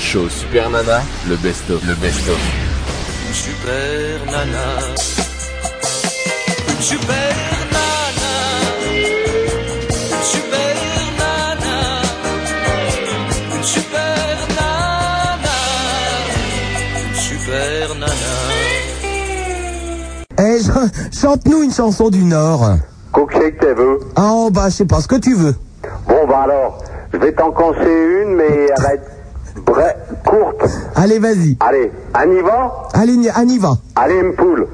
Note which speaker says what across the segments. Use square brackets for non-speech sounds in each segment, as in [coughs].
Speaker 1: show Super Nana, le best-of. Le best-of.
Speaker 2: Super Nana. Super Nana. Super Nana. Super Nana. Super Nana.
Speaker 3: Eh, ch- chante-nous une chanson du Nord.
Speaker 4: Cookshake t'es veux.
Speaker 3: Ah, oh, bah, c'est pas ce que tu veux.
Speaker 4: Bon, bah alors, je vais t'en conseiller une, mais elle va être bre- courte.
Speaker 3: Allez, Eh, vas-y.
Speaker 4: Allez, on y va
Speaker 3: Allez, ni- on y va.
Speaker 4: Allez, me poule.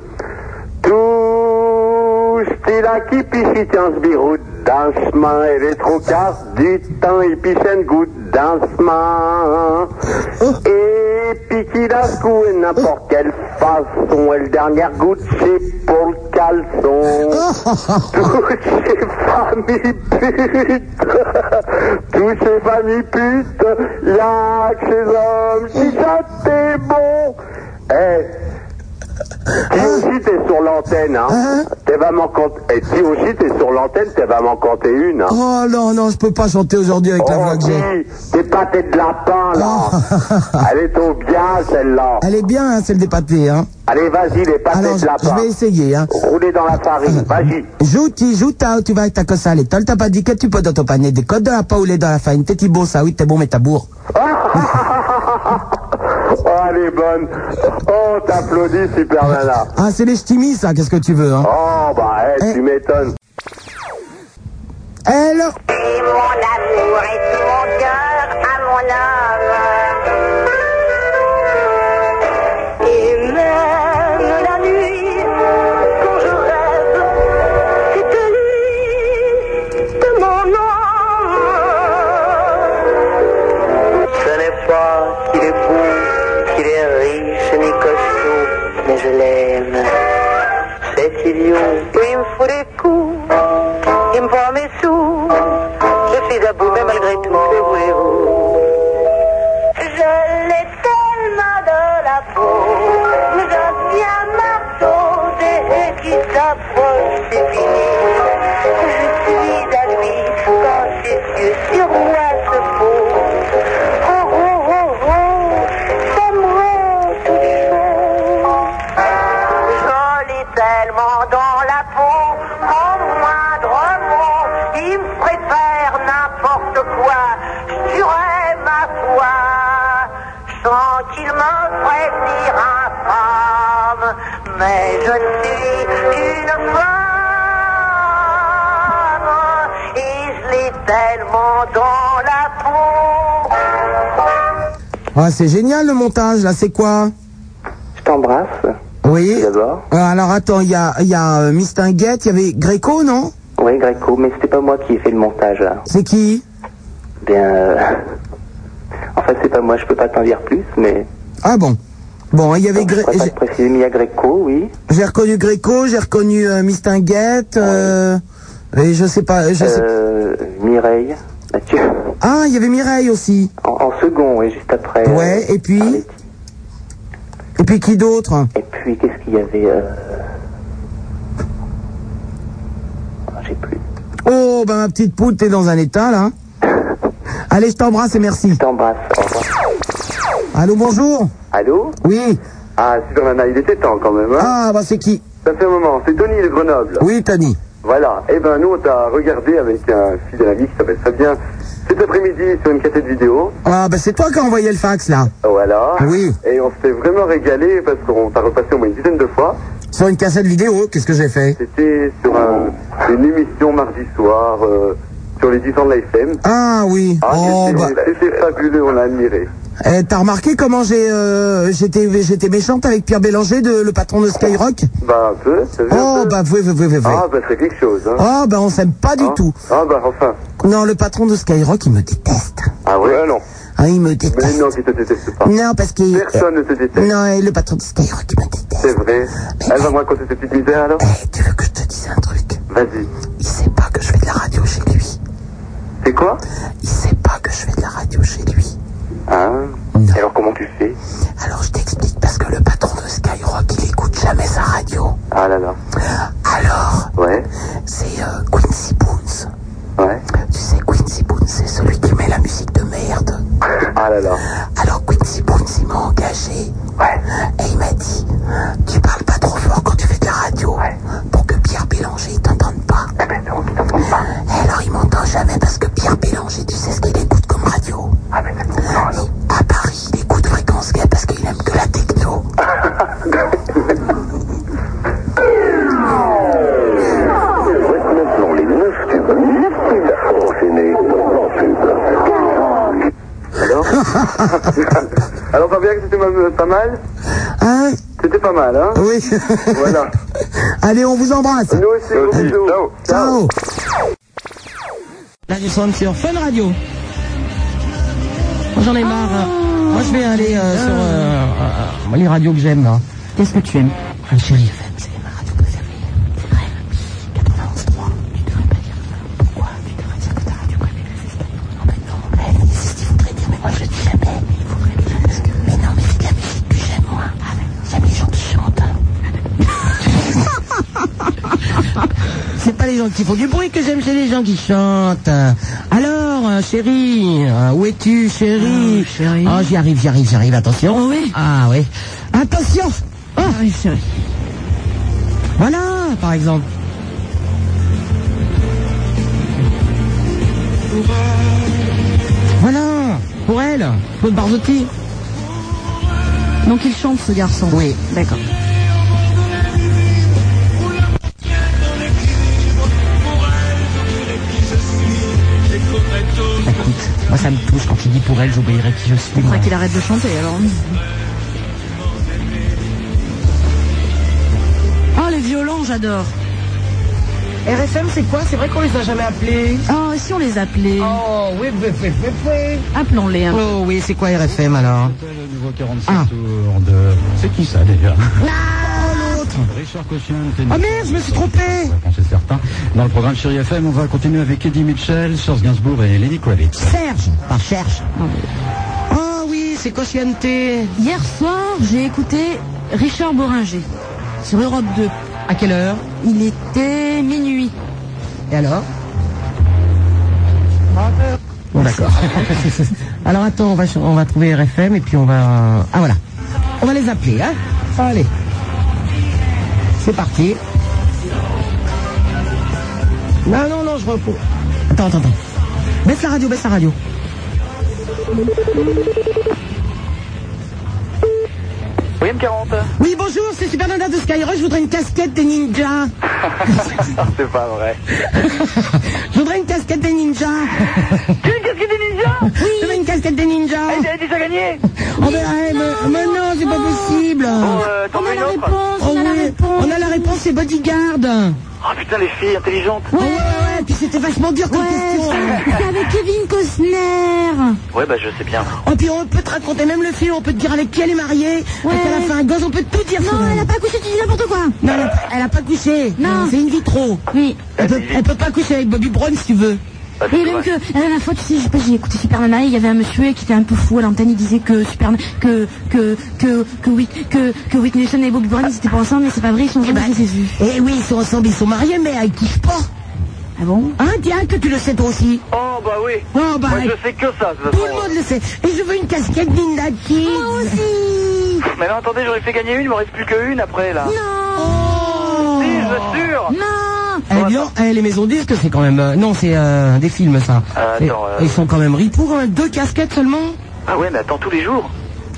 Speaker 4: Tous t'es là qui pichit un sbirou d'un chemin et les trocards du temps et pichent goutte d'un chemin. Et puis qu'il a secoué n'importe quelle façon et le dernier goutte c'est pour le caleçon. Toutes ces familles putes, toutes ces familles putes, y'a que ces hommes, si ça t'es bon. Eh,
Speaker 3: Hein
Speaker 4: dis aussi t'es sur l'antenne, hein. T'es vraiment compte. Eh, dis aussi t'es sur l'antenne, t'es vraiment compter une, hein.
Speaker 3: Oh, non, non, je peux pas chanter aujourd'hui avec la voix que j'ai. Oh.
Speaker 4: dis, t'es pas tête Oh, de lapin, là. [laughs] Elle est au bien, celle-là.
Speaker 3: Elle est bien, hein, celle des pâtés, hein.
Speaker 4: Allez, vas-y, les pâtés
Speaker 3: Alors,
Speaker 4: de
Speaker 3: je je
Speaker 4: lapin.
Speaker 3: vais essayer, hein. Ah,
Speaker 4: Roulez dans la farine, vas-y.
Speaker 3: Jouti, jouta, tu vas avec ta cossa, les tol, t'as pas dit que tu peux dans ton panier, des codes de la paule dans la farine, t'es bon, ça, oui, t'es bon, mais t'as bourre.
Speaker 4: Oh, elle est bonne. Oh, t'applaudis, Super Nana.
Speaker 3: Ah, c'est les ch'timis, ça, qu'est-ce que tu veux, hein.
Speaker 4: Oh, bah, eh,
Speaker 3: Eh.
Speaker 4: tu m'étonnes. Oh.
Speaker 3: Elle,
Speaker 5: Et mon amour et tout mon cœur à mon âme. Et même la nuit, quand je rêve, c'est de lui, de mon âme.
Speaker 6: Ce n'est pas qu'il est beau, qu'il est riche ni costaud, mais je l'aime. C'est idiot.
Speaker 5: Il me fout des coups, il me prend mes sous. Je suis à bout, mais malgré tout, que voulez-vous Je l'ai tellement de la faute, je viens marteau dès qu'il s'approche, c'est fini. Je suis à lui quand ses yeux sur moi se posent. Oh, oh, oh, oh, c'est moi tout chaud. Je l'ai tellement dans la peau, en moindre mot, il me préfère n'importe quoi. Je tuerai ma foi, sans qu'il me prévenir infâme. Mais je suis une femme, et je l'ai tellement dans la peau.
Speaker 3: ah, c'est génial le montage, là, c'est quoi?
Speaker 6: Je t'embrasse.
Speaker 3: Oui.
Speaker 6: D'abord.
Speaker 3: Euh, alors, attends, il y a, il y a euh, Miss Tinguette, il y avait Gréco, non?
Speaker 6: Oui, Gréco, mais c'était pas moi qui ai fait le montage, là.
Speaker 3: C'est qui?
Speaker 6: Bien. euh, En fait, c'est pas moi, je peux pas t'en dire plus, mais.
Speaker 3: Ah bon. Bon, il y avait
Speaker 6: Je
Speaker 3: Gré...
Speaker 6: pourrais pas
Speaker 3: j'ai-
Speaker 6: te préciser, mais il y a Gréco, oui.
Speaker 3: J'ai reconnu Gréco, j'ai reconnu euh, Miss Tinguette, euh, et je sais pas, je sais-
Speaker 6: Euh, Mireille. Bah, tu-
Speaker 3: Ah, il y avait Mireille aussi.
Speaker 6: En, en second, oui, juste après. euh,
Speaker 3: Ouais, et puis
Speaker 6: Arletty.
Speaker 3: Et puis qui d'autre
Speaker 6: Et puis, qu'est-ce qu'il y avait euh... ah, J'ai plus.
Speaker 3: Oh, bah ma petite poule, t'es dans un état là. Allez, je t'embrasse et merci.
Speaker 6: Je t'embrasse. Au revoir.
Speaker 3: Allô, bonjour
Speaker 4: Allô
Speaker 3: Oui.
Speaker 4: Ah, Super Nana, il était temps, quand même, hein.
Speaker 3: Ah, bah c'est qui
Speaker 4: Ça fait un moment. C'est Tony de Grenoble.
Speaker 3: Oui, Tani.
Speaker 4: Voilà. Eh ben, nous, on t'a regardé avec un fidèle ami qui s'appelle Fabien cet après-midi sur une cassette vidéo.
Speaker 3: Ah, bah c'est toi qui as envoyé le fax là.
Speaker 4: Voilà.
Speaker 3: Oui.
Speaker 4: Et on s'est vraiment régalé parce qu'on t'a repassé au moins une dizaine de fois.
Speaker 3: Sur une cassette vidéo, qu'est-ce que j'ai fait
Speaker 4: C'était sur un- une émission mardi soir euh, sur les 10 ans de la FM.
Speaker 3: Ah oui.
Speaker 4: Ah,
Speaker 3: oh,
Speaker 4: c'était-
Speaker 3: bah.
Speaker 4: C'était fabuleux, on l'a admiré.
Speaker 3: Eh, T'as remarqué comment j'ai euh, j'étais j'étais méchante avec Pierre Bélanger, de, le patron de Skyrock
Speaker 4: Bah, un peu, t'as vu un
Speaker 3: Oh,
Speaker 4: peu
Speaker 3: bah oui, oui, oui, oui. oui.
Speaker 4: Ah, bah, c'est quelque chose, hein.
Speaker 3: Ah bah on s'aime pas du
Speaker 4: Hein
Speaker 3: tout.
Speaker 4: Ah, bah, enfin.
Speaker 3: Non, le patron de Skyrock, il me déteste.
Speaker 4: Ah, ouais, non.
Speaker 3: Ah, il me
Speaker 4: Mais
Speaker 3: déteste.
Speaker 4: non, qui te déteste pas.
Speaker 3: Non, parce qu'il...
Speaker 4: Personne ne te déteste.
Speaker 3: Non, et le patron de Skyrock, il me déteste.
Speaker 4: C'est vrai. Elle va me raconter ses petites misères, alors
Speaker 3: Eh, tu veux que je te dise un truc
Speaker 4: Vas-y.
Speaker 3: Il sait pas que je fais de la radio chez lui.
Speaker 4: C'est quoi
Speaker 3: Il sait pas que je fais de la radio chez lui.
Speaker 4: Hein
Speaker 3: Non.
Speaker 4: Alors, comment tu fais
Speaker 3: Alors je t'explique, parce que le patron de Skyrock, il écoute jamais sa radio.
Speaker 4: Ah, là, là.
Speaker 3: Alors,
Speaker 4: Ouais,
Speaker 3: c'est euh, Quincy Boons.
Speaker 4: ouais.
Speaker 3: Tu sais, Quincy Boons, c'est celui qui met la musique de merde.
Speaker 4: Ah, là, là.
Speaker 3: Alors Quincy petit bout de ciment engagé.
Speaker 4: Ouais.
Speaker 3: Et il m'a dit, tu parles pas trop fort quand tu fais de la radio. Pour que Pierre Bélanger, il t'entende pas.
Speaker 4: Eh ben non, ils t'entendent pas.
Speaker 3: Et alors, il m'entend jamais parce que Pierre Bélanger, tu sais ce qu'il écoute comme radio.
Speaker 4: Ah ben c'est bon, non, non.
Speaker 3: Et à Paris, il écoute Fréquence Gay parce qu'il aime que la techno.
Speaker 7: Voici maintenant les 9 tubes, les tubes de la France est née. Non, tubes.
Speaker 3: [laughs]
Speaker 7: Alors Alors, pas bien que c'était pas- pas mal
Speaker 3: Hein
Speaker 7: C'était pas mal, hein
Speaker 3: Oui. [laughs]
Speaker 7: Voilà.
Speaker 3: Allez, on vous embrasse.
Speaker 7: Nous aussi, gros bisous.
Speaker 3: Ciao. Là, du son sur Fun Radio. J'en ai marre.
Speaker 8: Ah.
Speaker 3: Moi, je vais aller euh, sur euh, euh, les radios que j'aime. là.
Speaker 8: Qu'est-ce que tu aimes
Speaker 3: Ah, chérie FM, c'est ma radio préférée. C'est vrai Oui, 91.3. Tu devrais pas dire ça. Pourquoi Tu devrais dire que ta radio préférée, c'est Skyrock. Non, mais non. Eh, mais c'est ce qu'il faudrait dire, mais moi, je le dis jamais. Il faudrait le dire parce que... Mais non, mais c'est de la musique que j'aime, moi. Ah, J'aime les gens qui chantent. [laughs] C'est pas les gens qui font du bruit que j'aime, c'est les gens qui chantent. Alors, euh, chérie, euh, où es-tu, chérie
Speaker 8: Oh, chérie.
Speaker 3: Oh, j'y arrive, j'y arrive, j'y arrive, attention.
Speaker 8: Oh, oui.
Speaker 3: Ah oui. Attention Oh,
Speaker 8: Ah oui, c'est vrai.
Speaker 3: voilà, par exemple. Voilà, pour elle, Claude Barzotti.
Speaker 8: Donc il chante ce garçon.
Speaker 3: Oui.
Speaker 8: D'accord.
Speaker 3: Écoute, moi ça me touche quand il dit pour elle, j'obéirai qui je suis. moi.
Speaker 8: Faudrait qu'il arrête de chanter alors. Ah les violons, j'adore.
Speaker 9: RFM, c'est quoi C'est vrai qu'on les a jamais appelés.
Speaker 8: Ah si on les appelait.
Speaker 9: Oh, oui, oui, oui, oui, oui.
Speaker 8: Appelons-les. un peu.
Speaker 3: Oh oui, c'est quoi RFM alors
Speaker 10: Le nouveau 47
Speaker 3: Ah.
Speaker 10: tours de... C'est qui ça déjà
Speaker 3: Ah, l'autre
Speaker 10: Richard Cochin, tennis.
Speaker 3: Ah merde, je me suis trompé
Speaker 10: Ouais, bon, c'est certain. Dans le programme Chéri FM, on va continuer avec Eddie Mitchell, Charles Gainsbourg et Lenny Kravitz.
Speaker 3: Serge, par Serge. Oh oui, c'est Cosciente.
Speaker 8: Hier soir, j'ai écouté Richard Boringer sur Europe 2.
Speaker 3: À quelle heure
Speaker 8: Il était minuit.
Speaker 3: Et alors Bon d'accord. [laughs] alors attends, on va, ch- on va trouver RFM et puis on va... Ah voilà. On va les appeler, hein Allez. C'est parti. Non, non, non, je repose. Attends, attends, attends. Baisse la radio, baisse la radio.
Speaker 4: Oui, M40.
Speaker 3: Oui, bonjour, c'est Super Nana de Skyrock, je voudrais une casquette des ninjas.
Speaker 4: C'est pas vrai.
Speaker 3: Je voudrais une casquette des ninjas.
Speaker 4: Tu veux une casquette des ninjas
Speaker 3: Je veux une casquette des ninjas.
Speaker 4: Elle a déjà gagné
Speaker 3: Oh, mais, eh, mais- mais non, c'est pas possible.
Speaker 4: Bon, euh, t'en
Speaker 8: On
Speaker 4: veux
Speaker 8: a
Speaker 4: une
Speaker 8: la
Speaker 4: autre
Speaker 8: réponse,
Speaker 3: Oh
Speaker 8: on a la
Speaker 3: oui,
Speaker 8: réponse.
Speaker 3: on a la réponse, c'est Bodyguard.
Speaker 4: Oh putain, les filles intelligentes.
Speaker 3: Ouais, ouais, ouais, puis c'était vachement dur comme question.
Speaker 8: C'est avec Kevin Costner.
Speaker 4: Ouais, bah je sais bien.
Speaker 3: Oh, puis on peut te raconter même le film, on peut te dire avec qui elle est mariée,
Speaker 8: Ouais.
Speaker 3: et qu'elle a fait un gosse, on peut tout dire. sur
Speaker 8: Non, elle a pas couché, tu dis n'importe quoi.
Speaker 3: Non, elle a, elle a pas couché.
Speaker 8: Non.
Speaker 3: C'est une vitro.
Speaker 8: Oui.
Speaker 3: Elle peut, elle peut pas coucher avec Bobby Brown si tu veux.
Speaker 4: Bah,
Speaker 8: Et euh,
Speaker 4: c'est
Speaker 8: même
Speaker 4: vrai.
Speaker 8: que la dernière fois, tu sais, je sais pas, j'ai écouté Superman, et il y avait un monsieur qui était un peu fou à l'antenne, il disait que Superman, que, que, que, que, Whit- que, que Whitney Houston et Bobby Brown, ils étaient pas ensemble, mais c'est pas vrai, ils sont
Speaker 3: Eh
Speaker 8: jamais
Speaker 3: ben.
Speaker 8: ils se sont vus.
Speaker 3: Eh oui, ils sont ensemble, ils sont mariés, mais elle couche pas.
Speaker 8: Ah bon
Speaker 3: Hein, tiens, que tu le sais toi aussi.
Speaker 4: Oh bah oui.
Speaker 3: Oh, bah,
Speaker 4: Moi je sais que ça. De toute
Speaker 3: tout le
Speaker 4: façon.
Speaker 3: monde le sait. Et je veux une casquette Eh Ninja Kids. Moi aussi.
Speaker 4: Mais non, attendez, j'aurais fait gagner une, il m'en reste plus qu'une après là.
Speaker 3: Non.
Speaker 4: Si, je suis sûr.
Speaker 8: Non
Speaker 3: Eh bien, eh, les maisons disent que c'est quand même... euh, non, c'est euh, des films, ça.
Speaker 4: Euh,
Speaker 3: Et-
Speaker 4: attends, euh,
Speaker 3: Ils sont quand même ripoux, quand même. Deux casquettes seulement.
Speaker 4: Ah ouais, mais attends tous les jours.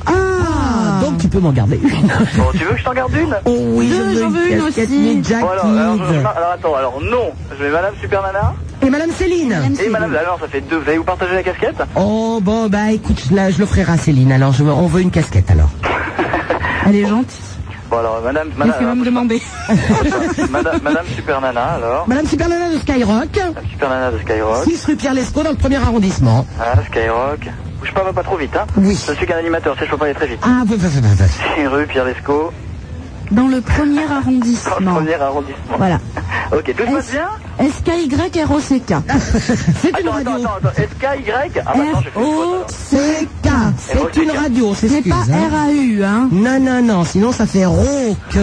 Speaker 3: Ah, Donc tu peux m'en garder une.
Speaker 4: Bon, tu veux que je t'en garde une
Speaker 3: oh oui,
Speaker 8: Deux,
Speaker 3: je
Speaker 8: j'en
Speaker 3: veux
Speaker 8: veux
Speaker 3: une
Speaker 8: une
Speaker 3: casquette
Speaker 8: aussi.
Speaker 3: Ninja
Speaker 4: Bon, alors, alors, je-
Speaker 3: Kids.
Speaker 4: je- alors, attends, alors non, je mets Madame Supernana
Speaker 3: Et Madame Céline
Speaker 4: et Madame. Alors ça fait deux. Vous allez vous partager la casquette
Speaker 3: Oh, bon, bah écoute, là, je l'offrirai à Céline. Alors, je, veux- on veut une casquette,
Speaker 4: [laughs]
Speaker 3: alors.
Speaker 8: Elle est gentille.
Speaker 4: Bon alors Madame
Speaker 8: Elle
Speaker 4: Madame
Speaker 8: fait même demander.
Speaker 4: Madame, Madame Supernana alors.
Speaker 3: Madame Supernana de Skyrock.
Speaker 4: Madame Supernana de Skyrock.
Speaker 3: 6 rue Pierre Lescaut, dans le premier arrondissement.
Speaker 4: Ah Skyrock. Bouge pas, va pas trop vite hein.
Speaker 3: Oui.
Speaker 4: Je suis qu'un animateur, si je peux pas aller très vite.
Speaker 3: Ah, bah, bah, bah, bah.
Speaker 4: Une rue Pierre Lescaut,
Speaker 8: Dans le premier
Speaker 3: Ah,
Speaker 4: dans le
Speaker 8: arrondissement.
Speaker 4: premier arrondissement.
Speaker 8: Voilà.
Speaker 4: [laughs] Ok, tout se passe bien Ah,
Speaker 8: S-K-Y-R-O-C-K.
Speaker 3: C'est une
Speaker 4: Attends, attends,
Speaker 3: radio.
Speaker 4: attends, attends. SKY Ah bah attends, j'ai fait une faute alors.
Speaker 3: R-O-C-K. Oh, C'est une
Speaker 4: R-O-C-K.
Speaker 3: radio, c'est
Speaker 8: C'est pas R-A-U, hein.
Speaker 3: Non, non, non, sinon ça fait roque.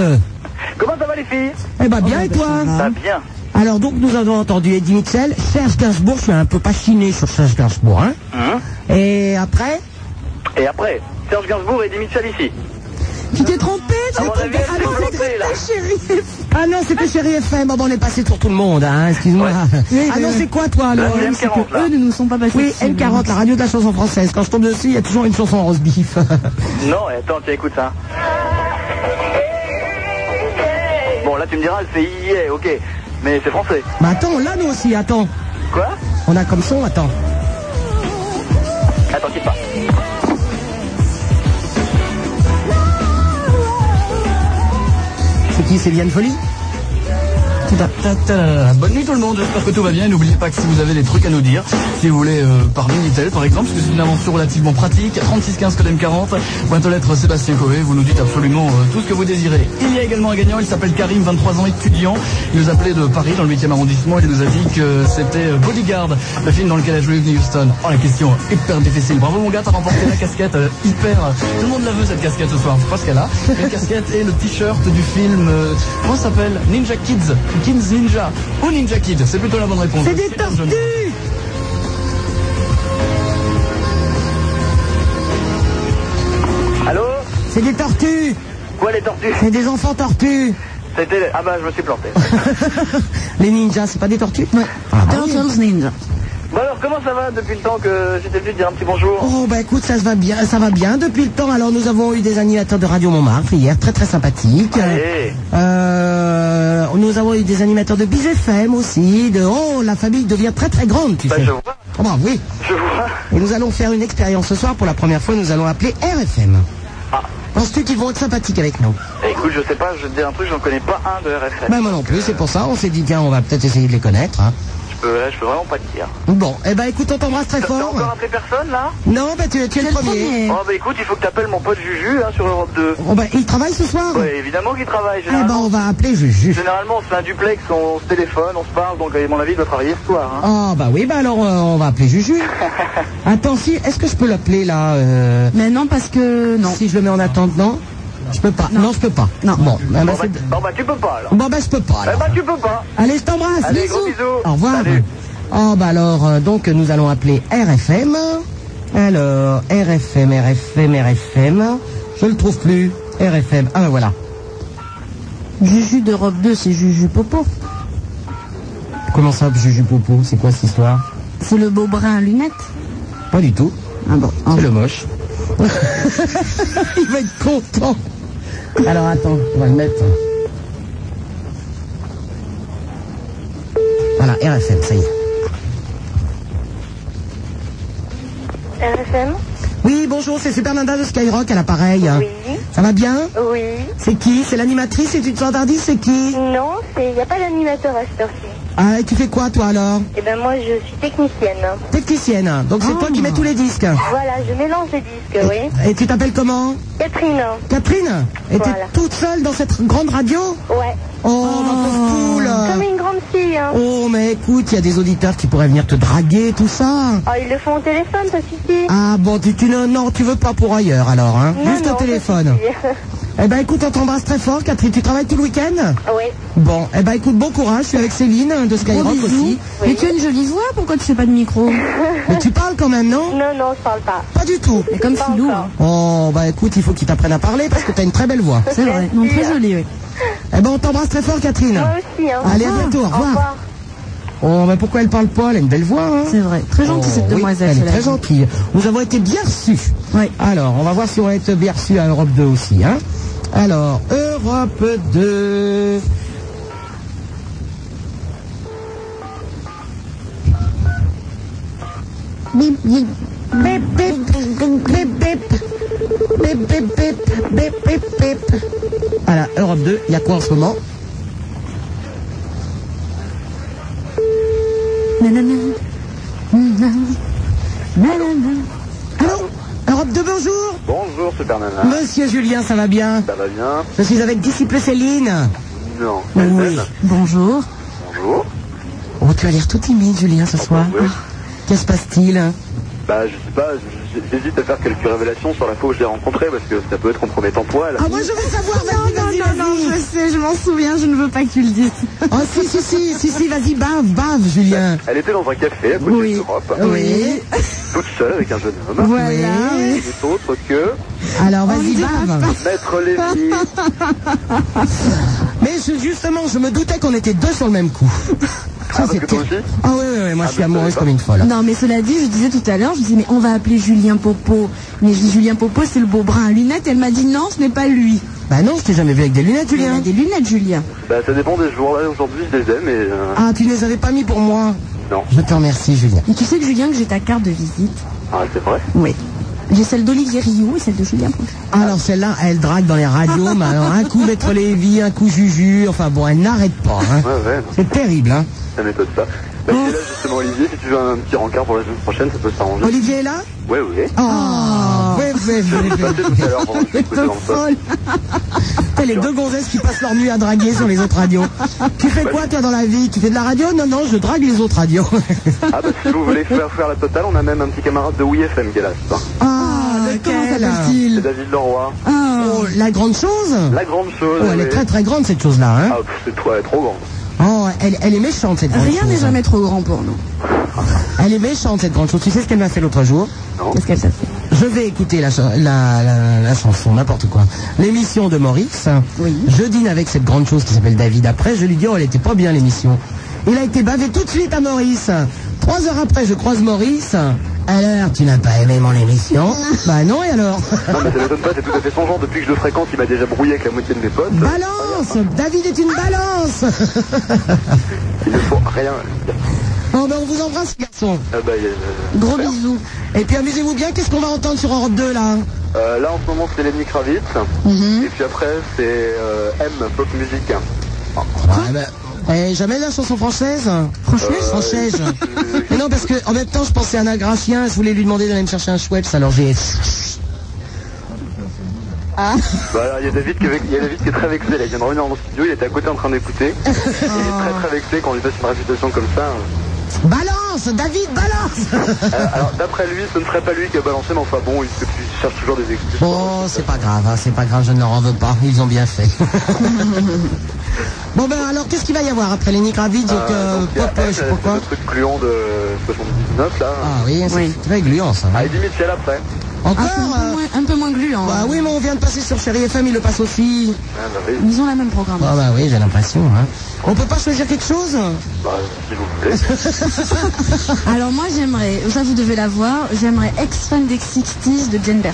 Speaker 4: Comment ça va les filles
Speaker 3: Eh ben bien et toi
Speaker 4: Ça va bien.
Speaker 3: Alors donc nous avons entendu Eddie Mitchell, Serge Gainsbourg, je suis un peu passionné sur Serge Gainsbourg, hein
Speaker 4: Hein
Speaker 3: Et Hein après
Speaker 4: Et après, Serge Gainsbourg et Eddie Mitchell ici.
Speaker 3: Tu t'es trompé, tu
Speaker 4: À
Speaker 3: t'es
Speaker 4: mon avis,
Speaker 3: trompé. Ah
Speaker 4: elle s'est
Speaker 3: non,
Speaker 4: bloquée,
Speaker 3: c'était
Speaker 4: là.
Speaker 3: chérie FM. Ah non, c'était chérie FM. Bon, bon, Oh, ben, on est passé pour tout le monde, hein, excuse-moi. [laughs] Ah non, c'est quoi toi alors
Speaker 8: Le
Speaker 3: C'est
Speaker 8: M40,
Speaker 3: que
Speaker 8: là.
Speaker 3: eux ne nous sont pas passés. Oui,
Speaker 8: dessus.
Speaker 3: M40, la radio de la chanson française. Quand je tombe dessus, il y a toujours une chanson en rose beef.
Speaker 4: Non, et attends, hein. tiens, écoute ça. Bon, là, tu me diras, elle fait yeah, ok. Mais c'est français.
Speaker 3: [laughs] Mais attends, là nous aussi, attends.
Speaker 4: Quoi
Speaker 3: On a comme son, attends.
Speaker 4: Attends, quitte pas.
Speaker 3: Eh C'est qui C'est Liane Folie
Speaker 11: Ta- ta- ta- Bah, Bonne nuit tout le monde, j'espère que tout va bien. Et N'oubliez pas que si vous avez des trucs à nous dire, si vous voulez euh, par Minitel par exemple, parce que c'est une invention relativement pratique, 3615 codem 40, pointe aux lettres Sébastien Coé, vous nous dites absolument euh, tout ce que vous désirez. Il y a également un gagnant, il s'appelle Karim, 23 ans, étudiant. Il nous appelait de Paris dans le 8e arrondissement, il nous a dit que c'était euh, Bodyguard, le film dans lequel a joué Whitney Houston. Oh la question est hyper difficile. Bravo mon gars, t'as remporté la casquette euh, hyper. Tout le monde la veut cette casquette ce soir, je sais pas ce qu'elle a. La casquette et le t-shirt du film, euh, comment ça s'appelle Ninja Kids, Kids Ninja ou Ninja Kid, c'est plutôt la bonne réponse.
Speaker 3: C'est des tortues
Speaker 4: Allô
Speaker 3: C'est des tortues
Speaker 4: Quoi les tortues
Speaker 3: C'est des enfants tortues
Speaker 4: C'était. Ah bah, je me suis planté.
Speaker 3: [laughs] Les ninjas, c'est pas des tortues Non. Turtles Ninja.
Speaker 4: Bon, alors, comment ça va depuis le temps que j'étais venu te dire un petit bonjour
Speaker 3: Oh bah écoute, ça se va bien, ça va bien depuis le temps. Alors nous avons eu des animateurs de Radio Montmartre hier, très très sympathiques.
Speaker 4: Allez.
Speaker 3: Euh, nous avons eu des animateurs de Biz FM aussi. De oh la famille devient très très grande, tu sais.
Speaker 4: je vois.
Speaker 3: Oh, bah, oui.
Speaker 4: Je vois.
Speaker 3: Et nous allons faire une expérience ce soir. Pour la première fois, nous allons appeler RFM.
Speaker 4: Ah.
Speaker 3: Penses-tu qu'ils vont être sympathiques avec nous
Speaker 4: Eh, Écoute, je sais pas, je vais te dis un truc, j'en connais pas un de RFM.
Speaker 3: Ben moi non plus, c'est pour ça. On s'est dit tiens, on va peut-être essayer de les connaître. hein.
Speaker 4: Je peux, là, je peux vraiment pas te dire.
Speaker 3: Bon, eh ben écoute, on t'embrasse très fort.
Speaker 4: T'as appelé personne là
Speaker 3: Non, bah tu, tu es le premier.
Speaker 4: Oh bah écoute, il faut que t'appelles mon pote Juju hein, sur Europe 2.
Speaker 3: Oh, bah, il travaille ce soir
Speaker 4: Ouais, évidemment qu'il travaille.
Speaker 3: Eh ben
Speaker 4: Généralement,
Speaker 3: on va appeler Juju.
Speaker 4: généralement, on se fait un duplex, on se téléphone, on se parle, donc à mon avis, il doit travailler ce soir. hein.
Speaker 3: Ah bah oui, bah alors euh, on va appeler Juju.
Speaker 4: [laughs]
Speaker 3: Attends, si, est-ce que je peux l'appeler là euh... Mais non, parce que non. Si je le mets en attente, non Je peux pas. Non, je peux pas. Non. Bon, bah, bah,
Speaker 4: bon, bah,
Speaker 3: c'est-
Speaker 4: bon, bah, tu peux pas alors.
Speaker 3: bon bah je peux pas.
Speaker 4: Eh
Speaker 3: alors.
Speaker 4: bah tu peux pas.
Speaker 3: Allez, je t'embrasse.
Speaker 4: Allez,
Speaker 3: bisous.
Speaker 4: gros bisous.
Speaker 3: Au revoir.
Speaker 4: Salut.
Speaker 3: Oh bah alors, euh, donc nous allons appeler RFM. Alors, RFM, RFM, RFM. Je le trouve plus. RFM. Ah bah voilà.
Speaker 8: Juju d'Europe 2, c'est Juju Popo.
Speaker 3: Comment ça, Juju Popo C'est quoi cette histoire
Speaker 8: C'est le beau brun à lunettes.
Speaker 3: Pas du tout.
Speaker 8: Ah bon.
Speaker 3: C'est le moche. [laughs] Il va être content. Alors attends, on va le mettre. Voilà, RFM, ça y est.
Speaker 12: RFM
Speaker 3: Oui, bonjour, c'est Super Nanda de Skyrock à l'appareil. Oui. Ça va bien
Speaker 12: Oui.
Speaker 3: C'est qui C'est l'animatrice C'est une standardiste C'est qui
Speaker 12: Non, il n'y a pas d'animateur à cette heure-ci.
Speaker 3: Ah, et tu fais quoi toi alors
Speaker 12: Eh ben moi, je suis technicienne. Ah.
Speaker 3: Technicienne. Donc c'est toi qui
Speaker 8: Ah.
Speaker 3: mets tous les disques.
Speaker 12: Voilà, je mélange les disques, oui.
Speaker 3: Et tu t'appelles comment
Speaker 12: Catherine.
Speaker 3: Catherine Et
Speaker 12: Voilà.
Speaker 3: t'es toute seule dans cette grande radio
Speaker 12: Ouais.
Speaker 3: Oh, ma pauvre poule
Speaker 12: Comme une grande fille, hein.
Speaker 3: Oh, mais écoute, il y a des auditeurs qui pourraient venir te draguer, tout ça.
Speaker 12: Oh, ils le font au téléphone, ça suffit.
Speaker 3: Ah bon, tu, tu ne- non, tu veux pas pour ailleurs alors, hein
Speaker 12: Non,
Speaker 3: Juste
Speaker 12: non,
Speaker 3: au
Speaker 12: ça
Speaker 3: téléphone.
Speaker 12: [laughs] suffit.
Speaker 3: Eh ben écoute, on t'embrasse très fort, Catherine. Tu travailles tout le week-end
Speaker 12: Oui.
Speaker 3: Bon, eh ben écoute, bon courage. Je suis avec Céline hein, de
Speaker 8: Gros
Speaker 3: Skyrock
Speaker 8: bisous.
Speaker 3: aussi.
Speaker 8: Mais tu as une jolie voix, pourquoi tu fais pas de micro
Speaker 3: Mais tu parles quand même, non
Speaker 12: Non, non, je parle pas.
Speaker 3: Pas du tout.
Speaker 8: Mais comme Philou. hein.
Speaker 3: Oh, bah écoute, il faut qu'il t'apprenne à parler parce que t'as une très belle voix.
Speaker 8: C'est vrai. Non, très jolie, oui.
Speaker 3: Eh ben on t'embrasse très fort, Catherine.
Speaker 12: Moi aussi, hein.
Speaker 3: Allez, à bientôt, au revoir. Oh, mais pourquoi elle parle pas Elle a une belle voix. Hein Oh,
Speaker 8: C'est vrai. Très gentille, cette demoiselle,
Speaker 3: Oui, elle est
Speaker 8: cela
Speaker 3: très
Speaker 8: dit.
Speaker 3: gentille. Nous avons été bien reçus. Alors, on va voir si on va être bien reçus à Europe 2 aussi. Hein Alors, Europe 2. Bip, bip, bip, bip, bip, bip, bip, bip, bip, bip, bip, bip. Voilà, Europe 2, il y a quoi en ce moment
Speaker 8: Nanana. Nanana. Nanana.
Speaker 3: Allô Europe 2, bonjour
Speaker 4: Bonjour Super Nana.
Speaker 3: Monsieur Julien, ça va bien
Speaker 4: Ça va bien
Speaker 3: Je suis avec Disciple Céline.
Speaker 4: Non.
Speaker 3: Oui. Bonjour.
Speaker 4: Bonjour.
Speaker 3: Oh, tu as l'air tout timide, Julien, ce soir.
Speaker 4: oui.
Speaker 3: Ah, Que se passe-t-il
Speaker 4: Bah je sais pas, je, j'hésite à faire quelques révélations sur la fois où je l'ai rencontrée parce que ça peut être compromettant pour elle.
Speaker 13: Ah, moi je veux savoir, vas-y, vas-y,
Speaker 8: non, non, je sais, je m'en souviens, je ne veux pas que tu le dises.
Speaker 13: Oh, si, si, si, si, si, vas-y, bave, bave, Julien.
Speaker 4: Elle était dans un café à côté de l'Europe.
Speaker 13: Oui.
Speaker 4: Toute seule avec un jeune homme.
Speaker 13: Voilà, oui.
Speaker 4: N'est autre que
Speaker 13: Alors, vas-y, bave.
Speaker 4: Maître Lévy.
Speaker 3: [laughs] Mais je- justement, je me doutais qu'on était deux sur le même coup.
Speaker 4: Ah,
Speaker 3: Ça, c'est terrible. Ah oui, oui, oui, moi je suis amoureuse comme une folle.
Speaker 8: Non, mais cela dit, je disais tout à l'heure, je disais, mais on va appeler Julien Popo. Mais je dis, Julien Popo, c'est le beau brun à lunettes. Elle m'a dit, non, ce n'est pas lui.
Speaker 3: Bah non, je t'ai jamais vu avec des lunettes, Julien.
Speaker 8: Il a des lunettes, Julien.
Speaker 4: Bah, ça dépend des jours. Là, aujourd'hui, je les aime et. euh,
Speaker 3: Ah, tu ne les avais pas mis pour moi
Speaker 4: Non.
Speaker 3: Je te remercie, Julien.
Speaker 8: Et tu sais que Julien, que j'ai ta carte de visite.
Speaker 4: Ah, c'est vrai
Speaker 8: Oui. J'ai celle d'Olivier Rio et celle de Julien Popo.
Speaker 3: Alors celle-là, elle drague dans les radios, mais alors un coup Maître Lévy, un coup Juju, enfin bon, elle n'arrête pas. hein.
Speaker 4: Ouais, ouais.
Speaker 3: C'est terrible, hein.
Speaker 4: Ça m'étonne pas. Bah, il est là justement, Olivier. Si tu veux un petit rencard pour la semaine prochaine, ça peut s'arranger.
Speaker 3: Olivier est là
Speaker 4: Ouais, ouais.
Speaker 3: Oh, ouais, ouais, ouais, ouais.
Speaker 4: Passez tout à l'heure pendant que je suis dans le sol. [laughs]
Speaker 3: T'as les deux gonzesses qui passent leur nuit à draguer sur les autres radios. Tu fais quoi, toi, dans la vie Tu fais de la radio Non, non, je drague les autres
Speaker 4: [laughs]
Speaker 3: radios.
Speaker 4: Ah, bah, si vous voulez faire, faire la totale, on a même un petit camarade de WeFM qui est là. ce soir.
Speaker 3: Ah, comment s'appelle-t-il
Speaker 4: C'est David Leroy.
Speaker 3: Oh, la grande chose
Speaker 4: La grande chose.
Speaker 3: Oh, elle est
Speaker 4: oui.
Speaker 3: très très grande, cette chose-là, hein
Speaker 4: Ah, pff, c'est trop, elle est trop grande.
Speaker 3: Oh, elle, elle est méchante, cette grande
Speaker 8: [laughs] Rien
Speaker 3: chose.
Speaker 8: n'est jamais trop grand pour
Speaker 3: [laughs]
Speaker 8: nous.
Speaker 3: Elle est méchante, cette grande chose. Tu sais ce qu'elle m'a fait l'autre jour
Speaker 8: Qu'est-ce qu'elle t'a fait
Speaker 3: Je vais écouter la, cha- la, la- la chanson, n'importe quoi. L'émission de Maurice. Je dîne avec cette grande chose qui s'appelle David. Après, je lui dis, oh, elle était pas bien l'émission. Il a été bavé tout de suite à Maurice. Trois heures après, je croise Maurice. Alors, tu n'as pas aimé mon émission Bah non, et alors
Speaker 4: Non, mais ça m'étonne pas, c'est tout à fait son genre. Depuis que je le fréquente, il m'a déjà brouillé avec la moitié de mes potes.
Speaker 3: Balance David est une balance
Speaker 4: Il ne faut rien.
Speaker 3: Bon, ben, on vous embrasse, garçon.
Speaker 4: Ah, bah, il y a-
Speaker 3: Gros bisous. Et puis amusez-vous bien, qu'est-ce qu'on va entendre sur Europe 2 là
Speaker 4: Euh, là en ce moment c'est Lenny Kravitz
Speaker 3: Mm-hmm.
Speaker 4: et puis après c'est euh, M pop music.
Speaker 3: Ouais, ben, eh, jamais la chanson française Française Française. Mais non, parce que en même temps, je pensais à un agrafien, je voulais lui demander d'aller me chercher un chouette, alors j'ai. Hein
Speaker 8: Ah.
Speaker 4: Bah, alors, il y a David qui est vex- il y a David qui est très vexé là, il vient de revenir dans le studio, il était à côté en
Speaker 3: [laughs]
Speaker 4: train d'écouter. Et Il est très très vexé quand on lui passe une réputation comme ça. hein.
Speaker 3: Balance David, balance
Speaker 4: Euh, alors d'après lui ce ne serait pas lui qui a balancé mais enfin bon il se- il cherche toujours des excuses.
Speaker 3: Bon, c'est pas grave, hein, c'est pas grave, je ne leur en veux pas, ils ont bien [laughs] fait. bon, ben alors, qu'est-ce qu'il va y avoir après Lenny Kravitz donc,
Speaker 4: Euh,
Speaker 3: euh,
Speaker 4: donc, il y a
Speaker 3: Pop, euh,
Speaker 4: M,
Speaker 3: je sais
Speaker 4: euh,
Speaker 3: pas quoi
Speaker 4: ce truc gluant de 79 là.
Speaker 3: Ah oui, c'est très gluant ça. hein.
Speaker 4: Ah, et Dimitri, elle, après.
Speaker 3: Encore euh,
Speaker 8: Un peu moins hein. gluant.
Speaker 3: Bah oui, mais on vient de passer sur Chéri FM, il le passe aussi.
Speaker 4: Ah, bah, oui.
Speaker 8: Ils ont la même programme.
Speaker 3: Ah bah oui, j'ai l'impression. Hein. On peut pas choisir quelque chose
Speaker 4: Bah, si vous
Speaker 3: [laughs]
Speaker 4: voulez.
Speaker 8: Alors moi j'aimerais, ça vous devez l'avoir, j'aimerais ex-fan des 60s de Jane Berkin.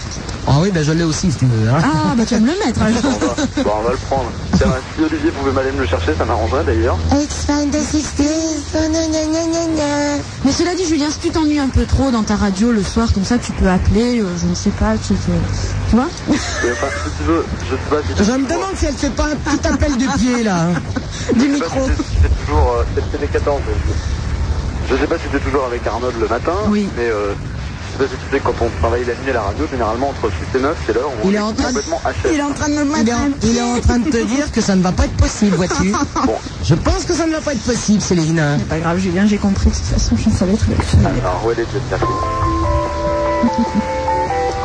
Speaker 3: Ah oui, ben je l'ai aussi si tu veux. hein.
Speaker 8: Ah bah tu vas me le mettre alors.
Speaker 4: Bon, on va- bon, on va le prendre. Tiens, si Olivier pouvait m'aller me le chercher, ça
Speaker 3: [laughs]
Speaker 4: m'arrangerait d'ailleurs.
Speaker 8: Ex-fan des oh, 60s, Mais cela dit Julien, si tu t'ennuies un peu trop dans ta radio le soir comme ça, tu peux appeler, euh, je ne sais pas, tu, te- tu vois
Speaker 4: Mais Euh, enfin, si tu veux, je sais pas si
Speaker 3: Je me demande si elle fait pas un petit appel du pied là. hein. [laughs]
Speaker 4: du micro. C'est toujours euh, c'est le télé-14. Je je sais pas si t'es toujours avec Arnold le matin, mais euh, je sais pas si tu sais quand on travaille la nuit à la radio, généralement entre 6 et 9, c'est l'heure où on
Speaker 3: Il est en train-
Speaker 4: complètement HS.
Speaker 3: en train de il est, en, il est en train de te dire que ça ne va pas être possible, vois-tu Je pense que ça ne va pas être possible, Céline. hein.
Speaker 8: C'est pas grave Julien, j'ai compris, de toute façon je savais tout.
Speaker 4: Alors, ouais, les deux, merci.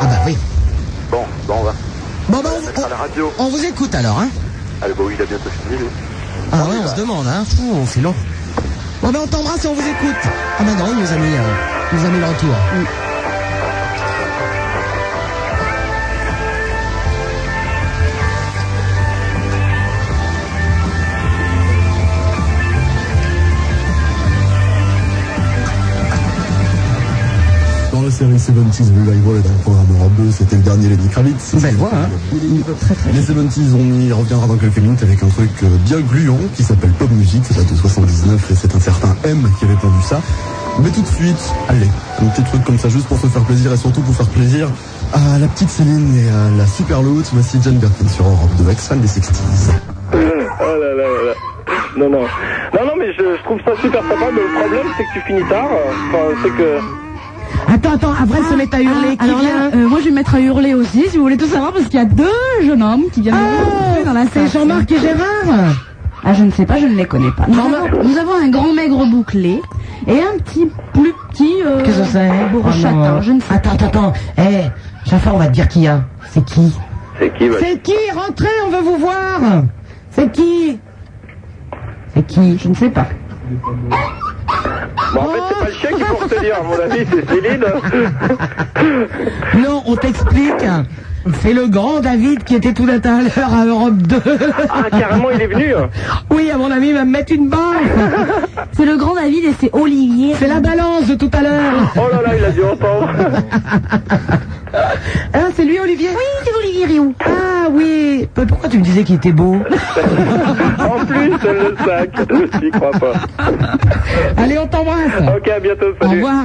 Speaker 3: Ah bah oui.
Speaker 4: Bon, bon, on va.
Speaker 3: Bon, bah,
Speaker 4: on va mettre à la radio.
Speaker 3: On vous écoute alors, hein
Speaker 4: Allez, bah oui, il a bientôt fini, lui.
Speaker 3: Ah ouais, on se demande, hein Fou, c'est long. Bon ben on t'embrasse et on vous écoute. Ah ben non, il nous a mis, euh, il nous a mis le retour.
Speaker 8: Mm.
Speaker 14: Dans la série 70s Blue Live Wall, dans le programme Europe 2, c'était le dernier Lenny Kravitz.
Speaker 3: Belle voix, hein
Speaker 14: Les 70s, on y reviendra dans quelques minutes avec un truc euh, bien gluant qui s'appelle Pop Music, ça date de 79 et c'est un certain M qui avait pondu ça. Mais tout de suite, allez, un petit truc comme ça juste pour se faire plaisir et surtout pour faire plaisir à la petite Céline et à la super Loot, voici John Bertin sur Europe 2, ex-fan des 60s.
Speaker 15: Oh là là là là. Non, non. Non, non, mais je, je trouve ça super sympa, mais le problème, c'est que tu finis tard. Enfin, c'est que...
Speaker 13: Attends, attends, après se mettre à hurler.
Speaker 8: Ah, Alors là, euh, moi je vais me mettre à hurler aussi, si vous voulez tout savoir, parce qu'il y a deux jeunes hommes qui viennent de rentrer dans la salle.
Speaker 13: Jean-Marc et
Speaker 15: bah.
Speaker 13: Gérard
Speaker 8: Ah, je ne sais pas, je ne les connais pas. Nous, avons, nous avons un grand maigre bouclé et un petit plus petit. euh,
Speaker 3: Qu'est-ce que c'est
Speaker 8: bourre
Speaker 3: Oh non.
Speaker 8: châtain, je ne sais
Speaker 3: Attends, attends, attends. Eh, chaque fois on va te dire qui, hein. C'est qui
Speaker 4: C'est qui
Speaker 3: C'est qui Rentrez, on veut vous voir C'est qui C'est qui Je ne sais pas.
Speaker 15: Bon, en fait, c'est pas le chien qui faut retenir, à mon avis, c'est Céline.
Speaker 3: Non, on t'explique. C'est le grand David qui était tout à l'heure à Europe 2.
Speaker 15: Ah, carrément, il est venu
Speaker 3: Oui, à mon avis, il va me mettre une barre. C'est le grand David et c'est Olivier. C'est la balance de tout à l'heure.
Speaker 15: Oh là là, il a dû
Speaker 3: [laughs]
Speaker 15: entendre.
Speaker 3: Ah, c'est lui, Olivier Oui, c'est Olivier Rioux. Ah oui. Mais Pourquoi tu me disais qu'il était [laughs] beau
Speaker 15: en plus, c'est le sac, je n'y crois pas.
Speaker 3: [laughs] Allez, on t'embrasse.
Speaker 15: Ok, à bientôt, salut.
Speaker 3: Au revoir.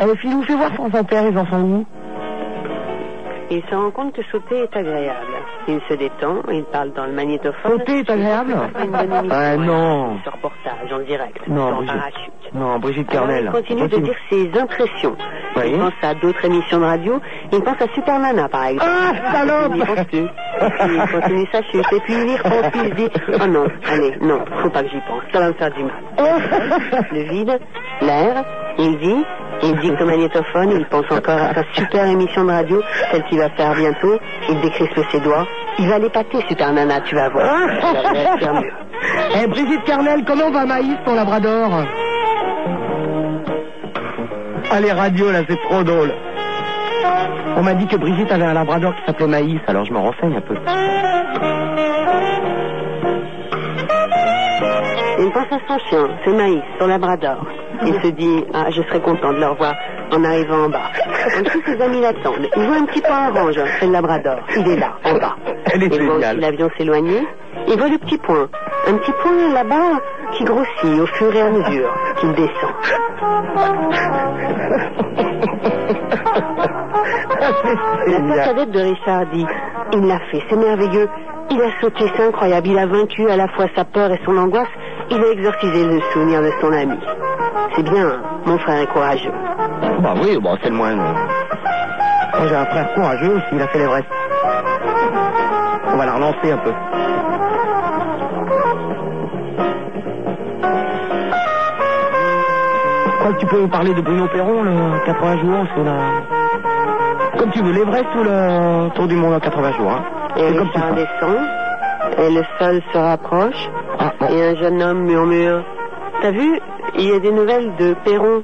Speaker 6: Euh, Philou, fais voir sans intérêt, ils en sont où Il se rend compte que sauter est agréable. Il se détend, il parle dans le magnétophone.
Speaker 16: Sauter est agréable
Speaker 6: C'est une bonne émission,
Speaker 16: Ah, non.
Speaker 6: ouais. Ce reportage en direct,
Speaker 16: Non,
Speaker 6: sans
Speaker 16: Brigitte.
Speaker 6: parachute.
Speaker 16: Non, Brigitte
Speaker 6: Alors,
Speaker 16: Carnel.
Speaker 6: il continue de dire ses impressions.
Speaker 16: Oui.
Speaker 6: Il pense à d'autres émissions de radio. Il pense à Super Nana, par exemple.
Speaker 16: Ah, salope
Speaker 6: Il y pense plus. Et puis, il continue sa chute. Et puis, il y repense. Il se dit Oh non, allez, non, faut pas que j'y pense. Ça va me faire du mal.
Speaker 16: [laughs]
Speaker 6: Le vide, l'air, il dit. Il dit au magnétophone, il pense encore à sa super émission de radio, celle qu'il va faire bientôt. Il décrispe ses doigts. Il va l'épater, Super Nana, tu vas voir. Tu vas voir, faire mieux.
Speaker 16: Ah. Eh, Brigitte Carnel, comment va Maïs, ton labrador Ah, les radios, là, c'est trop drôle. On m'a dit que Brigitte avait un labrador qui s'appelait Maïs, alors je me renseigne un peu.
Speaker 6: Il pense à son chien, ce maïs, son labrador. Il se dit, ah, je serais content de le revoir en arrivant en bas. Donc tous ses amis l'attendent. Il voit un petit point orange, c'est le labrador. Il est là, en bas.
Speaker 16: Elle est
Speaker 6: il voit
Speaker 16: géniale.
Speaker 6: aussi l'avion s'éloigner. Il voit le petit point. Un petit point là-bas qui grossit au fur et à mesure qu'il descend. La tête cadette de Richard dit Il l'a fait, c'est merveilleux. Il a sauté, c'est incroyable. Il a vaincu à la fois sa peur et son angoisse. Il a exorcisé le souvenir de son ami. C'est bien, hein, mon frère est courageux.
Speaker 16: Bah oui, bon, c'est le moins. Moi, j'ai un frère courageux aussi, il a fait l'Everest. On va la relancer un peu. Quoi que tu peux nous parler de Bruno Perron, le 80 jours, c'est la... Comme tu veux, l'Everest ou le Tour du Monde en 80 jours, hein.
Speaker 6: Et
Speaker 16: C'est comme tu
Speaker 6: Richard
Speaker 16: veux.
Speaker 6: descend, et le sol se rapproche,
Speaker 16: Ah,
Speaker 6: et un jeune homme murmure T'as vu, il y a des nouvelles de Perron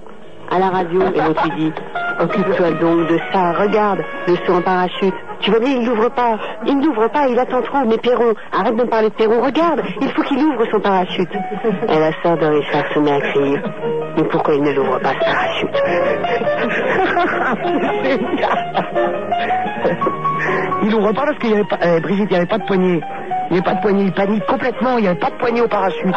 Speaker 6: à la radio, et l'autre lui dit Occupe-toi donc de ça, regarde, le saut en parachute. Tu vois bien, il n'ouvre pas, il n'ouvre pas, il attend trop, mais Perron, arrête de me parler de Perron, regarde, il faut qu'il ouvre son parachute. Et la sœur de Richard se met à crier Mais pourquoi il ne l'ouvre pas ce parachute
Speaker 16: Il ouvre pas parce qu'il n'y avait pas. euh, Brigitte, il n'y avait pas de poignée. Il n'y avait pas de poignée, il panique complètement, il n'y avait pas de poignée au parachute.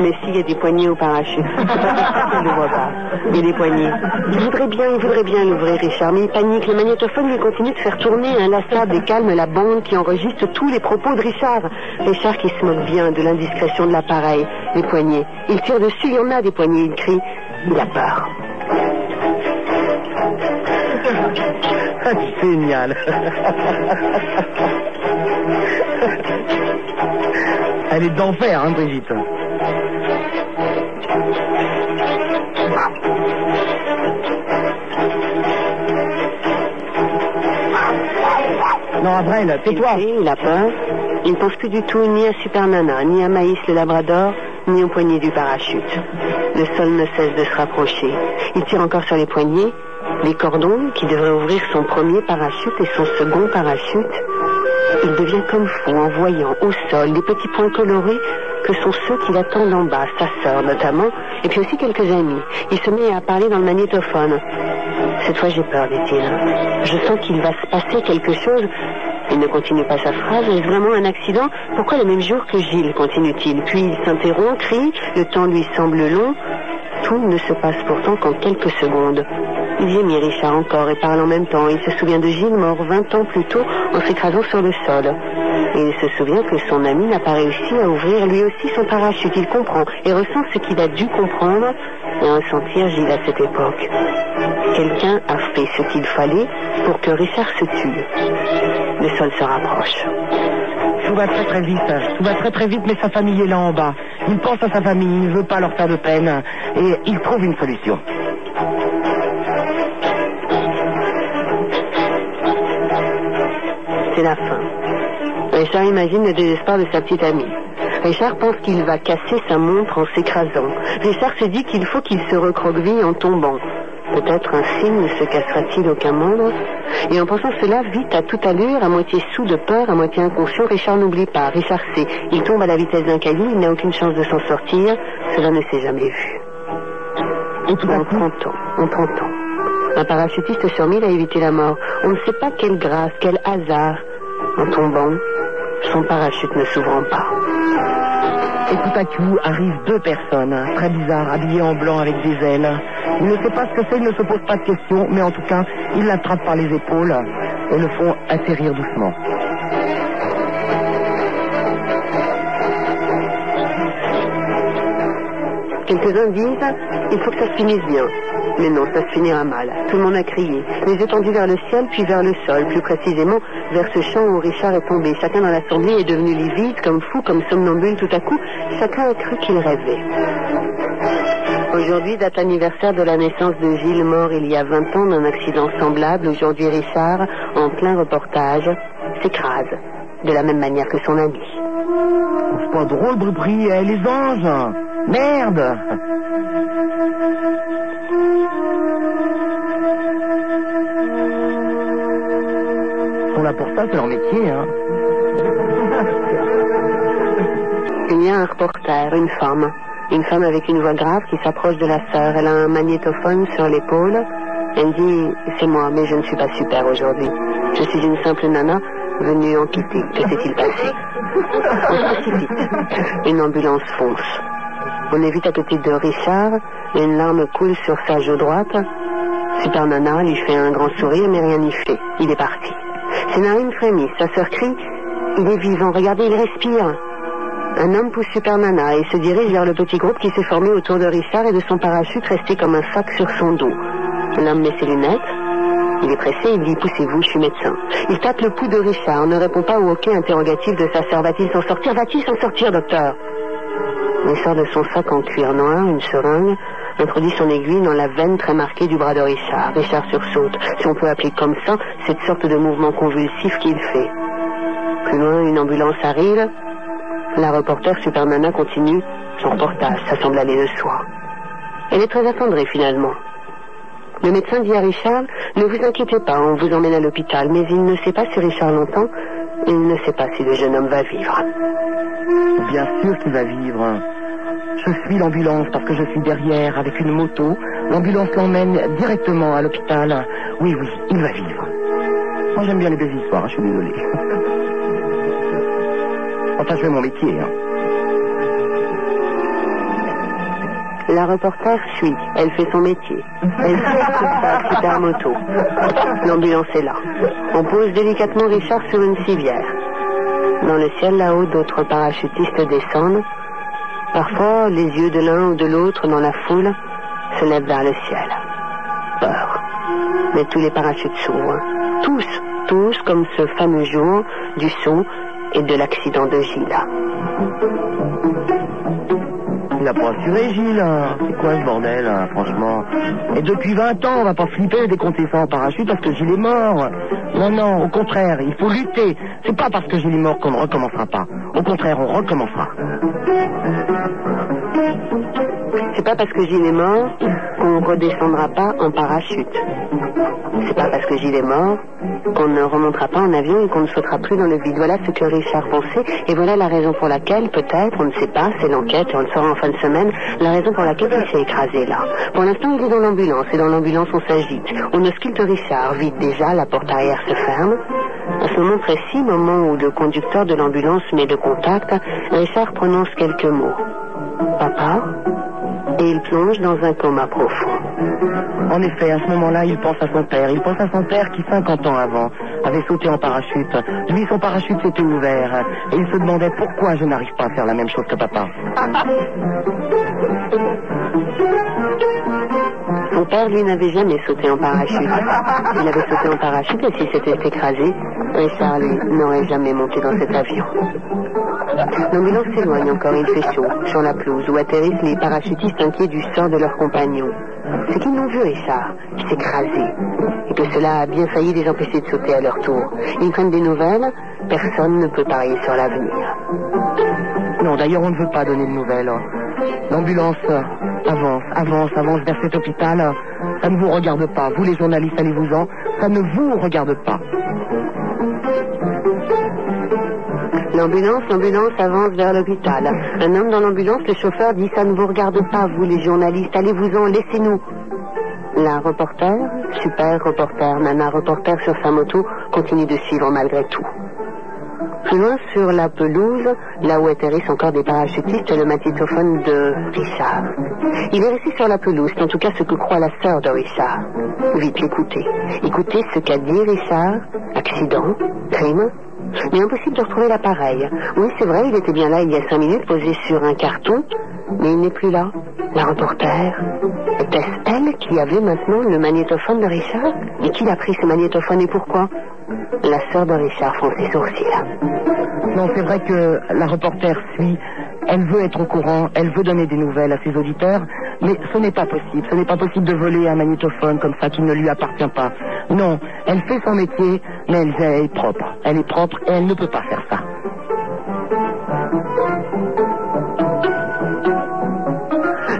Speaker 6: Mais s'il y a des poignées au parachute, [laughs] c'est pas possible qu'il ne le voit pas. Il y a des poignées. Il voudrait bien, il voudrait bien l'ouvrir, Richard, mais il panique. Le magnétophone lui continue de faire tourner inlassable et calme la bande qui enregistre tous les propos de Richard. Richard qui se moque bien de l'indiscrétion de l'appareil, les poignées. Il tire dessus, il y en a des poignées, il crie. Il a peur.
Speaker 16: Génial. Elle est d'enfer, hein, Brigitte.
Speaker 6: Non, après, tais-toi. Il a peur. Il ne pense plus du tout ni à Super Nana, ni à Maïs le Labrador, ni aux poignées du parachute. Le sol ne cesse de se rapprocher. Il tire encore sur les poignées. Les cordons qui devraient ouvrir son premier parachute et son second parachute. Il devient comme fou en voyant au sol des petits points colorés que sont ceux qui l'attendent en bas, sa sœur notamment, et puis aussi quelques amis. Il se met à parler dans le magnétophone. Cette fois, j'ai peur, dit-il. Je sens qu'il va se passer quelque chose. Il ne continue pas sa phrase. Est-ce vraiment un accident Pourquoi le même jour que Gilles continue-t-il Puis il s'interrompt, crie. Le temps lui semble long. Tout ne se passe pourtant qu'en quelques secondes. Il gémit Richard encore et parle en même temps. Il se souvient de Gilles mort 20 ans plus tôt en s'écrasant sur le sol. Et il se souvient que son ami n'a pas réussi à ouvrir lui aussi son parachute. Il comprend et ressent ce qu'il a dû comprendre et ressentir Gilles à cette époque. Quelqu'un a fait ce qu'il fallait pour que Richard se tue. Le sol se rapproche.
Speaker 16: tout va très très vite. Tout va très très vite, mais sa famille est là en bas. Il pense à sa famille, il ne veut pas leur faire de peine. Et il trouve une solution.
Speaker 6: C'est la fin. Richard imagine le désespoir de sa petite amie. Richard pense qu'il va casser sa montre en s'écrasant. Richard se dit qu'il faut qu'il se recroqueville en tombant. Peut-être un signe ne se cassera-t-il aucun membre Et en pensant cela, vite, à toute allure, à moitié sous de peur, à moitié inconscient, Richard n'oublie pas. Richard sait. Il tombe à la vitesse d'un caillou, il n'a aucune chance de s'en sortir. Cela ne s'est jamais vu. Et tout en 30 ans, en 30 ans. Un parachutiste sur mille a évité la mort. On ne sait pas quelle grâce, quel hasard. En tombant, son parachute ne s'ouvrant pas.
Speaker 16: Et tout à coup arrivent deux personnes, hein, très bizarres, [laughs] habillées en blanc avec des ailes. Il ne sait pas ce que c'est, il ne se pose pas de questions, mais en tout cas, il l'attrape par les épaules et le font atterrir doucement.
Speaker 6: Quelques-uns disent, il faut que ça se finisse bien. Mais non, ça se finira mal. Tout le monde a crié, les yeux tendus vers le ciel, puis vers le sol, plus précisément vers ce champ où Richard est tombé. Chacun dans l'assemblée est devenu livide, comme fou, comme somnambule. Tout à coup, chacun a cru qu'il rêvait. Aujourd'hui date anniversaire de la naissance de Gilles, mort il y a 20 ans d'un accident semblable. Aujourd'hui, Richard, en plein reportage, s'écrase, de la même manière que son ami.
Speaker 15: [laughs]
Speaker 16: C'est pas drôle, Brupri, eh, les anges Merde Ils sont là pour ça, c'est leur métier, hein.
Speaker 6: Il y a un reporter, une femme. Une femme avec une voix grave qui s'approche de la sœur. Elle a un magnétophone sur l'épaule. Elle dit C'est moi, mais je ne suis pas super aujourd'hui. Je suis une simple nana venue enquêter. Que s'est-il passé [laughs] On se précipite. Une ambulance fonce. On est vite à côté de Richard. et Une larme coule sur sa joue droite. Super nana lui fait un grand sourire, mais rien n'y fait. Il est parti. Ses narines frémissent. Sa sœur crie Il est vivant. Regardez, il respire. Un homme pousse Super Nana et se dirige vers le petit groupe qui s'est formé autour de Richard et de son parachute resté comme un sac sur son dos. L'homme met ses lunettes. Il est pressé, il dit Poussez-vous, je suis médecin. Il tape le pouls de Richard, ne répond pas au hoquet interrogatif de sa sœur. Va-t-il s'en sortir Va-t-il s'en sortir, docteur Il sort de son sac en cuir noir une seringue, introduit son aiguille dans la veine très marquée du bras de Richard. Richard sursaute, si on peut appeler comme ça cette sorte de mouvement convulsif qu'il fait. Plus loin, une ambulance arrive. La reporter Supermana continue son reportage. Ça semble aller de soi. Elle est très attendrée finalement. Le médecin dit à Richard Ne vous inquiétez pas, on vous emmène à l'hôpital. Mais il ne sait pas si Richard l'entend. Il ne sait pas si le jeune homme va vivre.
Speaker 16: Bien sûr qu'il va vivre. Je suis l'ambulance parce que je suis derrière avec une moto. L'ambulance l'emmène directement à l'hôpital. Oui, oui, il va vivre. Moi, j'aime bien les belles histoires, hein, je suis désolé. [laughs] Enfin, je fais mon métier. hein.
Speaker 6: La reporter suit. Elle fait son métier.
Speaker 16: [laughs]
Speaker 6: Elle fait ce pas super moto. L'ambulance est là. On pose délicatement Richard sur une civière. Dans le ciel là-haut, d'autres parachutistes descendent. Parfois, les yeux de l'un ou de l'autre dans la foule se lèvent vers le ciel. Peur. Mais tous les parachutes s'ouvrent. Tous, tous, comme ce fameux jour du saut et de l'accident de Gilles.
Speaker 16: Il n'a pas assuré, Oh, Gilles. hein. C'est quoi ce bordel, hein, franchement Et depuis 20 ans, on va pas flipper dès qu'on descend en parachute parce que Gilles est mort. Non, non, au contraire, il faut lutter. C'est pas parce que Gilles est mort qu'on ne recommencera pas. Au contraire, on recommencera.
Speaker 6: C'est pas parce que Gilles est mort qu'on redescendra pas en parachute. C'est pas parce que Gilles est mort qu'on ne remontera pas en avion et qu'on ne sautera plus dans le vide. Voilà ce que Richard pensait et voilà la raison pour laquelle, peut-être, on ne sait pas, c'est l'enquête et on le saura en fin de semaine, la raison pour laquelle il s'est écrasé là. Pour l'instant, il est dans l'ambulance et dans l'ambulance, on s'agite. On ausculte Richard. Vite déjà, la porte arrière se ferme. À ce moment précis, moment où le conducteur de l'ambulance met le contact, Richard prononce quelques mots. Papa, et il plonge dans un coma profond.
Speaker 16: En effet, à ce moment-là, il pense à son père. Il pense à son père qui, 50 ans avant, avait sauté en parachute. Lui, son parachute s'était ouvert. Et il se demandait pourquoi je n'arrive pas à faire la même chose que papa.
Speaker 6: Son père, lui, n'avait jamais sauté en parachute. Il avait sauté en parachute et s'il s'était écrasé, Richard, lui, n'aurait jamais monté dans cet avion. L'ambulance s'éloigne encore, il fait chaud, sur la pelouse, où atterrissent les parachutistes inquiets du sort de leurs compagnons. C'est qu'ils n'ont vu Richard, qui s'écrasait, et que cela a bien failli les empêcher de sauter à leur tour. Ils prennent des nouvelles, personne ne peut parier sur l'avenir.
Speaker 17: Non, d'ailleurs, on ne veut pas donner de nouvelles. L'ambulance euh, avance, avance, avance vers cet hôpital. Ça ne vous regarde pas. Vous, les journalistes, allez-vous-en. Ça ne vous regarde pas.
Speaker 6: L'ambulance, l'ambulance avance vers l'hôpital. Un homme dans l'ambulance, le chauffeur dit ça ne vous regarde pas, vous les journalistes, allez-vous-en, laissez-nous. La reporter, super reporter, nana reporter sur sa moto, continue de suivre malgré tout. Plus loin sur la pelouse, là où atterrissent encore des parachutistes, le magnétophone de Richard. Il est resté sur la pelouse, c'est en tout cas ce que croit la sœur de Richard. Vite l'écouter. Écoutez ce qu'a dit Richard. Accident, crime. Mais impossible de retrouver l'appareil. Oui, c'est vrai, il était bien là il y a cinq minutes, posé sur un carton, mais il n'est plus là. La reporter, était-ce elle qui avait maintenant le magnétophone de Richard Et qui l'a pris ce magnétophone et pourquoi La sœur de Richard fronce les sourcils.
Speaker 17: Non, c'est vrai que la reporter suit. Elle veut être au courant, elle veut donner des nouvelles à ses auditeurs, mais ce n'est pas possible. Ce n'est pas possible de voler un magnétophone comme ça qui ne lui appartient pas. Non, elle fait son métier, mais elle, elle est propre. Elle est propre et elle ne peut pas faire ça.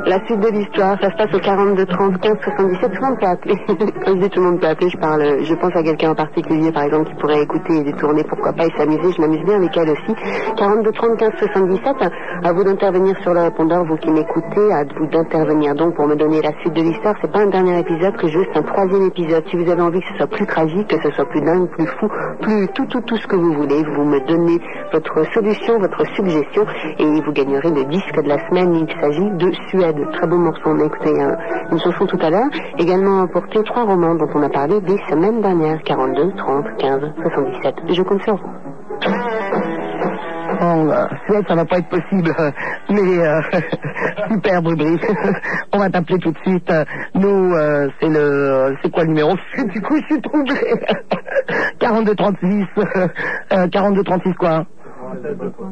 Speaker 6: La suite de l'histoire, ça se passe au 42 30 15 77 64. [laughs] Quand je dis tout le monde peut appeler, je parle, je pense à quelqu'un en particulier, par exemple, qui pourrait écouter et détourner, pourquoi pas, et s'amuser. Je m'amuse bien avec elle aussi. 42 30 15 77. À vous d'intervenir sur le répondeur, vous qui m'écoutez, à vous d'intervenir donc pour me donner la suite de l'histoire. C'est pas un dernier épisode que je veux, c'est un troisième épisode. Si vous avez envie que ce soit plus tragique, que ce soit plus dingue, plus fou, plus tout, tout, tout ce que vous voulez, vous me donnez votre solution, votre suggestion, et vous gagnerez le disque de la semaine. Il s'agit de Suède. Très beau morceau. On a écouté euh, une chanson tout à l'heure. Également emporté trois romans dont on a parlé des semaines dernières. 42, 30, 15, 77. Je compte sur vous.
Speaker 17: Oh, euh, Suède, ça va pas être possible, [laughs] euh, mais euh, [laughs] super Brubry. [laughs] On va t'appeler tout de suite. Euh, Nous, euh, c'est le, c'est quoi le numéro Du coup, je suis troublé. [laughs] 42 36, [laughs] euh, 42 36 quoi hein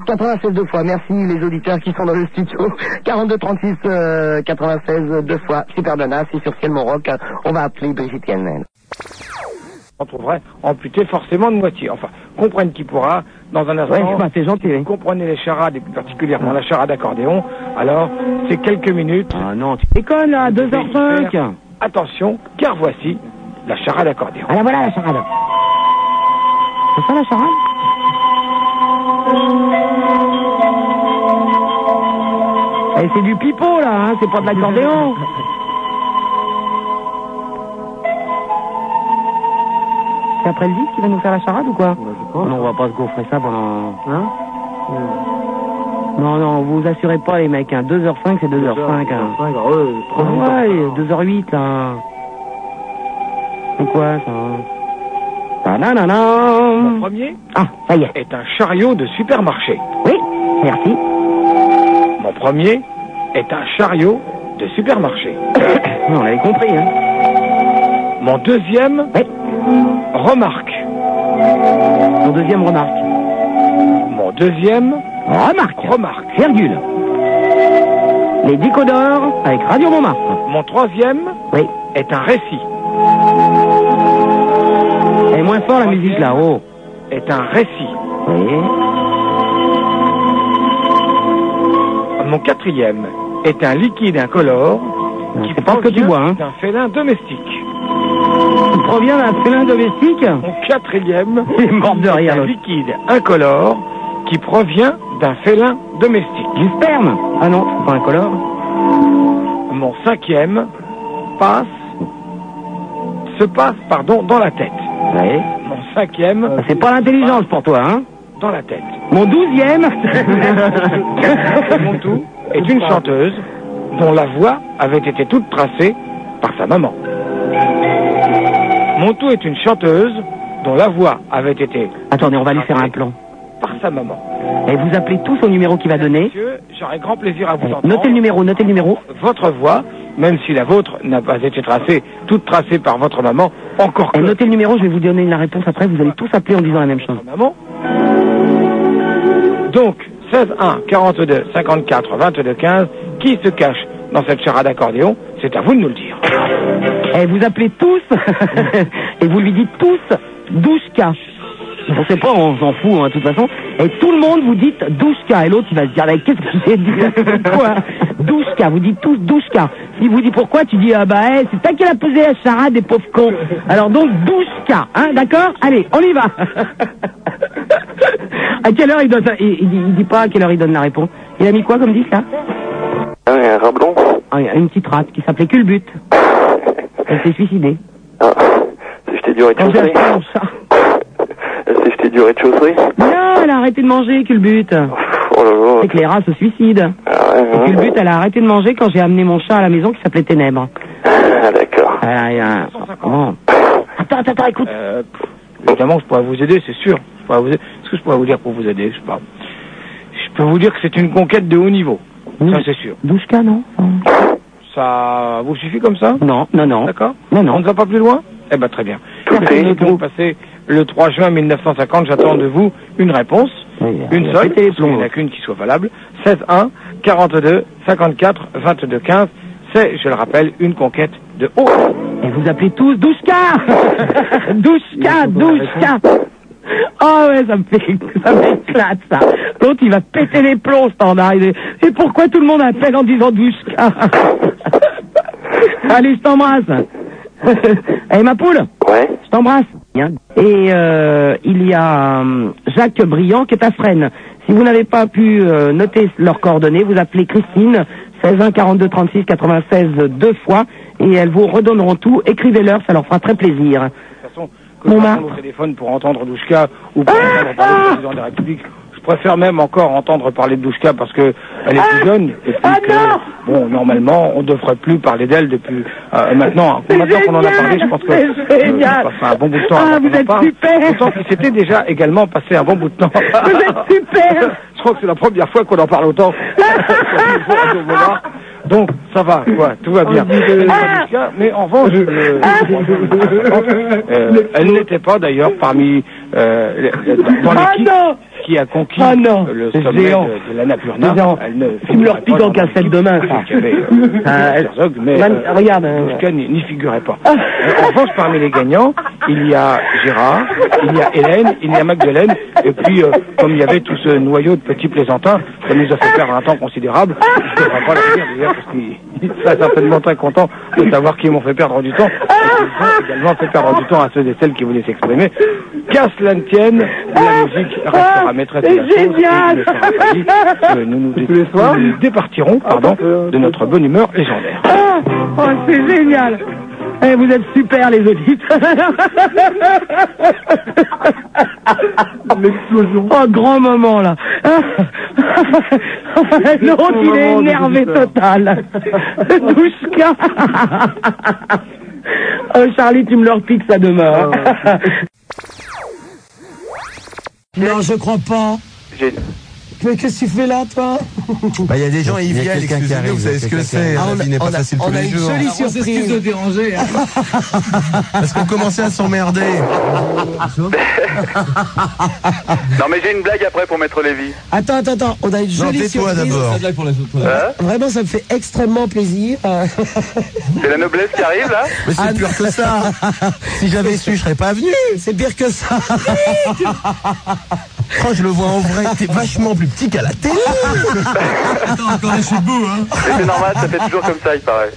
Speaker 17: 96 deux fois, merci les auditeurs qui sont dans le studio. [laughs] 42 36 euh, 96 deux fois, Super Nana, c'est sur Ciel Rock. On va appeler Brigitte Cannel.
Speaker 18: On trouverait amputé forcément de moitié. Enfin, comprenne qui pourra. Dans un
Speaker 17: Ouais,
Speaker 18: instant,
Speaker 17: je sais pas,
Speaker 18: si vous comprenez les charades, et plus particulièrement la charade accordéon, alors c'est quelques minutes. Ah non, tu déconnes là,
Speaker 17: hein,
Speaker 18: 2h05 Attention, car voici la charade accordéon.
Speaker 17: Alors voilà la charade. C'est ça la charade
Speaker 18: Eh, c'est du pipeau là, hein, c'est pas de l'accordéon.
Speaker 17: C'est après le disque qui va nous faire la charade ou quoi Oh, Non, on va pas se gaufrer ça pendant. Hein Non, non, vous assurez pas les mecs. Hein. 2h05, c'est 2h05. Hein. Ah ouais, 2h08 là. hein. C'est quoi ça
Speaker 18: Le premier ah, ça y est. est un chariot de supermarché. Oui, merci. Mon premier est un chariot de supermarché. [coughs] on l'avait compris, hein. Mon deuxième remarque. Mon deuxième remarque. Mon deuxième remarque. Remarque. Virgule. Les Dicodors avec Radio Montmartre. Mon troisième est un récit.
Speaker 17: Elle est moins fort la musique là, oh.
Speaker 18: Est un récit. Mon quatrième est un liquide incolore qui
Speaker 17: pas ce que tu
Speaker 18: provient
Speaker 17: bois, hein.
Speaker 18: d'un félin domestique. Il provient d'un félin domestique Mon [laughs] quatrième est un liquide incolore qui provient d'un félin domestique. Du sperme Ah non, c'est pas incolore. Mon cinquième passe se passe pardon dans la tête. Mon cinquième. c'est pas l'intelligence pour toi, hein Dans la tête. Mon douzième. Mon tout est une chanteuse dont la voix avait été toute tracée par sa maman. Mon tout est une chanteuse dont la voix avait été
Speaker 17: Attendez, on va lui faire un plan.
Speaker 18: par sa maman.
Speaker 17: Et vous appelez tous au numéro qu'il va donner.
Speaker 18: J'aurais grand plaisir à vous entendre.
Speaker 17: Notez le numéro, notez le numéro.
Speaker 18: Votre voix même si la vôtre n'a pas été tracée, toute tracée par votre maman, encore que... Eh, Notez le numéro, je vais vous donner la réponse après, vous allez tous appeler en disant la même chose. Maman Donc, 16 1 42 54 22 15, qui se cache dans cette charade accordéon C'est à vous de nous le dire.
Speaker 3: Et vous appelez tous, [laughs] et vous lui dites tous 12K. On sait pas, on s'en fout, hein, de toute façon. Et tout le monde vous dites 12K. Et l'autre, il va se dire, mais qu'est-ce que j'ai dit [laughs] Quoi 12K, vous dites tous 12K. S'il vous dit pourquoi, tu dis, ah bah, eh, c'est toi qui l'a posé la charade, des pauvres cons. Alors donc, 12K, hein, d'accord Allez, on y va. [laughs] à quelle heure il donne ça il, il dit, il dit pas à quelle heure il donne la réponse. Il a mis quoi comme disque, là
Speaker 4: Un rat blanc
Speaker 3: Ah, Une petite rate qui s'appelait Culbut. Elle s'est suicidée.
Speaker 4: J'étais du rez-de-chaussée. [laughs] J'étais du rez-de-chaussée.
Speaker 3: Non, elle a arrêté de manger, Culbut.
Speaker 4: Oh là là. Ah
Speaker 3: C'est que les rats se suicident. Et Culbut, elle a arrêté de manger quand j'ai amené mon chat à la maison qui s'appelait Ténèbres.
Speaker 4: Ah, d'accord.
Speaker 3: Ah, il y a- oh. Attends, attends, attends, écoute.
Speaker 18: Euh, évidemment, je pourrais vous aider, c'est sûr. Je pourrais vous... Est-ce que je pourrais vous dire pour vous aider Je sais pas. Je peux vous dire que c'est une conquête de haut niveau. Ça, c'est sûr.
Speaker 3: 12K, non
Speaker 18: Ça vous suffit comme ça
Speaker 3: Non, non, non.
Speaker 18: D'accord
Speaker 3: Non, non.
Speaker 18: On ne va pas plus loin Eh ben, très bien. Merci donc passer le 3 juin 1950. J'attends de vous une réponse. Une seule, parce qu'il n'y en a qu'une qui soit valable. 16-1, 42, 54, 22, 15. C'est, je le rappelle, une conquête de haut.
Speaker 3: Et vous appelez tous 12K
Speaker 18: [laughs]
Speaker 3: 12K, 12K
Speaker 18: hein.
Speaker 3: Oh ouais, ça me fait, ça m'éclate ça. L'autre, il va péter les plombs, standard. Il est- Et pourquoi tout le monde appelle en disant 12K [laughs] Allez, je t'embrasse. Allez, ma poule
Speaker 4: Ouais.
Speaker 3: Je t'embrasse. Bien. Et euh, il y a euh, Jacques Briand qui est à Fresnes. Si vous n'avez pas pu euh, noter leurs coordonnées, vous appelez Christine 16 1 42 36 96 deux fois et elles vous redonneront tout. Écrivez-leur, ça leur fera très plaisir.
Speaker 18: que
Speaker 3: Mon
Speaker 18: je
Speaker 3: Marc. Ah,
Speaker 18: prends au téléphone pour entendre Douchka ou pour entendre parler du président de la République. Je préfère même encore entendre parler de Douchka parce que elle est
Speaker 3: Ah.
Speaker 18: plus jeune et puis que, bon normalement on ne devrait plus parler d'elle depuis euh, maintenant.
Speaker 3: C'est
Speaker 18: Maintenant qu'on en a
Speaker 3: génial,
Speaker 18: parlé, je pense que
Speaker 3: c'est
Speaker 18: euh,
Speaker 3: génial.
Speaker 18: on passe un bon bout de temps. avant
Speaker 3: Ah,
Speaker 18: qu'on
Speaker 3: vous
Speaker 18: en
Speaker 3: êtes
Speaker 18: parle.
Speaker 3: super.
Speaker 18: Pourtant, il s'était déjà également passé un bon bout de temps.
Speaker 3: Vous êtes super.
Speaker 18: je crois que c'est la première fois qu'on en parle
Speaker 3: [laughs]
Speaker 18: autant. [laughs] Donc ça va, quoi, tout va
Speaker 3: Ah,
Speaker 18: bien. Mais en revanche, euh, euh, elle n'était pas d'ailleurs parmi euh, les- dans
Speaker 3: Ah,
Speaker 18: l'équipe qui a conquis le sommet
Speaker 3: Géant.
Speaker 18: de, de l'Annapurna.
Speaker 3: Géant.
Speaker 18: Elle ne
Speaker 3: Tu me leur
Speaker 18: figurait
Speaker 3: piques
Speaker 18: pas
Speaker 3: en
Speaker 18: dans l'équipe
Speaker 3: cassette demain, ça.
Speaker 18: qui avait, euh,
Speaker 3: Ah, elle-
Speaker 18: Herzog, mais
Speaker 3: Même-
Speaker 18: euh,
Speaker 3: regarde, hein,
Speaker 18: Bousquet n'y n'y figurait pas. Euh, en revanche, parmi les gagnants, il y a Gérard, il y a Hélène, il y a Magdeleine, et puis euh, comme il y avait tout ce noyau de petits plaisantins, ça nous a fait perdre un temps considérable. Je ne devrais pas le dire d'ailleurs, parce qu'ils seraient certainement très contents de savoir qu'ils m'ont fait perdre du temps. Ils ont également fait perdre du temps à ceux et celles qui voulaient s'exprimer. Qu'à cela ne tienne, la musique restera maîtresse de la chose. et il ne sera pas dit que Euh, nous nous, dé- nous nous départirons
Speaker 3: bah,
Speaker 18: pardon,
Speaker 3: euh,
Speaker 18: de notre bonne humeur légendaire.
Speaker 3: Ah, [laughs] oh, c'est génial. Eh, vous êtes super les auditeurs. L'explosion. Oh, grand moment là. [laughs] Ah, L'autre, il est
Speaker 5: moment des
Speaker 3: énervé
Speaker 5: auditeurs.
Speaker 3: total.
Speaker 18: [laughs]
Speaker 3: [laughs] Douchka. Euh, Charlie, tu me leur piques ça demain.
Speaker 18: Ah
Speaker 3: hein.
Speaker 19: Non, je crois pas. Mais qu'est-ce que tu fais là, toi
Speaker 20: [laughs] Bah, il y a des gens,
Speaker 19: Il y
Speaker 20: Yves
Speaker 19: a
Speaker 20: Vial,
Speaker 19: quelqu'un qui
Speaker 20: excusez-nous,
Speaker 19: arrive,
Speaker 20: vous savez ce
Speaker 19: il y a
Speaker 20: que
Speaker 19: quelqu'un
Speaker 20: c'est. Ah,
Speaker 19: qui
Speaker 20: La
Speaker 19: arrive.
Speaker 20: vie n'est
Speaker 19: On
Speaker 20: pas
Speaker 19: a-
Speaker 20: facile
Speaker 19: on
Speaker 20: tous
Speaker 19: a
Speaker 20: les
Speaker 19: une
Speaker 20: jours.
Speaker 19: jolie surprise.
Speaker 1: Excuse de déranger. hein.
Speaker 20: [laughs] Parce qu'on commençait à s'emmerder.
Speaker 4: [laughs] Non, mais j'ai une blague après pour Maître Lévy.
Speaker 19: Attends, attends, attends, on a une jolie surprise.
Speaker 4: Hein
Speaker 19: Vraiment, ça me fait extrêmement plaisir.
Speaker 4: C'est la noblesse qui arrive là
Speaker 19: Mais c'est pire que [laughs] ça.
Speaker 20: Si j'avais su, je serais pas venu.
Speaker 19: C'est pire que ça.
Speaker 20: [laughs] Oh, je le vois en vrai, t'es vachement plus petit qu'à la
Speaker 19: [laughs]
Speaker 20: télé.
Speaker 19: Attends, encore un bout, hein.
Speaker 4: Mais C'est normal, ça fait toujours comme ça, il paraît.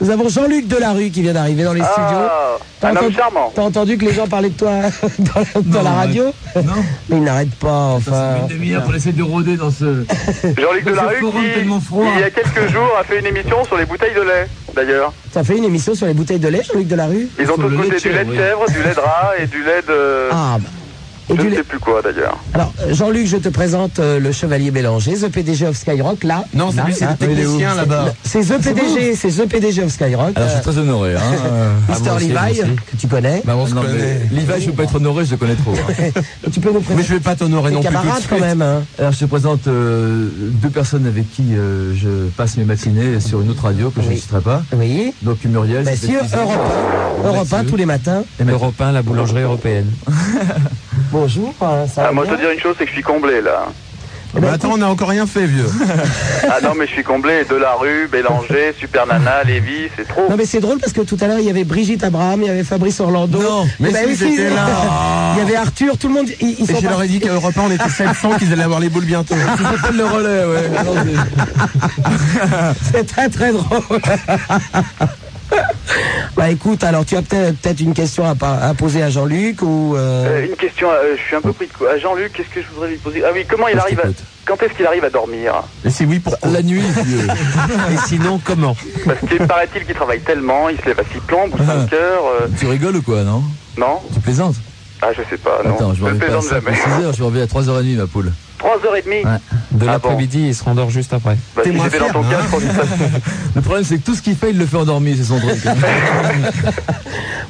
Speaker 19: Nous avons Jean-Luc Delarue qui vient d'arriver dans les
Speaker 4: Ah,
Speaker 19: studios.
Speaker 4: un homme
Speaker 19: entendu-
Speaker 4: charmant.
Speaker 19: T'as entendu que les gens parlaient de toi [laughs] dans, la- dans la radio Non. Mais ils n'arrêtent pas, enfin.
Speaker 1: Une demi-heure pour essayer de rôder dans ce.
Speaker 4: Jean-Luc
Speaker 1: dans ce
Speaker 4: Delarue
Speaker 1: forum tellement
Speaker 4: qui,
Speaker 1: froid.
Speaker 4: il y a quelques jours, a fait une émission sur les bouteilles de lait, d'ailleurs.
Speaker 19: T'as fait une émission sur les bouteilles de lait, Jean-Luc Delarue
Speaker 4: Ils ont tous goûté du lait de chèvre, du lait de rat et du lait de...
Speaker 19: Ah, bah.
Speaker 4: Je ne sais plus quoi d'ailleurs.
Speaker 3: Alors, Jean-Luc, je te présente euh, le chevalier Bélanger, The PDG of Skyrock, là.
Speaker 4: Non, c'est
Speaker 3: Là,
Speaker 4: lui, c'est
Speaker 3: là.
Speaker 4: le technicien,
Speaker 3: C'est-
Speaker 4: là-bas.
Speaker 3: C'est The PDG, c'est The PDG of
Speaker 1: [laughs]
Speaker 3: Skyrock.
Speaker 1: Alors, je suis
Speaker 3: euh,
Speaker 1: très honoré. [laughs] Hein.
Speaker 3: Mister Levi, que tu connais.
Speaker 1: Bah, on se connaît. Levi, je peux pas être honoré, je le connais trop. hein.
Speaker 3: [laughs] tu peux nous
Speaker 1: Mais je vais pas t'honorer
Speaker 3: Tes
Speaker 1: non plus. tout de
Speaker 3: camarades, quand
Speaker 1: suite.
Speaker 3: même, hein.
Speaker 1: Alors je te présente euh, deux personnes avec qui euh, je passe mes matinées sur une autre radio que je ne citerai pas.
Speaker 3: Oui.
Speaker 1: Donc Muriel.
Speaker 3: Bah,
Speaker 1: c'est
Speaker 3: si, Europe 1, Europe 1, tous les matins.
Speaker 1: Europe 1, la boulangerie européenne.
Speaker 3: Bonjour, hein, ça
Speaker 4: Ah,
Speaker 3: va
Speaker 4: moi, je
Speaker 3: bien
Speaker 4: dois dire une chose, c'est que je suis comblé là.
Speaker 5: attends, on n'a encore rien fait, vieux.
Speaker 4: ah non, mais je suis comblé. De la rue, Bélanger, Super Nana, Lévis, c'est trop.
Speaker 3: Non mais c'est drôle parce que tout à l'heure il y avait Brigitte Abraham, il y avait Fabrice Orlando. Eh ben Non,
Speaker 5: mais si, j'étais là.
Speaker 3: il y avait Arthur, tout le monde. Ils, ils
Speaker 5: Et
Speaker 3: sont
Speaker 5: je leur ai dit qu'à Europe 1, on
Speaker 3: [laughs]
Speaker 5: était 700, qu'ils allaient avoir les boules bientôt.
Speaker 1: le relais, ouais.
Speaker 5: [laughs]
Speaker 3: C'est très très drôle. [laughs] bah écoute, alors tu as peut-être peut-être une question à, pa- à poser à Jean-Luc ou. euh,
Speaker 4: Euh, une question, euh, je suis un peu pris de quoi. Ah, Jean-Luc, qu'est-ce que je voudrais lui poser Ah oui, comment il arrive à... Quand est-ce qu'il arrive à dormir
Speaker 5: Et c'est oui pour
Speaker 1: La nuit.
Speaker 21: [laughs]
Speaker 5: Et sinon, comment
Speaker 4: Parce qu'il paraît-il qu'il travaille tellement, il se lève à 6 plombes ou 5 heures. euh,
Speaker 1: Tu rigoles ou quoi, non
Speaker 4: Non
Speaker 1: Tu plaisantes
Speaker 4: Ah, je sais pas, non.
Speaker 1: Attends, je me
Speaker 4: ne
Speaker 1: réveille pas à
Speaker 4: plaisante jamais.
Speaker 1: 6h, je me réveille à 3h30, ma poule.
Speaker 4: 3h30
Speaker 1: De
Speaker 4: l'après-midi,
Speaker 1: il se rendort juste après.
Speaker 4: Ah Bah, si j'étais dans ton cas, je pense que ça-
Speaker 1: hein. [laughs] Le problème, c'est que tout ce qu'il fait, il le fait endormir, c'est son
Speaker 4: [laughs]
Speaker 1: truc.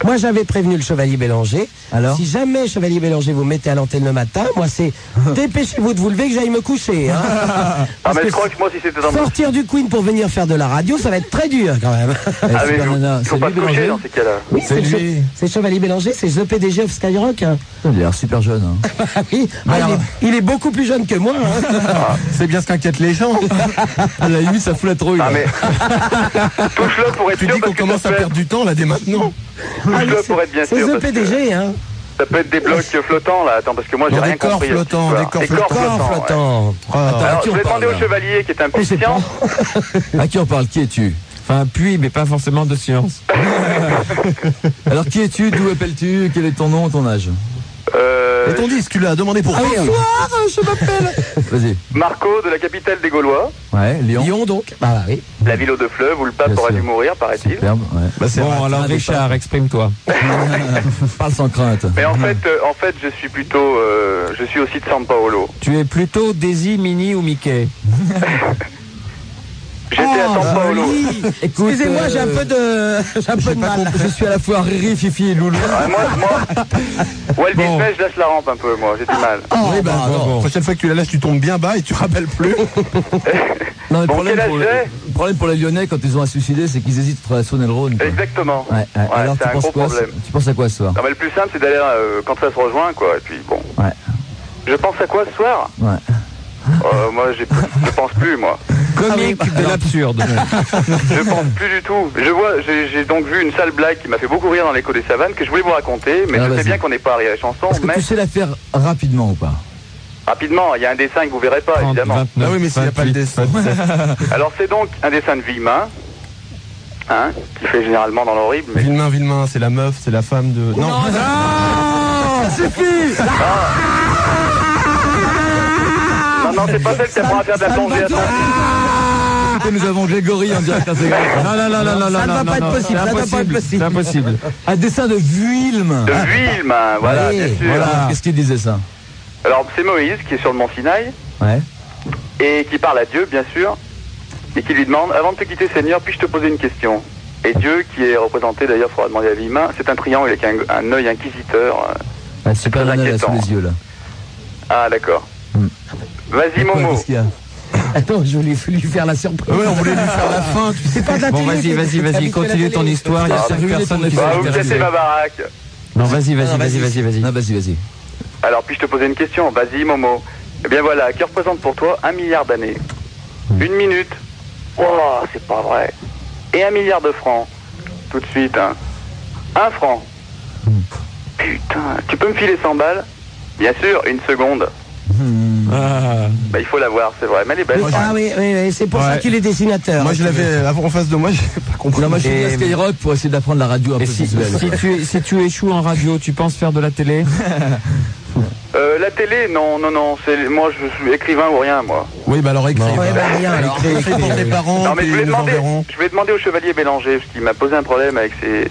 Speaker 3: Moi j'avais prévenu le Chevalier Bélanger. Alors. Si jamais Chevalier Bélanger vous mettez à l'antenne le matin, moi
Speaker 4: [laughs]
Speaker 3: c'est dépêchez-vous de vous lever que j'aille me coucher. hein.
Speaker 4: Ah,
Speaker 3: Parce
Speaker 4: mais
Speaker 3: que
Speaker 4: je crois que moi, si c'était dans mon...
Speaker 3: sortir du Queen pour venir faire de la radio, ça va être très dur quand même.
Speaker 4: [laughs] Ah, mais il faut pas se coucher hein, dans ces cas-là.
Speaker 3: Oui, c'est le che- c'est Chevalier Bélanger, c'est le PDG of Skyrock. hein.
Speaker 1: Il a l'air super jeune. Hein.
Speaker 3: [laughs] Ah oui, ah, il, est, il est beaucoup plus jeune que moi.
Speaker 4: Ah,
Speaker 3: hein.
Speaker 5: Ah, C'est bien ce qu'inquiète les [laughs] gens.
Speaker 1: À la limite, ça fout la trouille.
Speaker 5: [laughs] Ah, mais...
Speaker 4: Touche-le pour être
Speaker 5: Tu dis qu'on commence à perdre du temps, là, dès maintenant.
Speaker 1: Ah,
Speaker 4: Touche-le pour être bien
Speaker 3: C'est
Speaker 4: sûr.
Speaker 3: le
Speaker 4: parce que
Speaker 3: PDG, hein.
Speaker 4: Ça peut être des blocs flottants, là. Attends, parce que moi, j'ai
Speaker 5: Non, des
Speaker 4: rien
Speaker 5: corps
Speaker 4: compris. à cette
Speaker 5: flottants,
Speaker 4: histoire.
Speaker 5: des corps
Speaker 4: Des
Speaker 5: flottants. Ah,
Speaker 4: flottants, ouais.
Speaker 3: Attends,
Speaker 4: Alors, je vais demander au chevalier qui est un patient.
Speaker 1: À qui on parle Qui es-tu Enfin, puis, mais pas forcément de science. [laughs] Alors, qui es-tu D'où appelles-tu Quel est ton nom, ton âge
Speaker 4: Euh, Ah,
Speaker 5: Et ton disque, tu l'as demandé pour rien.
Speaker 3: Bonsoir, je m'appelle.
Speaker 1: hein? Vas-y. Eh,
Speaker 4: Marco de la capitale des Gaulois,
Speaker 1: Ouais, Lyon. Ah,
Speaker 3: Lyon, donc. Bah, bah, oui.
Speaker 4: la ville aux deux fleuves où le pape aurait dû mourir, paraît-il.
Speaker 1: Superbe, ouais.
Speaker 5: Bah,
Speaker 4: Bon, alors, Richard,
Speaker 1: exprime-toi. [laughs] parle sans crainte.
Speaker 4: Mais en fait, euh, en fait, je suis plutôt, euh, je suis aussi de San
Speaker 1: [laughs]
Speaker 4: Paolo.
Speaker 1: Tu es plutôt Daisy, Mini ou Mickey
Speaker 4: J'étais à San Paolo.
Speaker 3: Oh, bah Excusez-moi, j'ai un peu de, [laughs] j'ai un peu de mal.
Speaker 1: Ah, Je suis à la fois Riri, Fifi et Loulou.
Speaker 4: Ah, moi, moi, Walt Disney, je lâche la rampe un peu, moi, j'ai du mal.
Speaker 3: Ah,
Speaker 5: oui, bah,
Speaker 1: bon,
Speaker 5: bon.
Speaker 1: bon.
Speaker 5: Prochaine fois que tu la lâches, tu tombes bien bas et tu rappelles
Speaker 4: [laughs]
Speaker 5: plus.
Speaker 1: Non, le
Speaker 4: Bon,
Speaker 1: problème,
Speaker 4: quel âge
Speaker 1: pour le,
Speaker 4: j'ai
Speaker 1: le problème pour les Lyonnais quand ils ont à se suicider, c'est qu'ils hésitent entre la Saône et le Rhône. quoi.
Speaker 4: Exactement.
Speaker 1: Ouais, ouais.
Speaker 4: Ouais,
Speaker 1: Alors,
Speaker 4: c'est
Speaker 1: tu
Speaker 4: un
Speaker 1: penses,
Speaker 4: gros
Speaker 1: quoi,
Speaker 4: problème. Ah
Speaker 1: ce- tu penses à quoi ce soir
Speaker 4: Non, mais le plus simple, c'est d'aller euh, quand ça se rejoint, quoi. Et puis bon.
Speaker 1: Ouais.
Speaker 4: Je pense à quoi ce soir
Speaker 1: Ouais.
Speaker 4: Euh, Moi, j'ai- je pense plus, moi.
Speaker 1: Comique de l'absurde.
Speaker 4: [laughs] Je pense plus du tout. Je vois, j'ai j'ai donc vu une sale blague qui m'a fait beaucoup rire dans l'écho des savanes que je voulais vous raconter, mais
Speaker 1: Ah,
Speaker 4: je sais
Speaker 1: vas-y.
Speaker 4: bien qu'on n'est pas arrivé à la chanson,
Speaker 1: Est-ce que
Speaker 4: mais
Speaker 1: tu sais la faire rapidement ou pas
Speaker 4: rapidement, il y a un dessin que vous verrez pas, évidemment.
Speaker 5: ah oui, mais s'il n'y a pas le dessin.
Speaker 4: [laughs] Alors c'est donc un dessin de Villemin, hein, qui fait généralement dans l'horrible, mais
Speaker 5: Villemain, Villemain, c'est la meuf, c'est la femme de. Non,
Speaker 4: Ah, suffit Non, non, c'est pas celle qui apprend à faire de la plongée.
Speaker 1: Et nous avons Grégory en direct intégral. Ah, Non, non, non, non, non,
Speaker 3: Ça ne
Speaker 1: non,
Speaker 3: va
Speaker 1: non,
Speaker 3: pas
Speaker 1: non,
Speaker 3: être possible,
Speaker 1: c'est
Speaker 3: ça ne va pas être possible.
Speaker 1: C'est impossible. Un dessin de Vuilm.
Speaker 4: De Villemin, ben, voilà,
Speaker 1: Oui,
Speaker 4: bien sûr.
Speaker 1: voilà. Qu'est-ce qu'il disait ça
Speaker 4: Alors c'est Moïse qui est sur le mont Sinaï
Speaker 1: Ouais.
Speaker 4: et qui parle à Dieu, bien sûr, et qui lui demande Avant de te quitter, Seigneur, puis-je te poser une question Et Dieu, qui est représenté d'ailleurs, faudra demander à Villemin, c'est un triangle avec un, un œil inquisiteur. euh.
Speaker 1: Ah, super
Speaker 4: très
Speaker 1: nana là sous
Speaker 4: inquiétant.
Speaker 1: les yeux là.
Speaker 4: Ah, d'accord.
Speaker 5: Hmm.
Speaker 4: Vas-y, Momo.
Speaker 1: Qu'est-ce qu'il y a
Speaker 3: Attends, je voulais lui faire la surprise.
Speaker 5: Ah Ouais, on voulait lui faire la fin. tu sais.
Speaker 3: C'est pas de la
Speaker 5: Bon,
Speaker 3: télé,
Speaker 5: vas-y,
Speaker 3: c'est-
Speaker 5: vas-y,
Speaker 3: c'est
Speaker 5: vas-y,
Speaker 3: pas habitué à la
Speaker 5: continue ton
Speaker 3: télé.
Speaker 5: histoire, il y a
Speaker 3: Ah,
Speaker 5: cinq
Speaker 3: bah,
Speaker 5: personnes
Speaker 3: bah,
Speaker 5: qui
Speaker 4: Bah,
Speaker 5: sont
Speaker 4: vous me cassez ma baraque.
Speaker 1: Non, vas-y,
Speaker 3: Non, vas-y, vas-y,
Speaker 1: vas-y. Non, vas-y, vas-y.
Speaker 4: Alors, puis-je te poser une question Vas-y, Momo. Eh bien voilà, qui représente pour toi un milliard d'années
Speaker 3: Hmm.
Speaker 4: Une minute. Oh, c'est pas vrai. Et un milliard de francs. Tout de suite, hein. Un franc.
Speaker 3: Hmm.
Speaker 4: Putain, tu peux me filer 100 balles Bien sûr, une seconde. Bah, il faut la voir, c'est vrai. Mais elle est belle.
Speaker 3: Oui, Hmm. Ah oui, oui, oui, c'est pour ça
Speaker 5: Ouais.
Speaker 3: qu'il est dessinateur.
Speaker 5: Moi, je l'avais avant en face de moi, j'ai pas compris.
Speaker 1: Non, moi je suis venu à
Speaker 5: Et-
Speaker 1: Skyrock pour essayer d'apprendre la radio un peu visuelle.
Speaker 21: tu, si tu échoues en radio, tu penses faire de la [laughs] télé
Speaker 4: Euh, la télé, non, non, non. c'est- Moi, je suis écrivain ou rien, moi.
Speaker 5: Oui, bah alors écris.
Speaker 4: Eh
Speaker 3: Ouais,
Speaker 4: ben,
Speaker 3: bah, rien,
Speaker 5: Alors,
Speaker 3: écris,
Speaker 5: écris
Speaker 3: écris,
Speaker 5: pour tes
Speaker 3: oui.
Speaker 5: parents,
Speaker 4: Non, mais
Speaker 5: puis
Speaker 4: je vais,
Speaker 5: ils nous
Speaker 4: demander,
Speaker 5: enverrons.
Speaker 4: je vais demander au chevalier Bélanger, parce qu'il m'a posé un problème avec ses.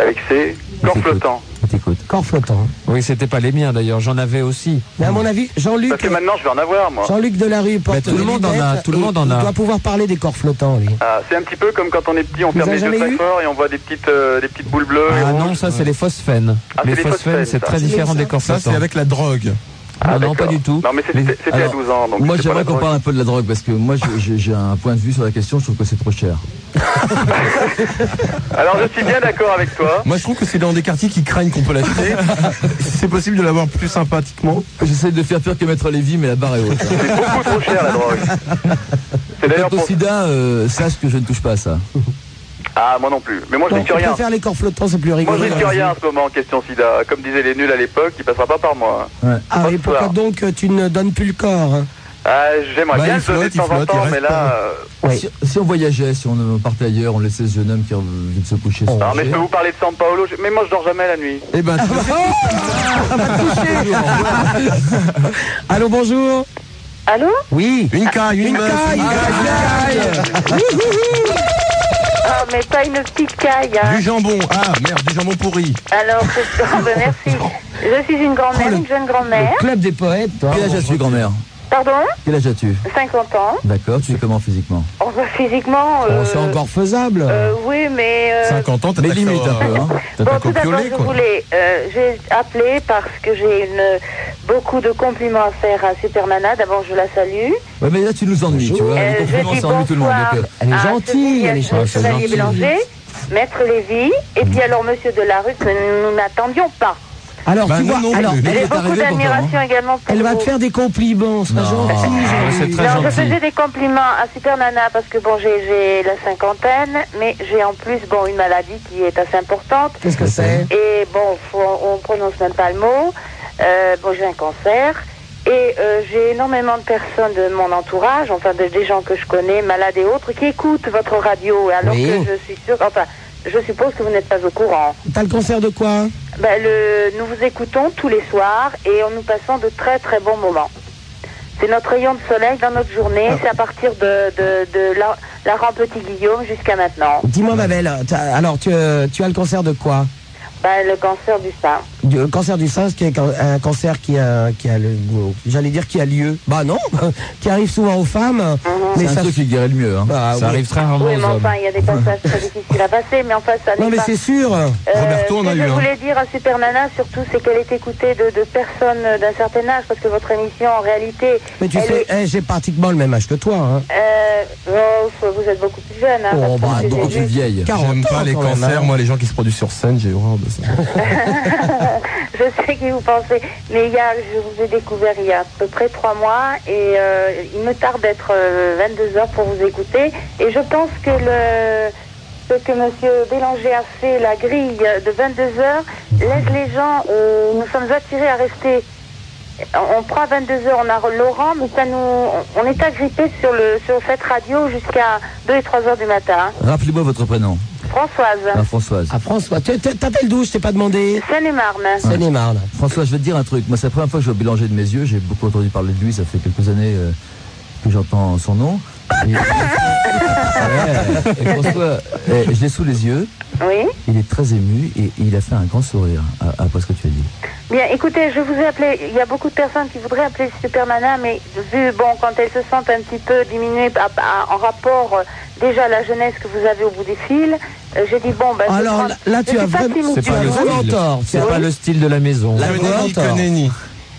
Speaker 4: avec ses corps flottants.
Speaker 1: T'écoutes.
Speaker 3: corps flottant.
Speaker 21: Oui, c'était pas les miens d'ailleurs, j'en avais aussi.
Speaker 3: Mais à mon avis, Jean-Luc.
Speaker 4: Parce que maintenant, je vais en avoir, moi.
Speaker 3: Jean-Luc Delarue porte
Speaker 4: Mais tout le
Speaker 3: des
Speaker 4: monde en a,
Speaker 3: lunettes
Speaker 4: tout le
Speaker 3: et
Speaker 4: monde en
Speaker 3: Il
Speaker 4: a.
Speaker 3: doit pouvoir parler des corps flottants, lui.
Speaker 4: Ah, c'est un petit peu comme quand on est petit, on
Speaker 3: Vous
Speaker 4: ferme
Speaker 3: avez
Speaker 4: les yeux
Speaker 3: jamais
Speaker 4: très
Speaker 3: eu
Speaker 4: fort et on voit des petites, euh, des petites boules bleues.
Speaker 21: Ah non, ça c'est les phosphènes.
Speaker 4: Ah, c'est
Speaker 21: les
Speaker 4: les
Speaker 21: phosphènes,
Speaker 4: phosphènes,
Speaker 21: c'est
Speaker 4: ça.
Speaker 21: très
Speaker 4: C'est
Speaker 21: différent
Speaker 4: où,
Speaker 21: des
Speaker 4: ça
Speaker 21: corps
Speaker 4: Ça, c'est avec
Speaker 21: la drogue. Ah non, pas du tout.
Speaker 4: Non, mais c'était-
Speaker 21: Les-
Speaker 4: c'était à 12 ans, donc
Speaker 1: moi
Speaker 4: c'était pas
Speaker 1: j'aimerais
Speaker 4: la
Speaker 1: qu'on
Speaker 4: drogue.
Speaker 1: parle un peu de la drogue parce que moi j'ai- j'ai j'ai un point de vue sur la question, je trouve que c'est trop cher.
Speaker 4: Alors, je suis bien d'accord avec toi.
Speaker 1: Moi je trouve que c'est dans des quartiers qui craignent qu'on peut l'acheter. [laughs] c'est possible de l'avoir plus sympathiquement. J'essaie de faire peur que mettre les vies mais la barre est haute.
Speaker 4: C'est beaucoup trop cher, la
Speaker 1: [laughs]
Speaker 4: drogue.
Speaker 1: Quant au sida, euh, sache que je ne touche pas à ça.
Speaker 4: Ah, moi non plus. Mais moi, je
Speaker 1: Non,
Speaker 4: risque
Speaker 1: on
Speaker 4: rien.
Speaker 3: Faire les corps flottants, c'est plus
Speaker 4: Moi,
Speaker 3: rigolo.
Speaker 4: je risque rien en ce moment en question sida. Comme disaient les nuls à l'époque, il passera pas par moi. hein.
Speaker 3: Ah, et pourquoi donc euh, tu ne donnes plus le corps hein
Speaker 4: Ah, j'aimerais
Speaker 1: Bah,
Speaker 4: bien
Speaker 1: il
Speaker 4: le donner de
Speaker 1: flotte, il
Speaker 4: temps en
Speaker 1: flotte, il
Speaker 4: temps,
Speaker 1: reste
Speaker 4: mais là.
Speaker 1: pas.
Speaker 4: euh,
Speaker 1: Si, si on voyageait, si on euh, partait ailleurs, on laissait ce jeune homme qui a envie de se coucher. se
Speaker 4: Non, mais
Speaker 1: coucher.
Speaker 4: je peux vous parler de San Paolo. je- Mais moi, je dors jamais la nuit.
Speaker 1: Eh
Speaker 3: ah,
Speaker 1: ben,
Speaker 8: [laughs]
Speaker 3: ah, Allô, bonjour.
Speaker 12: Allô
Speaker 3: Oui.
Speaker 1: Une caille,
Speaker 12: une meuf.
Speaker 5: Ah,
Speaker 3: caille,
Speaker 12: Oh, mais pas une petite caille,
Speaker 1: [laughs]
Speaker 12: hein.
Speaker 1: Du jambon, ah merde, du jambon pourri. Oh,
Speaker 12: Alors, je... [laughs] oh, ben, merci. Je suis une grand-mère, une jeune grand-mère.
Speaker 3: Club des poètes, toi.
Speaker 1: Quel âge as-tu, grand-mère
Speaker 12: Pardon
Speaker 1: Quel âge as-tu
Speaker 12: 50 ans.
Speaker 1: D'accord, tu es comment physiquement
Speaker 12: Oh, bah, physiquement. euh,
Speaker 3: faisable.
Speaker 12: euh, oui, mais. euh,
Speaker 1: 50 ans, t'as Mais limite un peu, hein. T'as
Speaker 12: Bon,
Speaker 1: pas
Speaker 12: tout d'abord,
Speaker 1: copiolé,
Speaker 12: je
Speaker 1: quoi.
Speaker 12: voulais, euh, j'ai appelé parce que j'ai une, beaucoup de compliments à faire à Supernana. D'abord, je la salue.
Speaker 1: Ouais, mais là tu nous ennuies, tu vois.
Speaker 12: Euh,
Speaker 1: les compliments,
Speaker 12: je dis
Speaker 1: ça ennuie tout le monde.
Speaker 12: bonsoir
Speaker 1: donc, euh,
Speaker 12: à Sophie, à
Speaker 1: Ah, c'est
Speaker 12: Chevalier
Speaker 1: gentil. Mm.
Speaker 12: Bélanger, Maître Lévy, et puis alors Monsieur Delarue que nous n'attendions pas.
Speaker 3: Alors,
Speaker 1: Bah,
Speaker 3: tu
Speaker 1: nous
Speaker 3: vois,
Speaker 1: non
Speaker 3: alors,
Speaker 1: plus.
Speaker 3: elle
Speaker 12: J'ai
Speaker 3: est
Speaker 12: beaucoup
Speaker 3: arrivée pourtant, hein.
Speaker 12: d'admiration également pour
Speaker 3: Elle va
Speaker 12: vous.
Speaker 3: te faire des compliments, sois
Speaker 1: Non,
Speaker 3: gentil.
Speaker 1: ah, c'est très
Speaker 12: Non, je
Speaker 1: gentil.
Speaker 12: faisais des compliments à Super Nana parce que bon, j'ai- j'ai la cinquantaine, mais j'ai en plus bon une maladie qui est assez importante.
Speaker 3: Qu'est-ce que c'est
Speaker 12: Et bon, faut- on prononce même pas le mot. Euh, bon, j'ai un cancer. Et euh, j'ai énormément de personnes de mon entourage, enfin de- des gens que je connais, malades et autres, qui écoutent votre radio, alors
Speaker 3: Oui.
Speaker 12: que je suis sûre, enfin, je suppose que vous n'êtes pas au courant.
Speaker 3: T'as le concert de quoi
Speaker 12: Ben, le, nous vous écoutons tous les soirs et en nous passons de très très bons moments. C'est notre rayon de soleil dans notre
Speaker 3: Ah.
Speaker 12: journée. C'est à partir de, de, de la, la rang Petit Guillaume jusqu'à maintenant.
Speaker 3: Dis-moi, ma belle, t'as- alors tu, euh, tu as le cancer de quoi
Speaker 12: Ben, le cancer du sein.
Speaker 3: Du- Le cancer du sein, ce qui est can- un cancer qui a, qui a le- j'allais dire qui a lieu. Bah non, [laughs] qui arrive souvent aux femmes.
Speaker 1: C'est un truc qui guérit le mieux. hein.
Speaker 3: Bah,
Speaker 1: ça
Speaker 3: oui. Mhm.
Speaker 1: arrive très rarement
Speaker 12: Mhm. oui,
Speaker 1: aux
Speaker 12: mais
Speaker 1: hommes.
Speaker 12: enfin, il y a des passages
Speaker 3: [laughs]
Speaker 12: très difficiles à passer, mais enfin, ça n'est
Speaker 3: Non mais
Speaker 12: pas-
Speaker 3: c'est sûr.
Speaker 12: Euh,
Speaker 1: Roberto, on
Speaker 12: ce
Speaker 1: a
Speaker 12: que
Speaker 1: eu,
Speaker 12: Je
Speaker 1: hein.
Speaker 12: voulais dire à Super Nana, surtout, c'est qu'elle est écoutée de, de personnes d'un certain âge, parce que votre émission, en réalité,
Speaker 3: Mais tu
Speaker 12: elle
Speaker 3: sais,
Speaker 12: est-
Speaker 3: eh, j'ai pratiquement le même âge que toi. hein.
Speaker 12: euh, oh, vous êtes beaucoup plus jeune. Hein,
Speaker 3: Oh,
Speaker 12: parce que
Speaker 3: bah,
Speaker 12: c'est- c'est juste-
Speaker 3: J'aime pas les
Speaker 8: hein.
Speaker 3: cancers,
Speaker 1: moi les gens qui se produisent sur scène, j'ai horreur de ça.
Speaker 12: [laughs] je sais qui vous pensez, mais il y a, je vous ai découvert il y a à peu près trois mois et euh, il me tarde d'être 22 heures pour vous écouter. Et je pense que le ce que Monsieur Bélanger a fait, la grille de 22 heures, laisse les gens. euh, nous sommes attirés à rester. On on prend à 22 heures, on a Laurent, mais ça nous, on est agrippé sur le sur cette radio jusqu'à 2 et 3 heures du matin.
Speaker 1: Rappelez-moi votre prénom.
Speaker 12: Françoise,
Speaker 1: Ah, Françoise.
Speaker 3: Ah François, tu- tu- t'appelles d'où Je t'ai pas demandé.
Speaker 1: Ah,
Speaker 12: Seine-et-Marne. [laughs]
Speaker 3: Seine-et-Marne.
Speaker 1: François, je vais te dire un truc. Moi, c'est la première fois que je vois Bélanger de mes yeux. J'ai beaucoup entendu parler de lui. Ça fait quelques années euh, que j'entends son nom. [laughs] Et, Ouais. Et François, eh, je l'ai sous les yeux.
Speaker 12: Oui.
Speaker 1: Il est très ému et il a fait un grand sourire à- après ce que tu as dit.
Speaker 12: Bien, écoutez, je vous ai appelé. Il y a beaucoup de personnes qui voudraient appeler Supermana, mais vu, bon, quand elles se sentent un petit peu diminuées à- à- en rapport euh, déjà à la jeunesse que vous avez au bout des fils, euh, j'ai dit, bon, ben. je
Speaker 3: Alors,
Speaker 12: prends-
Speaker 3: là- là,
Speaker 12: je
Speaker 3: tu
Speaker 12: suis
Speaker 3: as
Speaker 12: pas
Speaker 3: vraiment-
Speaker 12: timide
Speaker 3: c'est
Speaker 12: du
Speaker 3: pas
Speaker 12: tout.
Speaker 3: le vraiment tort.
Speaker 21: C'est
Speaker 3: Oui.
Speaker 21: pas le style de la maison.
Speaker 3: La Vraiment tort.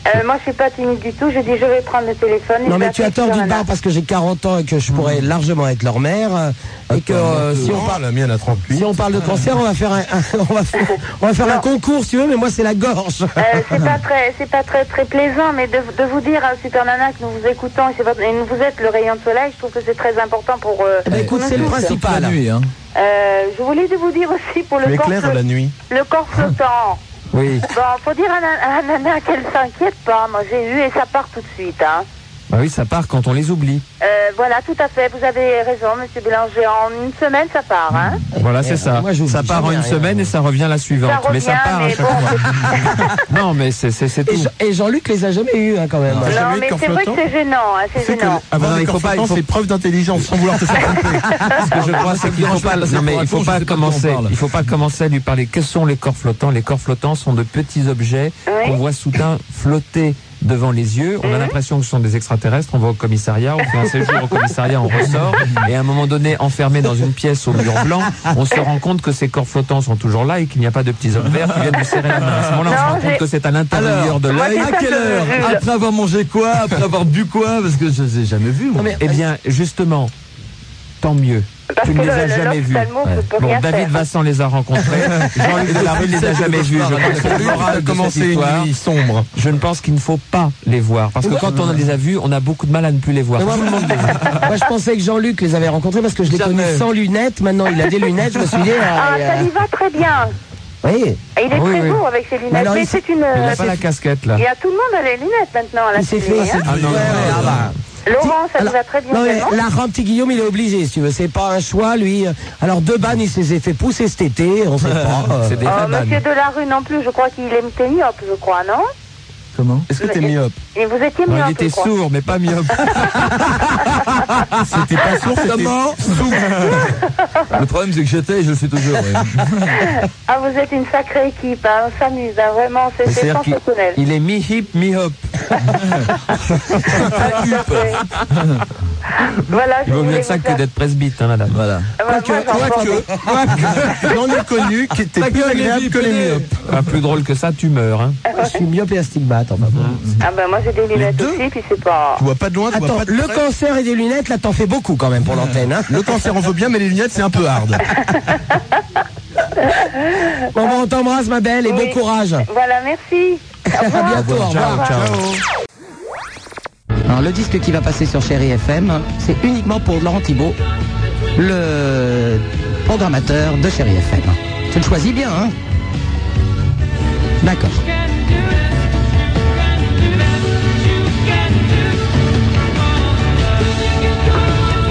Speaker 12: Euh, moi, je suis pas timide du tout. J'ai dit, je vais prendre le téléphone. et
Speaker 3: Non
Speaker 12: je
Speaker 3: mais
Speaker 12: vais
Speaker 3: tu as
Speaker 12: appeler
Speaker 3: tort d'une
Speaker 12: Supermana.
Speaker 3: part parce que j'ai 40 ans et que je pourrais
Speaker 1: Mhm.
Speaker 3: largement être leur mère euh, et que euh, si on
Speaker 5: Ah,
Speaker 3: parle
Speaker 14: la mienne à 38.
Speaker 3: si on parle de cancer on va faire un, [laughs] un- on va faire, on va faire un concours si tu veux mais moi c'est la gorge.
Speaker 12: Euh, c'est
Speaker 3: [laughs] Ah.
Speaker 12: pas très, c'est pas très très plaisant, mais de, de vous dire à Supernana que nous vous écoutons et, c'est votre- et vous êtes le rayon de soleil, je trouve que c'est très important pour. euh,
Speaker 5: ah.
Speaker 3: Eh ben, écoute,
Speaker 12: pour nous
Speaker 3: c'est le
Speaker 12: tous.
Speaker 3: principal.
Speaker 5: hein.
Speaker 12: Euh, je voulais vous dire aussi pour le
Speaker 3: Tu
Speaker 12: corps,
Speaker 3: éclaires
Speaker 12: flot-
Speaker 3: la nuit.
Speaker 12: le
Speaker 13: [laughs]
Speaker 12: corps flottant.
Speaker 21: Oui.
Speaker 12: Bon, faut dire à, na- à Nana qu'elle s'inquiète pas. Moi, j'ai eu et ça part tout de suite. Hein.
Speaker 21: Bah oui, ça part quand on les oublie.
Speaker 22: Euh, voilà, tout à fait. Vous avez raison, Monsieur Bélanger. En une semaine, ça part. Hein
Speaker 13: Mmh.
Speaker 21: Voilà, c'est ça. ça part en une semaine et ça revient la suivante.
Speaker 22: Ça
Speaker 21: mais ça
Speaker 22: revient,
Speaker 21: part à
Speaker 22: mais
Speaker 21: chaque
Speaker 22: [laughs]
Speaker 13: Bah,
Speaker 21: fois. non, mais c'est c'est- c'est tout.
Speaker 13: Et Jean-Luc les a jamais eus, hein, quand même.
Speaker 22: non, mais c'est vrai que c'est gênant. hein, c'est gênant.
Speaker 21: Ah, bah
Speaker 22: [laughs]
Speaker 21: Non, il faut pas, il faut-
Speaker 14: C'est preuve d'intelligence sans vouloir te faire
Speaker 21: Ce que je crois, c'est qu'il faut pas, non, mais il faut pas commencer, il faut pas commencer à lui parler. Quels sont les corps flottants? Les corps flottants sont de petits objets qu'on voit soudain flotter devant les yeux. On a l'impression que ce sont des extraterrestres. On va au commissariat, on fait un séjour au commissariat, on ressort. Et à un moment donné, enfermé dans une pièce au mur blanc, on se rend compte que ces corps flottants sont toujours là et qu'il n'y a pas de petits hommes verts qui viennent nous serrer la main. À ce moment-là, on se
Speaker 22: Non,
Speaker 21: rend compte
Speaker 22: j'ai-
Speaker 21: que c'est à l'intérieur
Speaker 1: Alors,
Speaker 21: de l'œil.
Speaker 1: à quelle heure Après avoir mangé quoi Après avoir bu quoi Parce que je les ai jamais vus. moi.
Speaker 21: Eh bien, justement, tant mieux. tu ne
Speaker 1: que
Speaker 21: les as
Speaker 1: le- le
Speaker 21: jamais vus.
Speaker 1: l'ophtalmo peut- peut
Speaker 21: Bon,
Speaker 1: rien
Speaker 21: David
Speaker 1: faire.
Speaker 21: Vincent les a rencontrés. [laughs] Jean-Luc Delarue ne les a jamais vus. Je pense que le moral de cette histoire,
Speaker 14: sombre.
Speaker 21: Je ne pense qu'il ne faut pas les voir. Parce que
Speaker 13: Moi-
Speaker 21: quand on les a vus, on a beaucoup de mal à ne plus les voir.
Speaker 13: Mais moi,
Speaker 21: Tout le [laughs] monde les voit.
Speaker 13: Moi, je pensais que Jean-Luc les avait rencontrés parce que je l'ai connu sans lunettes. Maintenant, il a des lunettes. Je me suis dit.
Speaker 22: Ah,
Speaker 13: euh,
Speaker 22: ça lui va très bien.
Speaker 13: Oui. Ah
Speaker 22: Et il est
Speaker 13: Oui,
Speaker 22: très
Speaker 13: oui.
Speaker 22: beau avec ses lunettes.
Speaker 13: Mais alors,
Speaker 22: Mais
Speaker 13: il
Speaker 22: c'est
Speaker 13: s'est-
Speaker 22: une.
Speaker 13: il a
Speaker 22: euh,
Speaker 13: pas la
Speaker 21: casquette,
Speaker 13: là.
Speaker 22: Il y a tout le monde a les lunettes maintenant à la
Speaker 13: Il s'est
Speaker 22: télé,
Speaker 13: fait. Ah,
Speaker 22: hein.
Speaker 5: Ah,
Speaker 22: Laurent, ça nous va très bien.
Speaker 13: Non, mais
Speaker 22: également.
Speaker 13: la rampe petit Guillaume, il est obligé, si tu veux. C'est pas un choix, lui. Alors, deux bannes, il s'est fait pousser cet été. On sait
Speaker 14: [laughs]
Speaker 13: pas. euh.
Speaker 22: Oh, monsieur Delarue non plus, je crois qu'il était myope, je crois, non
Speaker 1: Comment
Speaker 21: Est-ce que
Speaker 22: Mais-
Speaker 21: t'es myope
Speaker 22: Et vous étiez
Speaker 21: Non,
Speaker 22: myope,
Speaker 21: il était
Speaker 22: je crois.
Speaker 21: sourd, mais
Speaker 23: [laughs]
Speaker 21: pas myope.
Speaker 1: C'était pas sourd, c'était sourd. Le problème, c'est que j'étais et je le suis toujours. ouais.
Speaker 22: [laughs] Ah, vous êtes une sacrée équipe, hein, on s'amuse, hein, vraiment, c'est c'est
Speaker 21: C'est-à-dire qu'il
Speaker 22: sensationnel.
Speaker 21: il est mi-hip, [laughs] mi-hop.
Speaker 22: Voilà, je
Speaker 21: Il vaut mieux
Speaker 22: voulais
Speaker 21: que ça
Speaker 22: vous
Speaker 21: que
Speaker 22: faire-
Speaker 21: d'être presbyte, hein, madame. Voilà.
Speaker 22: Euh,
Speaker 13: [laughs]
Speaker 14: Non, non connu, qui était plus agréable que les myopes.
Speaker 21: Pas plus drôle que ça, tu meurs. Hein.
Speaker 13: Je suis myope et astigmate, enfin bah, bon.
Speaker 22: Ah ben moi j'ai des lunettes aussi, puis c'est pas...
Speaker 14: Mm, Tu vois pas de loin, tu vois
Speaker 13: Attends,
Speaker 14: pas de
Speaker 13: le
Speaker 14: près.
Speaker 13: cancer et des lunettes, là, t'en fais beaucoup quand même pour l'antenne. Hein.
Speaker 14: Le cancer, on veut bien, mais les lunettes, c'est un peu hard.
Speaker 13: [laughs] Bon, bon, on t'embrasse, ma belle, et bon
Speaker 22: Oui.
Speaker 13: courage.
Speaker 22: Voilà, merci.
Speaker 21: [laughs]
Speaker 22: Au
Speaker 13: À
Speaker 22: revoir.
Speaker 13: bientôt, au revoir.
Speaker 3: Alors le disque qui va passer sur Chéri FM, c'est uniquement pour Laurent Thibault, le programmateur de Chéri FM. Tu le choisis bien, hein D'accord.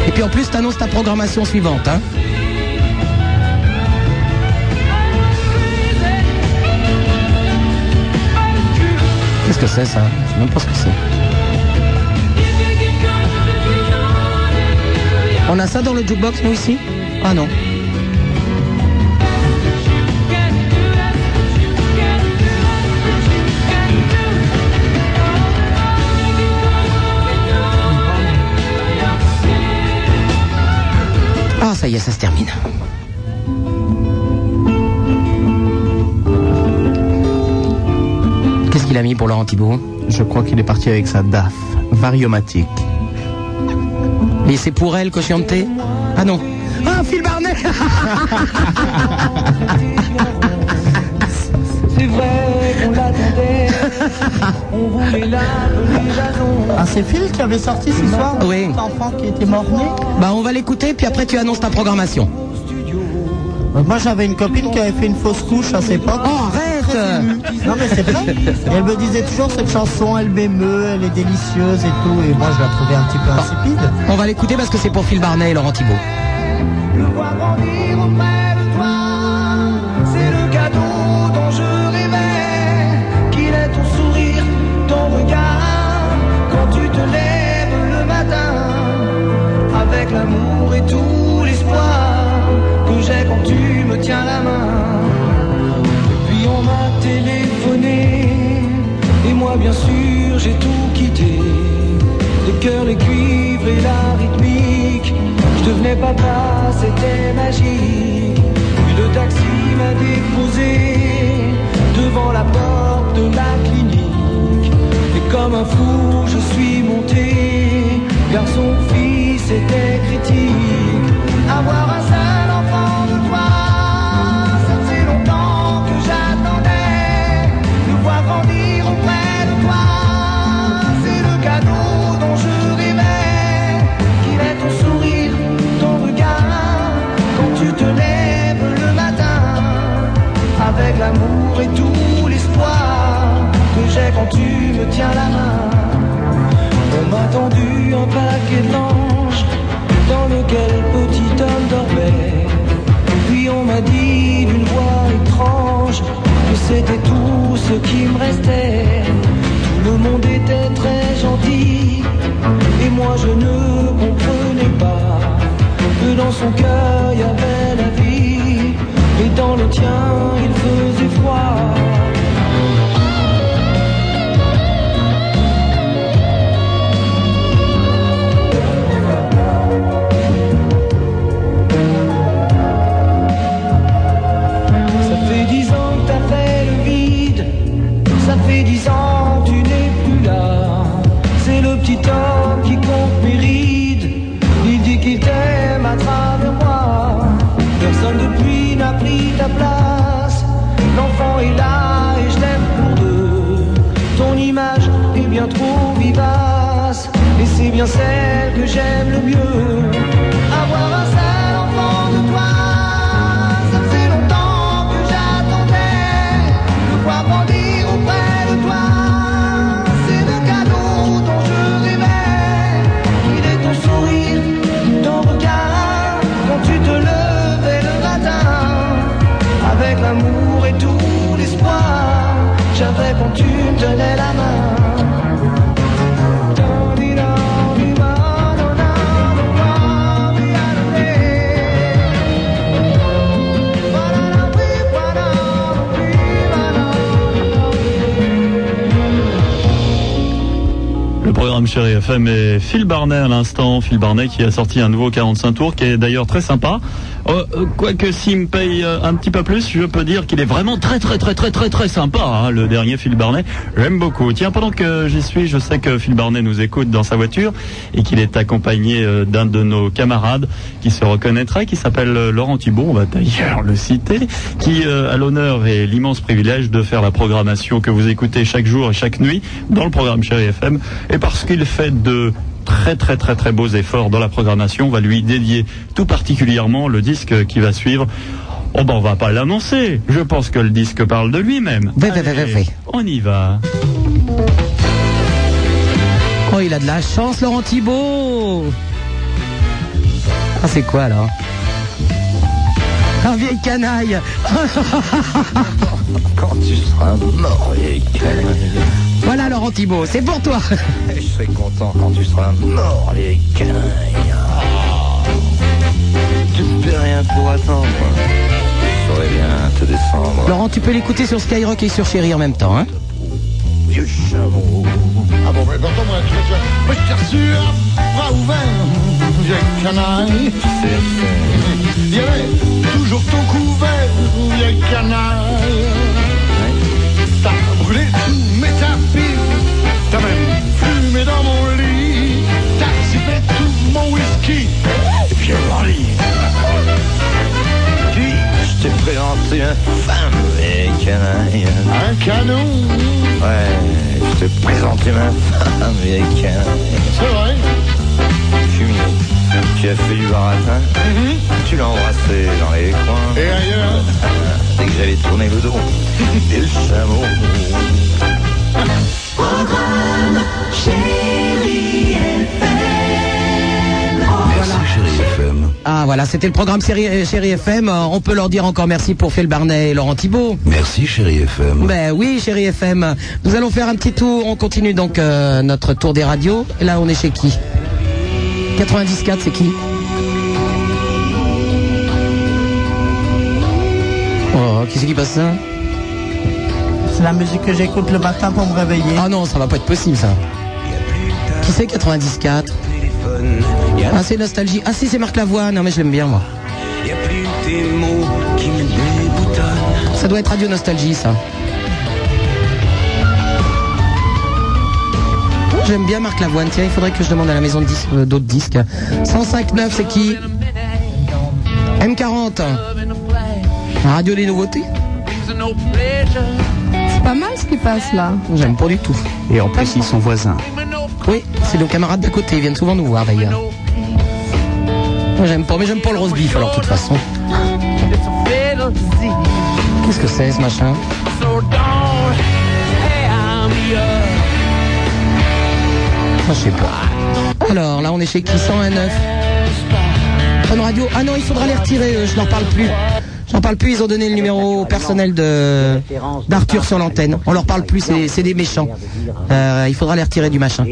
Speaker 3: Et puis en plus, t'annonces ta programmation suivante, hein Qu'est-ce que c'est ça Je sais même pas ce que c'est. On a ça dans le jukebox, nous, ici Ah non. Ah, ça y est, ça se termine. Qu'est-ce qu'il a mis pour Laurent Thibault
Speaker 24: Je crois qu'il est parti avec sa DAF, variomatique.
Speaker 3: Et c'est pour elle que je chante Ah non. Ah, Phil Barnet [laughs]
Speaker 5: C'est vrai, on l'attendait. On voulait la
Speaker 3: Ah, c'est Phil qui avait sorti ce soir Oui.
Speaker 24: L'enfant qui était mort-né
Speaker 3: Bah, on va l'écouter, puis après, tu annonces ta programmation.
Speaker 24: Euh, Moi j'avais une copine qui avait fait une fausse couche à ses époques. Oh arrête Non mais c'est vrai Et Elle me disait toujours cette chanson, elle m'émeut, elle est délicieuse et tout, et moi je la trouvais un petit peu insipide.
Speaker 3: On va l'écouter parce que c'est pour Phil Barnet et Laurent Thibault.
Speaker 5: grandir auprès de toi. C'est le cadeau dont je rêvais. Qu'il est ton sourire, ton regard. Quand tu te lèves le matin, avec l'amour et tout l'espoir que j'ai quand tu me tiens la main. Puis on m'a téléphoné, et moi bien sûr j'ai tout quitté. Le cœur, les cuivres et la rythmique, je devenais papa, c'était magique. Puis le taxi m'a déposé devant la porte de la clinique. Et comme un fou, je suis monté, car son fils était critique. Avoir un seul enfant de toi, ça faisait longtemps que j'attendais. Le voir grandir auprès de toi, c'est le cadeau dont je rêvais. Qu'il est ton sourire, ton regard, quand tu te lèves le matin. Avec l'amour et tout l'espoir que j'ai quand tu me tiens la main. On m'a tendu un paquet de linge dans lequel petit homme dormait. Puis on m'a dit d'une voix étrange que c'était tout ce qui me restait. Tout le monde était très gentil et moi je ne comprenais pas que dans son cœur il y avait la vie et dans le tien il faisait froid. Ça fait dix ans que t'as fait le vide, ça fait dix ans que tu n'es plus là. C'est le petit homme qui compte mes rides, il dit qu'il t'aime à travers moi. Personne depuis n'a pris ta place, l'enfant est là et je l'aime pour deux. Ton image est bien trop vivace, et c'est bien celle que j'aime le mieux. Avoir un seul enfant de toi, ça fait longtemps que j'attendais de voir grandir auprès de toi. C'est le cadeau dont je rêvais. Il est ton sourire, ton regard, quand tu te levais le matin. Avec l'amour et tout l'espoir, j'avais quand tu me tenais la
Speaker 25: Le programme Chéri FM est Phil Barnet à l'instant. Phil Barnet qui a sorti un nouveau 45 tours qui est d'ailleurs très sympa. Euh, euh, Quoique s'il me paye euh, un petit peu plus, je peux dire qu'il est vraiment très très très très très très sympa, hein, le dernier Phil Barnet. J'aime beaucoup. Tiens, pendant que j'y suis, je sais que Phil Barnet nous écoute dans sa voiture et qu'il est accompagné euh, d'un de nos camarades qui se reconnaîtra, qui s'appelle euh, Laurent Thibault, on va d'ailleurs le citer, qui euh, a l'honneur et l'immense privilège de faire la programmation que vous écoutez chaque jour et chaque nuit dans le programme Chéri FM. Et parce qu'il fait de très très très très beaux efforts dans la programmation, on va lui dédier tout particulièrement le disque qui va suivre. Oh ben on va pas l'annoncer, je pense que le disque parle de lui-même.
Speaker 3: Oui, oui, oui,
Speaker 25: Allez,
Speaker 3: oui.
Speaker 25: On y va.
Speaker 3: Oh, il a de la chance, Laurent Thibault Ah, c'est quoi, alors Un vieil canaille [laughs]
Speaker 4: Quand tu seras mort, vieille canaille.
Speaker 3: Voilà, Laurent Thibault, c'est pour toi [laughs]
Speaker 4: Je serai content quand tu seras mort, vieille canaille. Ah. Tu ne peux rien pour attendre. Je saurais bien te descendre.
Speaker 3: Laurent, tu peux l'écouter sur Skyrock et sur Chéri en même temps, hein
Speaker 4: Vieux chameau. Ah bon, mais pourtant, moi, tu vois, tu vois, moi, je t'ai reçu à bras ouverts, vieux canaille. Il y avait toujours ton couvert, vieux canaille. T'as brûlé tous mes tapis, t'as même fumé dans mon lit, t'as sifflé tout mon whisky, et puis mon lit. Puis, je t'ai présenté une femme, vieille canaille. Un canon, Ouais, je t'ai présenté ma femme, vieille canaille. c'est vrai. Tu m'y- [laughs] Tu as fait du baratin,
Speaker 8: Mhm.
Speaker 4: tu l'as embrassé dans les coins. Et [laughs] ailleurs. Dès que j'avais tourné
Speaker 8: [laughs]
Speaker 4: le dos, et le chameau.
Speaker 3: Ah, voilà, c'était le programme Chéri, euh, Chéri FM. Euh, On peut leur dire encore merci pour Phil Barnet et Laurent Thibault.
Speaker 4: Merci, chérie FM.
Speaker 3: Ben oui, Chéri FM. Nous allons faire un petit tour. On continue donc euh, notre tour des radios. Et là, on est chez qui 94, c'est qui Oh, qui c'est qui passe ça
Speaker 26: C'est la musique que j'écoute le matin pour me réveiller.
Speaker 3: Ah non, ça va pas être possible ça. Qui c'est 94 Ah, c'est Nostalgie. Ah si, c'est Marc Lavoine. Non, mais je l'aime bien moi.
Speaker 4: Y a plus tes mots qui me déboutonnent.
Speaker 3: Ça doit être Radio Nostalgie, ça. J'aime bien Marc Lavoine. Tiens, il faudrait que je demande à la maison de dis- euh, d'autres disques. 105.9, c'est qui M40. Radio des nouveautés.
Speaker 8: C'est pas mal ce qui passe là.
Speaker 3: J'aime pas du tout. Et en plus, ils sont voisins. Oui, c'est nos camarades d'à côté. Ils viennent souvent nous voir, d'ailleurs. Moi, j'aime pas. Mais j'aime pas le roast beef, alors, de toute façon. Qu'est-ce que c'est, ce machin
Speaker 5: So don't, hey, I'm here.
Speaker 3: Ah, je sais pas. Alors, là, on est chez qui 109. Fun Radio. Ah non, il faudra les retirer, eux, je n'en parle plus. J'en parle plus, ils ont donné le numéro au personnel de d'Arthur sur l'antenne. On leur parle plus, c'est c'est des méchants. Euh, il faudra les retirer du machin.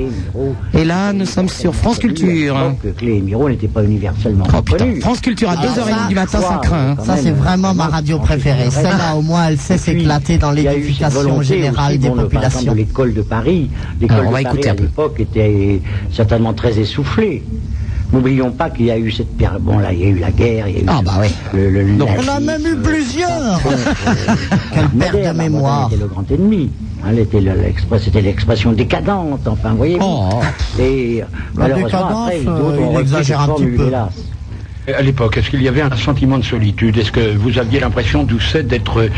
Speaker 3: Et là, nous sommes sur France Culture.
Speaker 23: que Clé et Miro n'étaient pas universellement
Speaker 3: Oh putain, France Culture à
Speaker 24: Ah,
Speaker 3: 2h30
Speaker 24: ça,
Speaker 3: du matin, ça craint. hein.
Speaker 24: Ça, c'est vraiment ma radio préférée. Celle-là, au moins, elle sait s'éclater dans l'éducation générale des populations.
Speaker 23: L'école de Paris, l'école
Speaker 24: Alors, on va
Speaker 23: de Paris,
Speaker 24: écouter un
Speaker 23: à
Speaker 24: peu.
Speaker 23: l'époque était certainement très essoufflée. N'oublions pas qu'il y a eu cette période. Bon, là, il y a eu la guerre, il y a eu
Speaker 3: Ah, bah
Speaker 23: le, le- le-
Speaker 24: On a même eu plusieurs.
Speaker 23: Quelle perte de mémoire hein, était le grand ennemi. Hein, elle était le- l'express- C'était [laughs] l'expression décadente, enfin, voyez Et euh,
Speaker 24: Oh. décadence,
Speaker 23: malheureusement, après,
Speaker 24: euh,
Speaker 23: d'autres
Speaker 24: il
Speaker 23: ont repris
Speaker 24: exagère
Speaker 23: cette
Speaker 24: un petit
Speaker 23: formule,
Speaker 24: peu.
Speaker 23: hélas.
Speaker 8: À l'époque, est-ce qu'il y avait un sentiment de solitude Est-ce que vous aviez l'impression, Doucet, d'être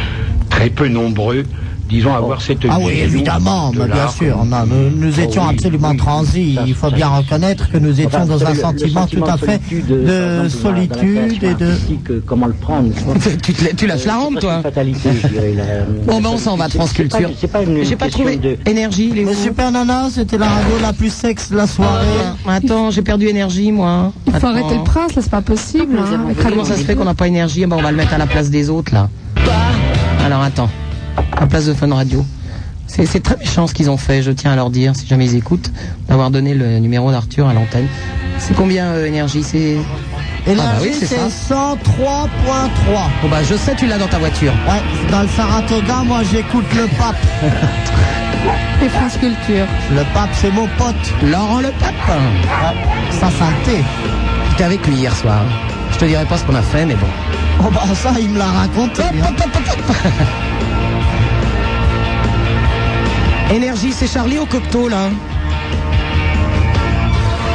Speaker 8: très peu nombreux, disons, à avoir cette
Speaker 24: Ah oui,
Speaker 8: vision
Speaker 24: évidemment,
Speaker 8: de
Speaker 24: mais bien
Speaker 8: l'art
Speaker 24: sûr.
Speaker 8: comme-
Speaker 24: on a- nous, nous
Speaker 8: Oh
Speaker 24: oui, étions absolument transis. il faut bien reconnaître que nous étions
Speaker 23: Enfin, vous
Speaker 24: dans un
Speaker 23: savez, le- le
Speaker 24: sentiment, tout à
Speaker 23: de
Speaker 24: fait
Speaker 23: solitude, euh,
Speaker 24: de
Speaker 23: dans- dans la- dans la
Speaker 24: solitude et
Speaker 23: création
Speaker 24: de.
Speaker 23: artistique, euh, Comment le
Speaker 24: [laughs]
Speaker 23: prendre Euh,
Speaker 3: tu, te la- tu lâches la rampe,
Speaker 23: toi fatalité, je dirais. la-
Speaker 3: Bon, ben on s'en va de France
Speaker 23: C'est- c'est pas-
Speaker 3: Culture.
Speaker 23: C'est pas une
Speaker 3: J'ai pas
Speaker 23: question
Speaker 3: trouvé
Speaker 23: de-
Speaker 3: énergie, les
Speaker 24: Mais Super Nana, c'était la radio la plus sexe de la soirée.
Speaker 3: Attends, j'ai perdu énergie, moi.
Speaker 23: Ah,
Speaker 27: Il faut
Speaker 3: Attends.
Speaker 27: arrêter le prince, là, c'est pas possible. hein.
Speaker 3: Comment ça se fait qu'on n'a pas énergie Bah, On va le mettre à la place des autres, là. Alors, attends. À la place de Fun Radio. C'est c'est très méchant ce qu'ils ont fait, je tiens à leur dire, si jamais ils écoutent, d'avoir donné le numéro d'Arthur à l'antenne. C'est combien, euh, énergie C'est. Ah, bah oui,
Speaker 24: Énergie,
Speaker 3: c'est
Speaker 24: c'est
Speaker 3: ça.
Speaker 24: 103.3.
Speaker 3: Bon, bah, je sais, tu l'as dans ta voiture.
Speaker 24: Ouais, dans le Saratoga, moi, j'écoute le
Speaker 27: [laughs]
Speaker 24: pape.
Speaker 27: C'est France Culture.
Speaker 24: Le pape, c'est mon pote.
Speaker 3: Laurent le pape.
Speaker 24: Ça santé.
Speaker 3: J'étais avec lui hier soir. Je te dirai pas ce qu'on a fait, mais bon.
Speaker 24: Oh bah ça, il me l'a raconté. hein.
Speaker 3: [laughs] Énergie, c'est Charlie au Cocteau là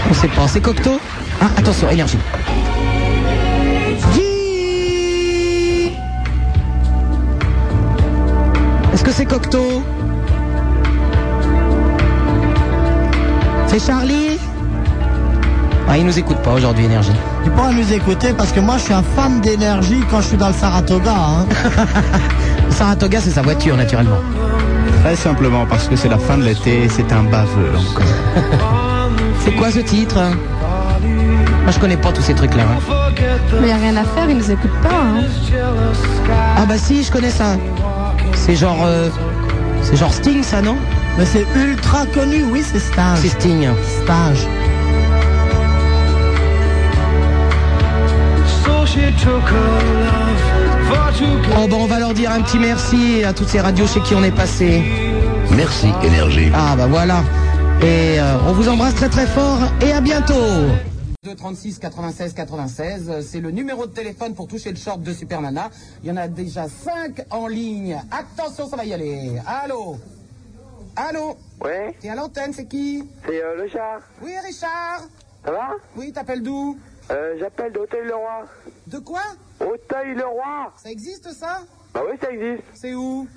Speaker 3: On sait pas, c'est Cocteau Ah, attention, énergie. Guy Est-ce que c'est Cocteau C'est Charlie Ah, il nous écoute pas aujourd'hui, énergie.
Speaker 24: Tu pourras nous écouter parce que moi, je suis un fan d'énergie quand je suis dans le Saratoga. hein.
Speaker 3: Saratoga, c'est sa voiture, naturellement.
Speaker 28: Très simplement parce que c'est la fin de l'été et c'est un baveux encore.
Speaker 3: [laughs] C'est quoi ce titre hein Moi, je connais pas tous ces
Speaker 23: Ah,
Speaker 3: trucs là.
Speaker 27: Mais y a rien à faire, ils nous écoutent pas. hein.
Speaker 3: Ah bah si, je connais ça. C'est genre... euh, c'est genre Sting, ça, non
Speaker 24: Mais c'est ultra connu, oui, c'est Stage.
Speaker 3: C'est Sting.
Speaker 24: Stage.
Speaker 3: Oh bah on va leur dire un petit merci à toutes ces radios chez qui on est passé.
Speaker 29: Merci Énergie.
Speaker 3: Ah bah voilà. Et euh, on vous embrasse très très fort et à bientôt 36 96 96, euh, c'est le numéro de téléphone pour toucher le short de Super Nana. Il y en a déjà 5 en ligne. Attention, ça va y aller. Allô Allô
Speaker 4: Ouais
Speaker 3: T'es à l'antenne, c'est qui
Speaker 4: C'est euh, le char.
Speaker 3: Oui, Richard
Speaker 4: Ça va
Speaker 3: Oui, t'appelles d'où
Speaker 4: euh, J'appelle d'Auteuil-le-Roi.
Speaker 3: De quoi
Speaker 4: Auteuil-le-Roi
Speaker 3: Ça existe, ça
Speaker 4: Bah oui, ça existe.
Speaker 3: C'est où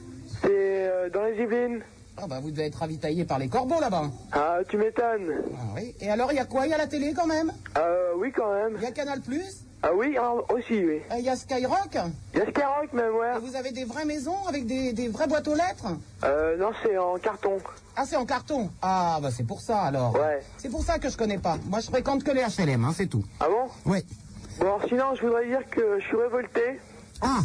Speaker 4: C'est euh, dans les Yvelines.
Speaker 3: Ah bah vous devez être ravitaillé par les corbeaux là-bas.
Speaker 4: Ah, tu m'étonnes.
Speaker 3: Ah oui. Et alors, il y a quoi Il y a la télé quand même
Speaker 4: Euh, oui, quand même.
Speaker 3: Il y a Canal Plus Euh,
Speaker 4: Ah oui, ah, aussi, oui.
Speaker 3: Il y a Skyrock
Speaker 4: Il y a Skyrock, même, ouais.
Speaker 3: Et vous avez des vraies maisons avec des, des vraies boîtes aux lettres
Speaker 4: Euh, non, c'est en carton.
Speaker 3: Ah, c'est en carton Ah, bah c'est pour ça alors.
Speaker 4: Ouais.
Speaker 3: C'est pour ça que je connais pas. Moi, je fréquente que les HLM, hein, c'est tout.
Speaker 4: Ah bon
Speaker 3: Oui.
Speaker 4: Bon, alors, sinon, je voudrais dire que je suis révolté.
Speaker 3: Ah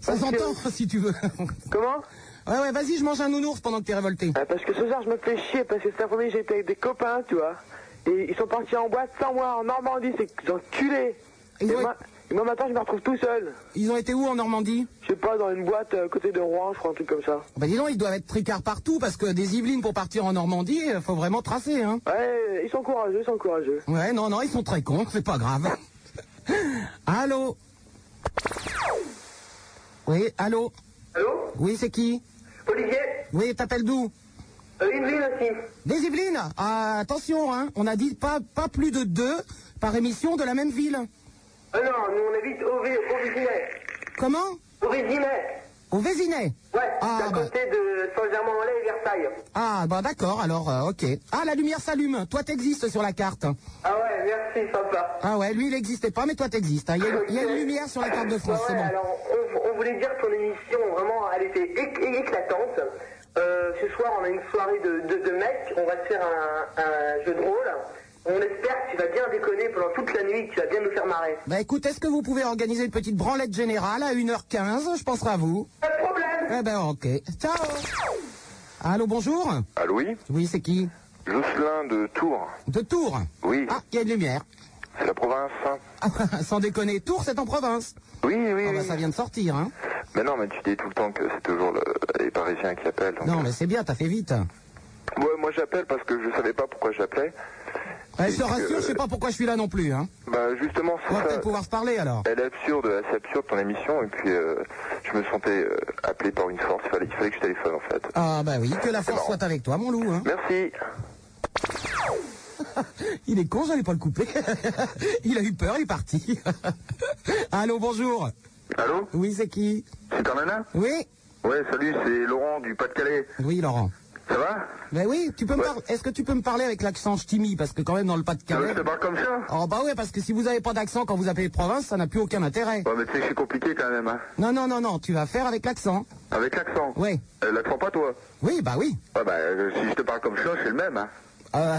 Speaker 3: Ça
Speaker 4: Parce que-
Speaker 3: s'entend, si tu veux.
Speaker 4: [laughs] Comment
Speaker 3: Ouais, ouais, vas-y, je mange un nounours pendant que t'es révolté.
Speaker 4: Ah, parce que ce soir, je me fais chier parce que cet après-midi, j'étais avec des copains, tu vois. Et ils sont partis en boîte sans moi en Normandie, c'est que enculés. Et, moi, et moi, maintenant, je me retrouve tout seul.
Speaker 3: Ils ont été où en Normandie
Speaker 4: Je sais pas, dans une boîte euh, à côté de Rouen, je crois, un truc comme ça.
Speaker 3: Bah dis donc, ils doivent être tricards partout parce que des Yvelines pour partir en Normandie, euh, faut vraiment tracer, hein.
Speaker 4: Ah, Ouais, Eh, ils sont courageux, ils sont courageux.
Speaker 3: Ouais, non, non, ils sont très cons, c'est pas grave. [laughs] allô Oui, allô
Speaker 4: Allô
Speaker 3: Oui, c'est qui
Speaker 4: Olivier
Speaker 3: Oui, t'appelles d'où
Speaker 4: Euh, Yvelines aussi.
Speaker 3: Des Yvelines Ah, Attention, hein, on a dit pas, pas plus de deux par émission de la même ville.
Speaker 4: Ah non, nous, on habite au, Vé- au Vésinet.
Speaker 3: Comment
Speaker 4: Au Vésinet.
Speaker 3: Au Vésinet
Speaker 4: Ouais,
Speaker 24: Ah,
Speaker 4: c'est à
Speaker 24: bah.
Speaker 4: côté de Saint-Germain-en-Laye et Versailles.
Speaker 3: Ah, bah d'accord, alors, euh, ok. Ah, la lumière s'allume, toi t'existes sur la carte.
Speaker 4: Ah ouais, merci, sympa.
Speaker 3: Ah ouais, lui il n'existait pas, mais toi t'existes. hein. Il y a- il y, a une lumière sur la carte de France,
Speaker 4: Ouais,
Speaker 3: c'est
Speaker 4: ouais,
Speaker 3: bon.
Speaker 4: alors on, on voulait dire que ton émission, vraiment, elle était éc- éclatante.
Speaker 5: Euh, ce soir, on a une soirée de, de, de mecs. On va se faire un, un jeu de rôle. On espère que tu vas bien déconner pendant toute la nuit, que tu vas bien nous faire marrer.
Speaker 3: Bah écoute, est-ce que vous pouvez organiser une petite branlette générale à 1h15 Je penserai à vous.
Speaker 5: Pas de problème.
Speaker 3: Eh ben ok. Ciao Allô, bonjour
Speaker 30: Allô, oui
Speaker 3: Oui, c'est qui
Speaker 30: Ah, Jocelyn de Tours.
Speaker 3: De Tours
Speaker 30: Oui,
Speaker 3: Ah, il y a une lumière.
Speaker 30: c'est la province. hein.
Speaker 3: Ah, [laughs] Sans déconner, Tours, c'est en province.
Speaker 30: Oui, oui,
Speaker 3: Ah bah,
Speaker 30: oui.
Speaker 3: ça vient de sortir, hein.
Speaker 30: Mais non, mais tu dis tout le temps que c'est toujours le- les Parisiens qui appellent. donc-
Speaker 3: Non, mais c'est bien, t'as fait vite.
Speaker 30: Ouais, moi j'appelle parce que je savais pas pourquoi j'appelais.
Speaker 3: Eh, je te rassure, je sais pas pourquoi je suis là non plus, hein.
Speaker 30: Bah justement, c'est
Speaker 3: On va
Speaker 30: ça.
Speaker 3: peut-être pouvoir se parler, alors.
Speaker 30: Elle est absurde, assez absurde ton émission. Et puis euh, je me sentais euh, appelé par une force. Il fallait, il fallait que je téléphone en fait.
Speaker 3: Ah bah oui, que la force soit avec toi, mon loup, hein.
Speaker 30: Merci.
Speaker 3: [laughs] Il est con, j'allais pas le couper. [laughs] il a eu peur, il est parti. [laughs] Allô, bonjour.
Speaker 30: Allô
Speaker 3: Oui, c'est qui
Speaker 30: Super Nana
Speaker 3: Oui
Speaker 30: Ouais, salut, c'est Laurent du Pas-de-Calais.
Speaker 3: Oui, Laurent.
Speaker 30: Ça va
Speaker 3: Ben oui, tu peux me parler. Est-ce que tu peux me parler avec l'accent ch'timi Parce que quand même dans le
Speaker 30: Ah,
Speaker 3: Pas-de-Calais.
Speaker 30: je te parle comme ça
Speaker 3: Oh bah ouais, parce que si vous avez pas d'accent quand vous appelez province, ça n'a plus aucun intérêt.
Speaker 30: Ouais, mais tu sais que c'est compliqué quand même. Hein.
Speaker 3: Non, non, non, non, tu vas faire avec l'accent.
Speaker 30: Avec l'accent.
Speaker 3: Ouais.
Speaker 30: Euh, l'accent pas toi
Speaker 3: Oui, bah oui.
Speaker 30: Ouais, bah euh, si je te parle comme ça, c'est le même. Hein.
Speaker 3: Euh,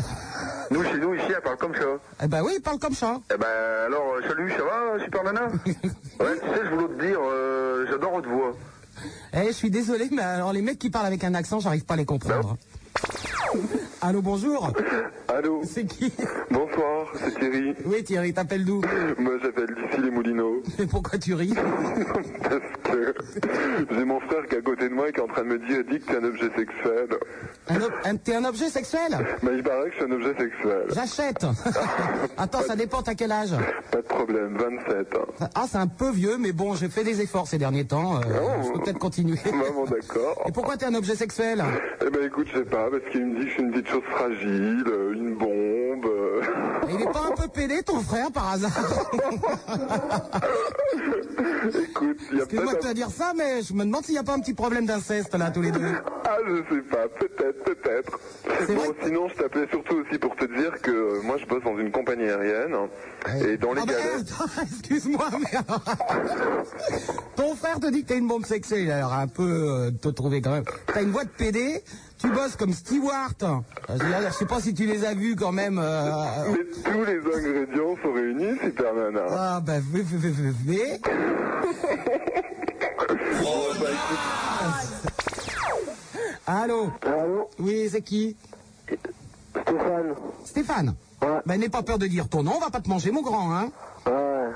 Speaker 30: Nous, chez nous, ici, elle parle comme ça.
Speaker 3: eh ben oui, parle comme ça.
Speaker 30: Eh ben alors, euh, salut, ça va, Super
Speaker 3: [laughs]
Speaker 30: Nana Ouais, tu sais, je voulais te dire, euh, j'adore votre voix.
Speaker 3: Eh, je suis désolé, mais alors les mecs qui parlent avec un accent, j'arrive pas à les comprendre. Allô,
Speaker 4: [laughs]
Speaker 3: bonjour.
Speaker 30: Allô
Speaker 3: C'est qui
Speaker 30: Bonsoir, c'est Thierry.
Speaker 3: Oui, Thierry, t'appelles d'où
Speaker 30: [laughs] Moi, j'appelle d'ici les Moulineaux.
Speaker 3: Mais pourquoi tu ris
Speaker 30: [laughs] Parce que j'ai mon frère qui est à côté de moi et qui est en train de me dire, dit que t'es un objet sexuel. Ben.
Speaker 3: Un ob- un- T'es un objet sexuel
Speaker 30: Mais il paraît que je suis un objet sexuel.
Speaker 3: J'achète. [laughs] Attends, ça dépend à quel âge.
Speaker 30: Pas de problème, 27. hein.
Speaker 3: Ah, c'est un peu vieux, mais bon, j'ai fait des efforts ces derniers temps. euh,
Speaker 30: Oh.
Speaker 3: je peux peut-être
Speaker 30: [laughs]
Speaker 3: continuer.
Speaker 30: Maman, Ah d'accord.
Speaker 3: Et pourquoi t'es un objet sexuel
Speaker 30: Eh ben écoute, je sais pas, parce qu'il me dit que je suis une petite chose fragile, euh, une bombe. euh.
Speaker 3: Il est pas un peu pédé, ton frère, par
Speaker 30: [laughs]
Speaker 3: hasard
Speaker 30: écoute, il y a
Speaker 3: Excuse-moi de
Speaker 30: peut-être...
Speaker 3: te
Speaker 30: un-
Speaker 3: dire ça, mais je me demande s'il n'y a pas un petit problème d'inceste, là, tous les deux.
Speaker 30: Ah, je sais pas, peut-être, peut-être. Bon, sinon, je t'appelais surtout aussi pour te dire que euh, moi, je bosse dans une compagnie aérienne, hein, et dans les
Speaker 3: Ah bah,
Speaker 30: galettes...
Speaker 3: attends, [laughs] excuse-moi, mais... [laughs] Ton frère te dit que t'es une bombe sexuelle, il a l'air un peu euh, de te trouver quand même. T'as une voix de PD, tu bosses comme Stewart. Euh, Je sais pas si tu les as vus quand même... euh,
Speaker 30: Mais tous les ingrédients sont réunis, super nana.
Speaker 3: Ah bah oui, oui, oui, oui, oui.
Speaker 30: [laughs] Oh, bah, écoute,
Speaker 3: Allô Allô Oui, c'est qui Stéphane. Stéphane Ouais. Ben n'aie pas peur de dire ton nom, on va pas te manger mon grand, hein Ouais.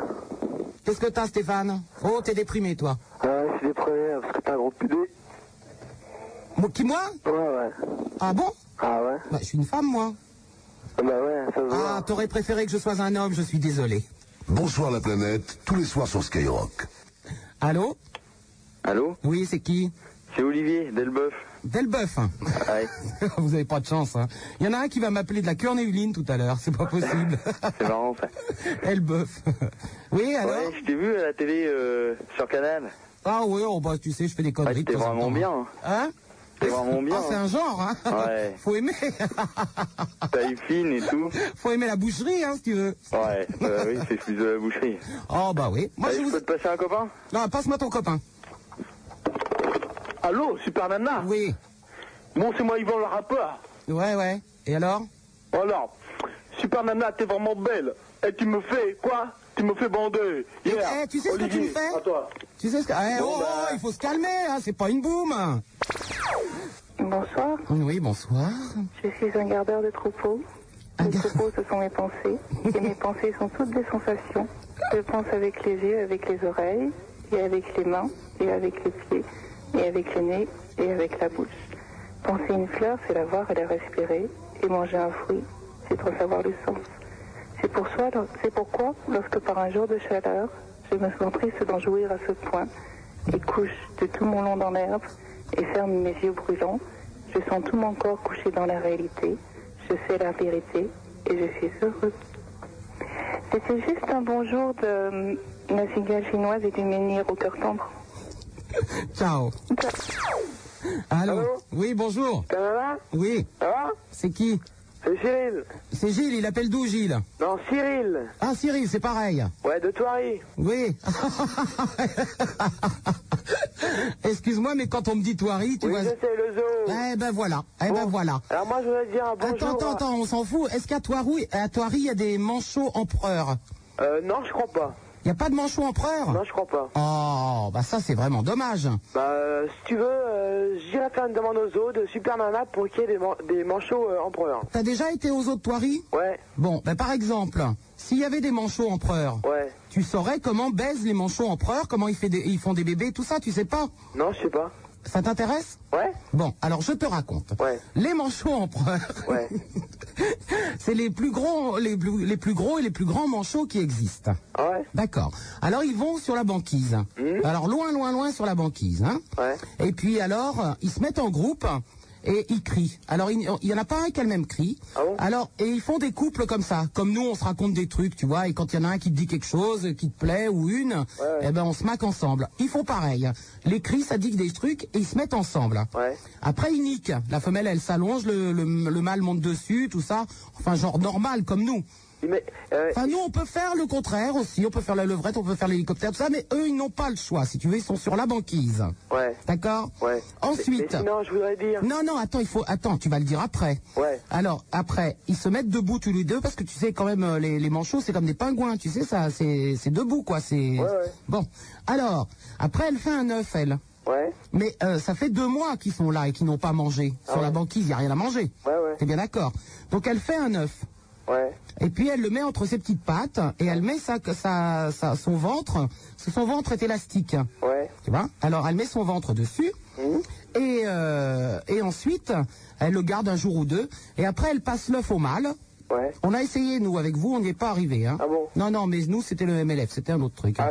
Speaker 3: Qu'est-ce que t'as Stéphane Oh, t'es déprimé toi.
Speaker 4: Ouais, je suis déprimé parce que t'as un gros pudé.
Speaker 3: Moi, qui moi
Speaker 4: Ouais, ouais.
Speaker 3: Ah bon
Speaker 4: Ah ouais
Speaker 3: Bah je suis une femme moi.
Speaker 4: Ah Bah ouais, ça se voit.
Speaker 3: Ah, t'aurais préféré que je sois un homme, je suis désolé.
Speaker 31: Bonsoir la planète, tous les soirs sur Skyrock.
Speaker 3: Allô
Speaker 4: Allô
Speaker 3: Oui, c'est qui
Speaker 4: C'est Olivier Delbeuf.
Speaker 3: Delbeuf.
Speaker 4: Ouais.
Speaker 3: [laughs] Vous avez pas de chance, hein. Il y en a un qui va m'appeler de la Cornéuline tout à l'heure, c'est pas possible.
Speaker 4: C'est marrant ça.
Speaker 3: [laughs] Elbeuf. Oui, alors
Speaker 4: Ouais, je t'ai vu à la télé euh, sur Canal.
Speaker 3: Ah ouais, oh, bah, tu sais, je fais des conneries.
Speaker 4: Ouais,
Speaker 3: de
Speaker 4: c'était
Speaker 3: temps en
Speaker 4: vraiment
Speaker 3: temps.
Speaker 4: bien.
Speaker 3: Hein
Speaker 4: C'était
Speaker 3: [laughs]
Speaker 4: vraiment bien.
Speaker 3: Ah, c'est un genre, hein
Speaker 4: Ouais.
Speaker 3: [laughs] Faut aimer,
Speaker 4: Taille fine et tout.
Speaker 3: faut aimer la boucherie, hein, si tu veux.
Speaker 4: Ouais, bah oui, c'est celui de la boucherie.
Speaker 3: Oh bah oui. Moi,
Speaker 4: Allez,
Speaker 3: je
Speaker 4: je
Speaker 3: vous...
Speaker 4: peux te passer un copain
Speaker 3: Non, passe-moi ton copain.
Speaker 4: Allô, Super Nana
Speaker 3: Oui.
Speaker 4: Bon, c'est moi Yvan le rappeur.
Speaker 3: Ouais, ouais. Et alors
Speaker 4: Alors, Super Nana, t'es vraiment belle. Et tu me fais quoi Tu me fais bander.
Speaker 3: Eh, eh, tu sais ce que tu me fais Tu sais ce que... Eh,
Speaker 4: Bon,
Speaker 3: oh,
Speaker 4: bah.
Speaker 3: oh, il faut se calmer, hein, c'est pas une boum
Speaker 11: Bonsoir,
Speaker 3: Oui, bonsoir.
Speaker 11: je suis un gardeur de troupeau. Les troupeaux, ce sont mes pensées. Et mes pensées sont toutes des sensations. Je pense avec les yeux, avec les oreilles, et avec les mains, et avec les pieds, et avec le nez, et avec la bouche. Penser une fleur, c'est la voir et la respirer. Et manger un fruit, c'est en savoir le sens. C'est pour soi- c'est pourquoi, lorsque par un jour de chaleur, je me sens triste d'en jouir à ce point, et couche de tout mon long dans l'herbe, et ferme mes yeux brûlants, je sens tout mon corps couché dans la réalité, je sais la vérité, et je suis heureux. C'était juste un bonjour de euh, la cigale chinoise et du menhir au cœur tendre.
Speaker 3: Ciao. Allô Oui, bonjour.
Speaker 4: Ça va
Speaker 3: Oui.
Speaker 4: Ça va
Speaker 3: C'est qui
Speaker 15: Cyril
Speaker 3: C'est Gilles, il appelle d'où Gilles
Speaker 15: Non, Cyril
Speaker 3: Ah Cyril, c'est pareil.
Speaker 15: Ouais, de Toiri
Speaker 3: Oui. [laughs] Excuse-moi, mais quand on me dit Toiri, tu
Speaker 15: Oui,
Speaker 3: vois.
Speaker 15: je sais, le zoo
Speaker 3: Eh ben voilà, eh ben voilà.
Speaker 15: Alors moi, je voudrais dire un bonjour
Speaker 3: Attends, attends,
Speaker 15: à-
Speaker 3: attends, on s'en fout. Est-ce qu'à Toiri, à Thoiry, il y a des manchots empereurs
Speaker 15: Euh, non, je crois pas.
Speaker 3: Il n'y a pas de manchots empereurs
Speaker 15: Non, je crois pas.
Speaker 3: Oh, bah ça c'est vraiment dommage.
Speaker 15: Bah, euh, si tu veux, euh, j'irai faire une demande aux zoo de Super Nana pour qu'il y ait des, man- des manchots euh, empereurs.
Speaker 3: T'as déjà été aux eaux de Toiry
Speaker 15: Ouais.
Speaker 3: Bon, ben par exemple, s'il y avait des manchots empereurs,
Speaker 15: Ouais.
Speaker 3: tu saurais comment baisent les manchots empereurs, comment ils, fait des- ils font des bébés, tout ça, tu sais pas
Speaker 15: Non, je sais pas.
Speaker 3: Ça t'intéresse
Speaker 15: Ouais.
Speaker 3: Bon, alors je te raconte. Les manchots empereurs. [laughs] c'est les plus gros, les, plus- les plus gros et les plus grands manchots qui existent. D'accord. Alors ils vont sur la banquise. Alors loin, loin, loin sur la banquise. hein. Et puis alors euh, ils se mettent en groupe. Et ils crient. Alors, il il y en a pas un qui a le même cri. Alors, et ils font des couples comme ça. Comme nous, on se raconte des trucs, tu vois. Et quand il y en a un qui te dit quelque chose, euh, qui te plaît, ou une, eh ben, on se maque ensemble. Ils font pareil. Les cris, ça dit des trucs, et ils se mettent ensemble. Après, ils niquent. La femelle, elle s'allonge, le, le- le mâle monte dessus, tout ça. Enfin, genre normal, comme nous. Enfin, nous, on peut faire le contraire aussi. On peut faire la levrette, on peut faire l'hélicoptère, tout ça. Mais eux, ils n'ont pas le choix. Si tu veux, ils sont sur la banquise.
Speaker 15: Ouais.
Speaker 3: D'accord
Speaker 15: Ouais.
Speaker 3: Ensuite.
Speaker 15: Mais- mais sinon, je voudrais dire.
Speaker 3: Non, non, attends, il faut. Attends, tu vas le dire après.
Speaker 15: Ouais.
Speaker 3: Alors, après, ils se mettent debout tous les deux parce que tu sais, quand même, euh, les, les manchots, c'est comme des pingouins, tu sais, ça, c'est c'est debout, quoi. C'est. Bon. Alors, après, elle fait un œuf, elle.
Speaker 15: Ouais.
Speaker 3: Mais euh, ça fait deux mois qu'ils sont là et qu'ils n'ont pas mangé. Sur la banquise, il n'y a rien à manger.
Speaker 15: Ah Ouais, ouais.
Speaker 3: T'es bien d'accord Donc, elle fait un œuf.
Speaker 15: Ouais.
Speaker 3: Et puis elle le met entre ses petites pattes et elle met sa, sa, sa- son ventre, parce que son ventre est élastique.
Speaker 15: Ouais. Mmh.
Speaker 3: Tu vois Alors elle met son ventre dessus et, euh, et ensuite elle le garde un jour ou deux et après elle passe l'œuf au mâle.
Speaker 15: Ouais. Ah
Speaker 3: On a essayé nous avec vous, on n'y est pas arrivé. Hein. Non non, mais nous c'était le MLF, c'était un autre truc. hein.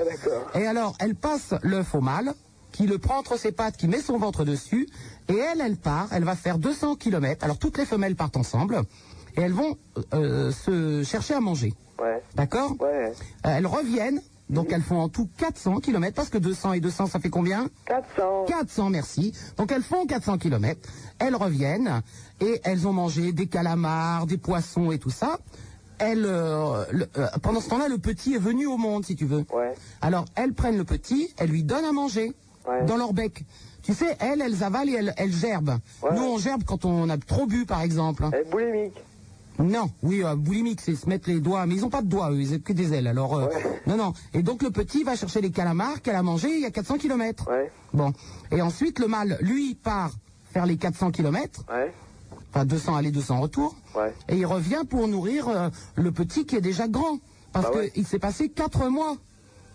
Speaker 3: Et alors elle passe l'œuf au mâle qui le prend entre ses pattes, qui met son ventre dessus, et elle, elle part, elle va faire 200 km, alors toutes les femelles partent ensemble, et elles vont euh, se chercher à manger.
Speaker 15: Ouais.
Speaker 3: D'accord
Speaker 15: Ouais.
Speaker 3: Euh, elles reviennent, donc elles font en tout 400 km, parce que 200 et 200, ça fait combien
Speaker 15: 400.
Speaker 3: 400, merci. Donc elles font 400 km, elles reviennent, et elles ont mangé des calamars, des poissons et tout ça. Elles, euh, le- euh, pendant ce temps-là, le petit est venu au monde, si tu veux. Alors elles prennent le petit, elles lui donnent à manger dans leur bec. Tu sais, elles, elles avalent et elles, elles gerbent. Nous, on gerbe quand on a trop bu, par exemple.
Speaker 15: Elles boulimiques.
Speaker 3: Non, oui, euh, boulimique, c'est se mettre les doigts, mais ils ont pas de doigts, eux, ils ont que des ailes. Alors, euh, non, non. Et donc le petit va chercher les calamars qu'elle a mangés il y a 400 km. Bon, et ensuite le mâle, lui, part faire les 400 km,
Speaker 15: Ouais.
Speaker 3: enfin 200 aller, 200 retour,
Speaker 15: Ouais.
Speaker 3: et il revient pour nourrir euh, le petit qui est déjà grand, parce
Speaker 15: Bah
Speaker 3: que
Speaker 15: ouais.
Speaker 3: il s'est passé 4 mois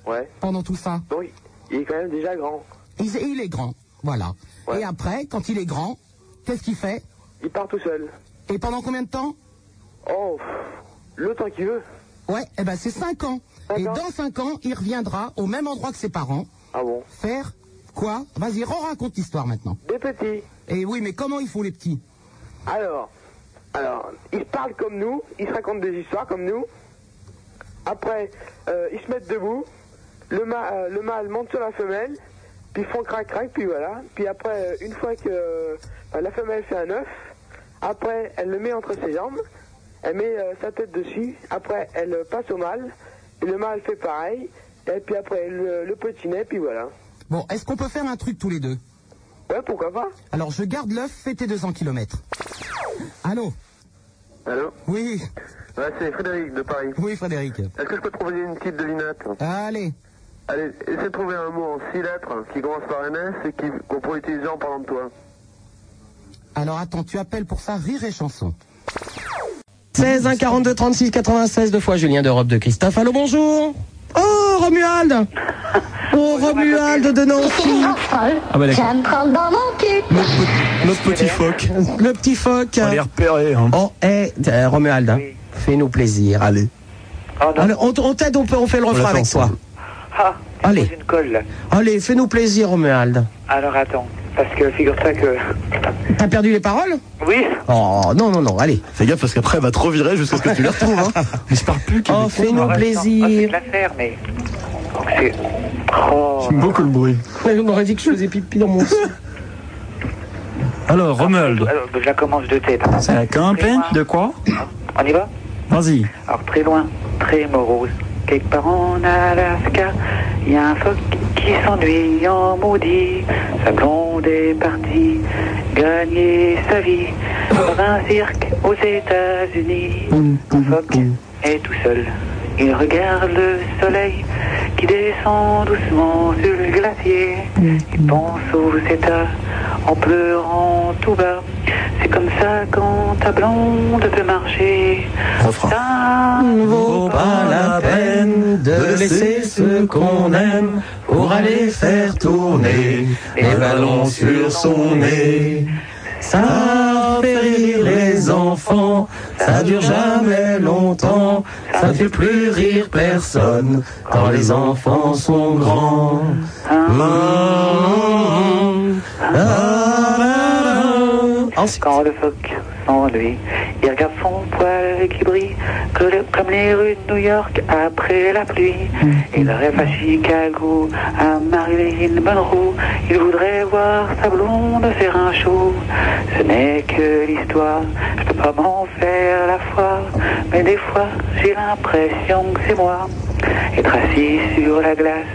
Speaker 15: Ouais.
Speaker 3: pendant tout ça.
Speaker 15: Donc, il est quand même déjà grand.
Speaker 3: Il, il est grand, voilà. Et après, quand il est grand, qu'est-ce qu'il fait
Speaker 15: Il part tout seul.
Speaker 3: Et pendant combien de temps
Speaker 15: Oh, pff, le temps qu'il veut.
Speaker 3: Ouais, eh ben c'est 5 ans. Et dans 5 ans, il reviendra au même endroit que ses parents.
Speaker 15: Ah bon
Speaker 3: Faire quoi Vas-y, raconte l'histoire maintenant.
Speaker 15: Des petits.
Speaker 3: Et oui, mais comment ils font les petits
Speaker 15: Alors, alors, ils parlent comme nous,
Speaker 13: [laughs]
Speaker 15: ils se racontent des histoires comme nous. Après, euh, ils se mettent debout. Le, ma- euh, le mâle monte sur la femelle, puis ils font crac crac, puis voilà. Puis après, euh, une fois que euh, bah, la femelle fait un œuf, après elle le met entre ses jambes, elle met euh, sa tête dessus. Après, elle euh, passe au mâle, et le mâle fait pareil. Et puis après, le, le petit nez, puis voilà.
Speaker 3: Bon, est-ce qu'on peut faire un truc tous les deux
Speaker 15: Ouais, pourquoi pas
Speaker 3: Alors, je garde l'œuf, fais tes 200 km. Allô
Speaker 15: Allô
Speaker 3: Oui
Speaker 15: Ouais, c'est Frédéric de Paris.
Speaker 3: Oui, Frédéric.
Speaker 15: Est-ce que je peux te proposer une petite devinette
Speaker 3: Allez.
Speaker 15: Allez, essaie de trouver un mot en six lettres qui commence par un S et qui- qu'on pourrait utiliser en parlant de toi.
Speaker 3: Alors, attends, tu appelles pour ça rire et chanson.
Speaker 13: 16 1 42 36 96 deux fois Julien d'Europe de Christophe. Allô, bonjour. Oh, Romuald. Oh, Romuald de Nancy.
Speaker 15: hein
Speaker 5: Ah bah d'accord.
Speaker 13: dans mon cul. Notre petit phoque. Le petit phoque. On est repéré. Oh, hé, euh, Romuald, hein, fais-nous plaisir. Allez. Allez, on t- on t'aide, on, peut- on fait le refrain avec toi.
Speaker 11: Ah,
Speaker 13: Allez.
Speaker 11: une colle là.
Speaker 13: Allez, fais-nous plaisir, Romuald.
Speaker 11: Alors attends, parce que figure-toi que.
Speaker 13: T'as perdu les paroles
Speaker 11: Oui
Speaker 13: Oh, non, non, non, allez.
Speaker 18: Fais gaffe parce qu'après, elle va trop virer jusqu'à ce que tu la retrouves.
Speaker 3: [laughs]
Speaker 18: Hein. Mais je parle plus
Speaker 13: Oh, fais-nous
Speaker 5: hein. Ah,
Speaker 13: plaisir.
Speaker 11: L'affaire, mais.
Speaker 18: J'aime beaucoup le bruit.
Speaker 25: [laughs]
Speaker 13: Ouais, On aurait dit que je faisais pipi dans mon.
Speaker 25: Alors, Romuald.
Speaker 5: Alors, je la commence de tête. hein.
Speaker 25: C'est la campagne de quoi
Speaker 5: On y va
Speaker 25: Vas-y.
Speaker 5: Alors très loin, très morose, quelque part en Alaska, il y a un phoque qui s'ennuie en maudit. Sa blonde est partie gagner sa vie dans un cirque aux États-Unis. Un phoque est tout seul. Il regarde le soleil qui descend doucement sur le glacier. Il pense aux états en pleurant tout bas. C'est comme ça quand ta blonde peut marcher. Ça ne vaut
Speaker 3: Pas la peine de laisser ce qu'on aime pour aller faire tourner les ballons sur son nez. Ça fait rire les enfants, ça dure jamais longtemps, ça ne fait plus rire personne quand les enfants sont grands. Hein.
Speaker 5: Quand le phoque s'ennuie, il regarde son poil qui brille que le- comme les rues de New York après la pluie. Il rêve à Chicago, à Marilyn Monroe. Il voudrait voir sa blonde faire un show. Ce n'est que l'histoire, je peux pas m'en faire la foi. Mais des fois, j'ai l'impression que c'est moi. Être assis sur la glace,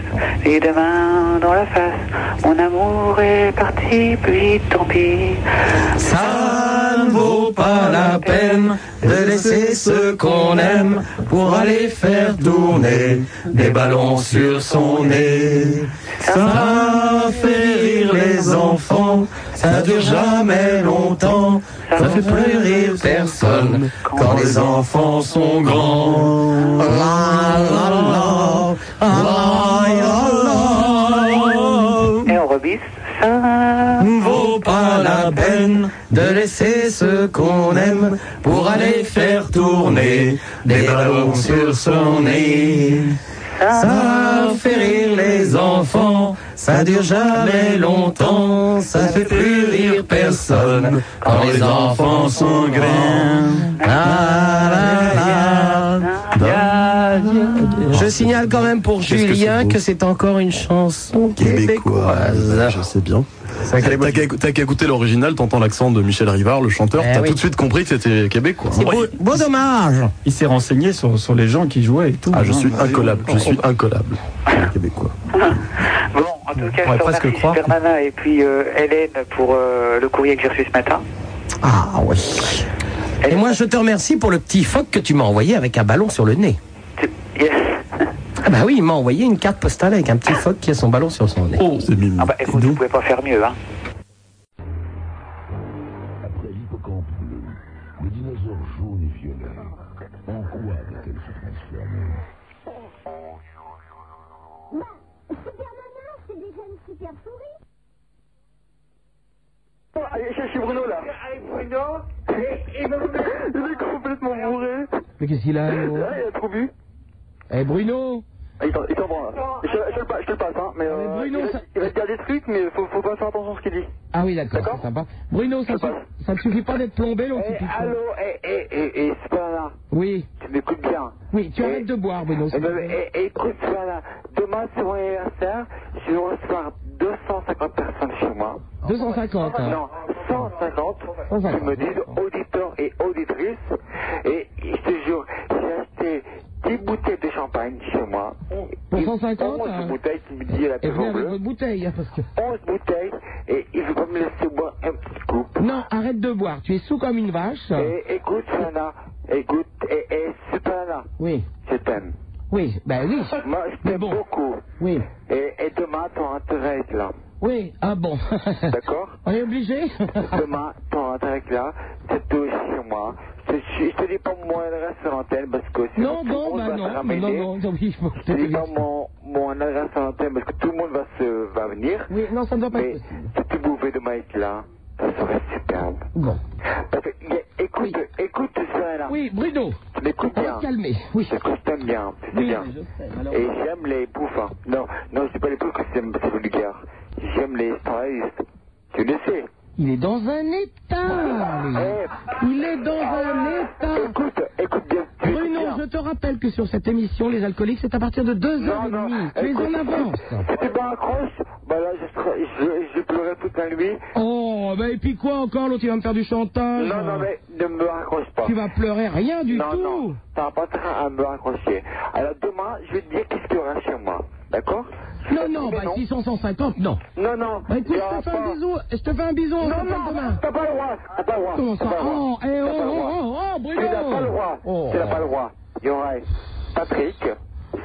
Speaker 5: les deux mains dans la face. Mon amour est parti, puis tant pis.
Speaker 3: Ça ne vaut pas la peine de laisser ce qu'on aime pour aller faire tourner des ballons sur son nez. Ça fait rire les enfants, ça dure jamais longtemps, ça fait plus rire personne quand les enfants sont grands. La, la, la,
Speaker 5: Et on rebisse. Ça
Speaker 3: ne vaut pas la peine de laisser ce qu'on aime pour aller faire tourner des ballons sur son nez. Ça fait rire les enfants, ça dure jamais longtemps, ça fait plus rire personne quand les enfants sont grands.
Speaker 32: Je signale quand même pour
Speaker 4: Qu'est-ce que
Speaker 32: Julien
Speaker 4: c'est beau.
Speaker 32: que c'est encore une chanson québécoise.
Speaker 4: Je sais bien. T'as qu'à t'as qu'à écouter l'original, t'entends l'accent de Michel Rivard, le chanteur,
Speaker 32: Eh
Speaker 4: t'as
Speaker 32: oui.
Speaker 4: tout de suite compris que c'était Oh, Québec, quoi.
Speaker 32: C'est beau, beau dommage.
Speaker 25: Il s'est renseigné sur, sur les gens qui jouaient et tout. Bah,
Speaker 4: Ah, je suis incollable, je suis
Speaker 25: incollable.
Speaker 4: Québécois.
Speaker 5: En tout cas,
Speaker 25: pourrait
Speaker 5: je te
Speaker 25: presque
Speaker 5: remercie
Speaker 25: croire
Speaker 5: Super Nana et puis euh, Hélène pour euh, le courrier que j'ai reçu ce matin.
Speaker 32: Ah oui. Et moi, je te remercie pour le petit phoque que tu m'as envoyé avec un ballon sur le nez. Ah bah oui, il m'a envoyé une carte postale avec un petit phoque qui a son ballon sur son nez.
Speaker 4: Oh, c'est mignon.
Speaker 5: Ah bah écoute, vous pouvez pas faire mieux, hein.
Speaker 33: Après l'hippocampe bleu, le dinosaure jaune et violet, en quoi va-t-elle se transformer
Speaker 16: Ah,
Speaker 34: Je suis Bruno là. Bruno Il est complètement bourré.
Speaker 14: Mais qu'est-ce qu'il a
Speaker 34: Ouais, il a trop bu.
Speaker 14: Eh Bruno
Speaker 34: Ah, Il s'en- il s'en prend là. Je, je le passe, je te le passe, hein. Mais,
Speaker 14: Ah,
Speaker 34: euh, il, va, il va te dire des trucs, mais faut, faut pas faire attention à ce qu'il dit.
Speaker 14: Ah oui, d'accord, c'est sympa. Bruno, ça, su- ça ne suffit pas d'être plombé, l'eau qui pique.
Speaker 34: Allô, eh, eh, eh, eh, c'est pas là.
Speaker 14: Oui.
Speaker 34: Tu m'écoutes bien.
Speaker 14: Oui, tu arrêtes de boire, Bruno.
Speaker 34: Eh ben, eh, eh, écoute, voilà. Demain, c'est mon anniversaire. Je vais recevoir 250 personnes chez moi.
Speaker 14: 250. hein.
Speaker 34: Non, 150 qui me disent auditeurs et auditrices. Et je te jure, j'ai acheté 10 bouteilles de champagne chez moi.
Speaker 14: Pour 150
Speaker 34: 11
Speaker 14: hein.
Speaker 34: bouteilles, tu me dis la
Speaker 14: Et venez
Speaker 34: toujours
Speaker 14: avec
Speaker 34: bleue.
Speaker 14: votre bouteille, hein, parce que...
Speaker 34: 11 bouteilles et il veut pas me laisser boire un petit coup.
Speaker 14: Non, arrête de boire, tu es sous comme une vache.
Speaker 34: Et écoute, Sana, écoute, et, et c'est pas là.
Speaker 14: Oui.
Speaker 34: Je t'aime.
Speaker 14: Oui, ben oui.
Speaker 34: Moi, je t'aime beaucoup.
Speaker 14: Oui.
Speaker 34: Et, et demain, t'auras intérêt à être
Speaker 14: [laughs]
Speaker 34: là.
Speaker 14: Oui, ah bon.
Speaker 34: D'accord
Speaker 14: [laughs] On est obligé
Speaker 34: Demain, t'auras intérêt à être là. C'est tout chez moi. Je, je- je te dis pas mon adresse à l'antenne parce que sinon
Speaker 14: Non,
Speaker 34: tout le
Speaker 14: bon,
Speaker 34: monde
Speaker 14: bah
Speaker 34: va se
Speaker 14: non,
Speaker 34: ramener.
Speaker 14: non, non, non, oui, bon,
Speaker 34: Je te
Speaker 14: [laughs]
Speaker 34: dis pas mon, mon adresse à l'antenne parce que tout le monde va, se, va venir.
Speaker 14: Oui, non, ça ne doit pas
Speaker 34: Mais
Speaker 14: être
Speaker 34: si tu pouvais demain être là, ça serait superbe.
Speaker 14: Bon.
Speaker 34: Parce que, y a- écoute, écoute ça là.
Speaker 14: Oui, Bruno.
Speaker 34: Tu m'écoutes bien.
Speaker 14: calmer, oui.
Speaker 34: Parce que je t'aime bien, c'est bien. Et j'aime les bouffins. Non, non, je dis pas les bouffins, c'est c'est vulgaire. J'aime les travaillistes. Tu le sais.
Speaker 14: Il est dans un état. lui. Il est dans un état.
Speaker 34: Écoute, écoute bien.
Speaker 14: Bruno, je te rappelle que sur cette émission, les alcooliques, c'est à partir de 2h30. Tu es en avance.
Speaker 34: C'était pas un croche, bah là, je, serais- je, je pleurais toute la nuit.
Speaker 14: Oh, bah et puis quoi encore L'autre, il va me faire du chantage.
Speaker 34: Non, non, mais ne me raccroche pas.
Speaker 14: Tu vas pleurer rien du
Speaker 34: non,
Speaker 14: tout.
Speaker 34: Non, t'as pas train à me raccrocher. Alors demain, je vais te dire qu'est-ce qu'il y aura chez moi. D'accord
Speaker 14: Non, non, bah 650, non.
Speaker 34: Non, non.
Speaker 14: Bah écoute,
Speaker 34: il y
Speaker 14: je
Speaker 34: aura
Speaker 14: te fais un
Speaker 34: pas-
Speaker 14: bisou, je te fais un bisou, on
Speaker 34: Non,
Speaker 14: se rappelle
Speaker 34: non,
Speaker 14: demain.
Speaker 34: T'as pas le droit. T'as pas le droit.
Speaker 14: Comment ça
Speaker 34: T'as pas le
Speaker 14: Oh,
Speaker 34: droit.
Speaker 14: eh,
Speaker 34: T'as
Speaker 14: oh,
Speaker 34: pas le droit.
Speaker 14: oh, oh, oh, Bruno
Speaker 34: Tu n'as pas le droit.
Speaker 14: Oh.
Speaker 34: Tu n'as pas le droit. Il y aura Patrick,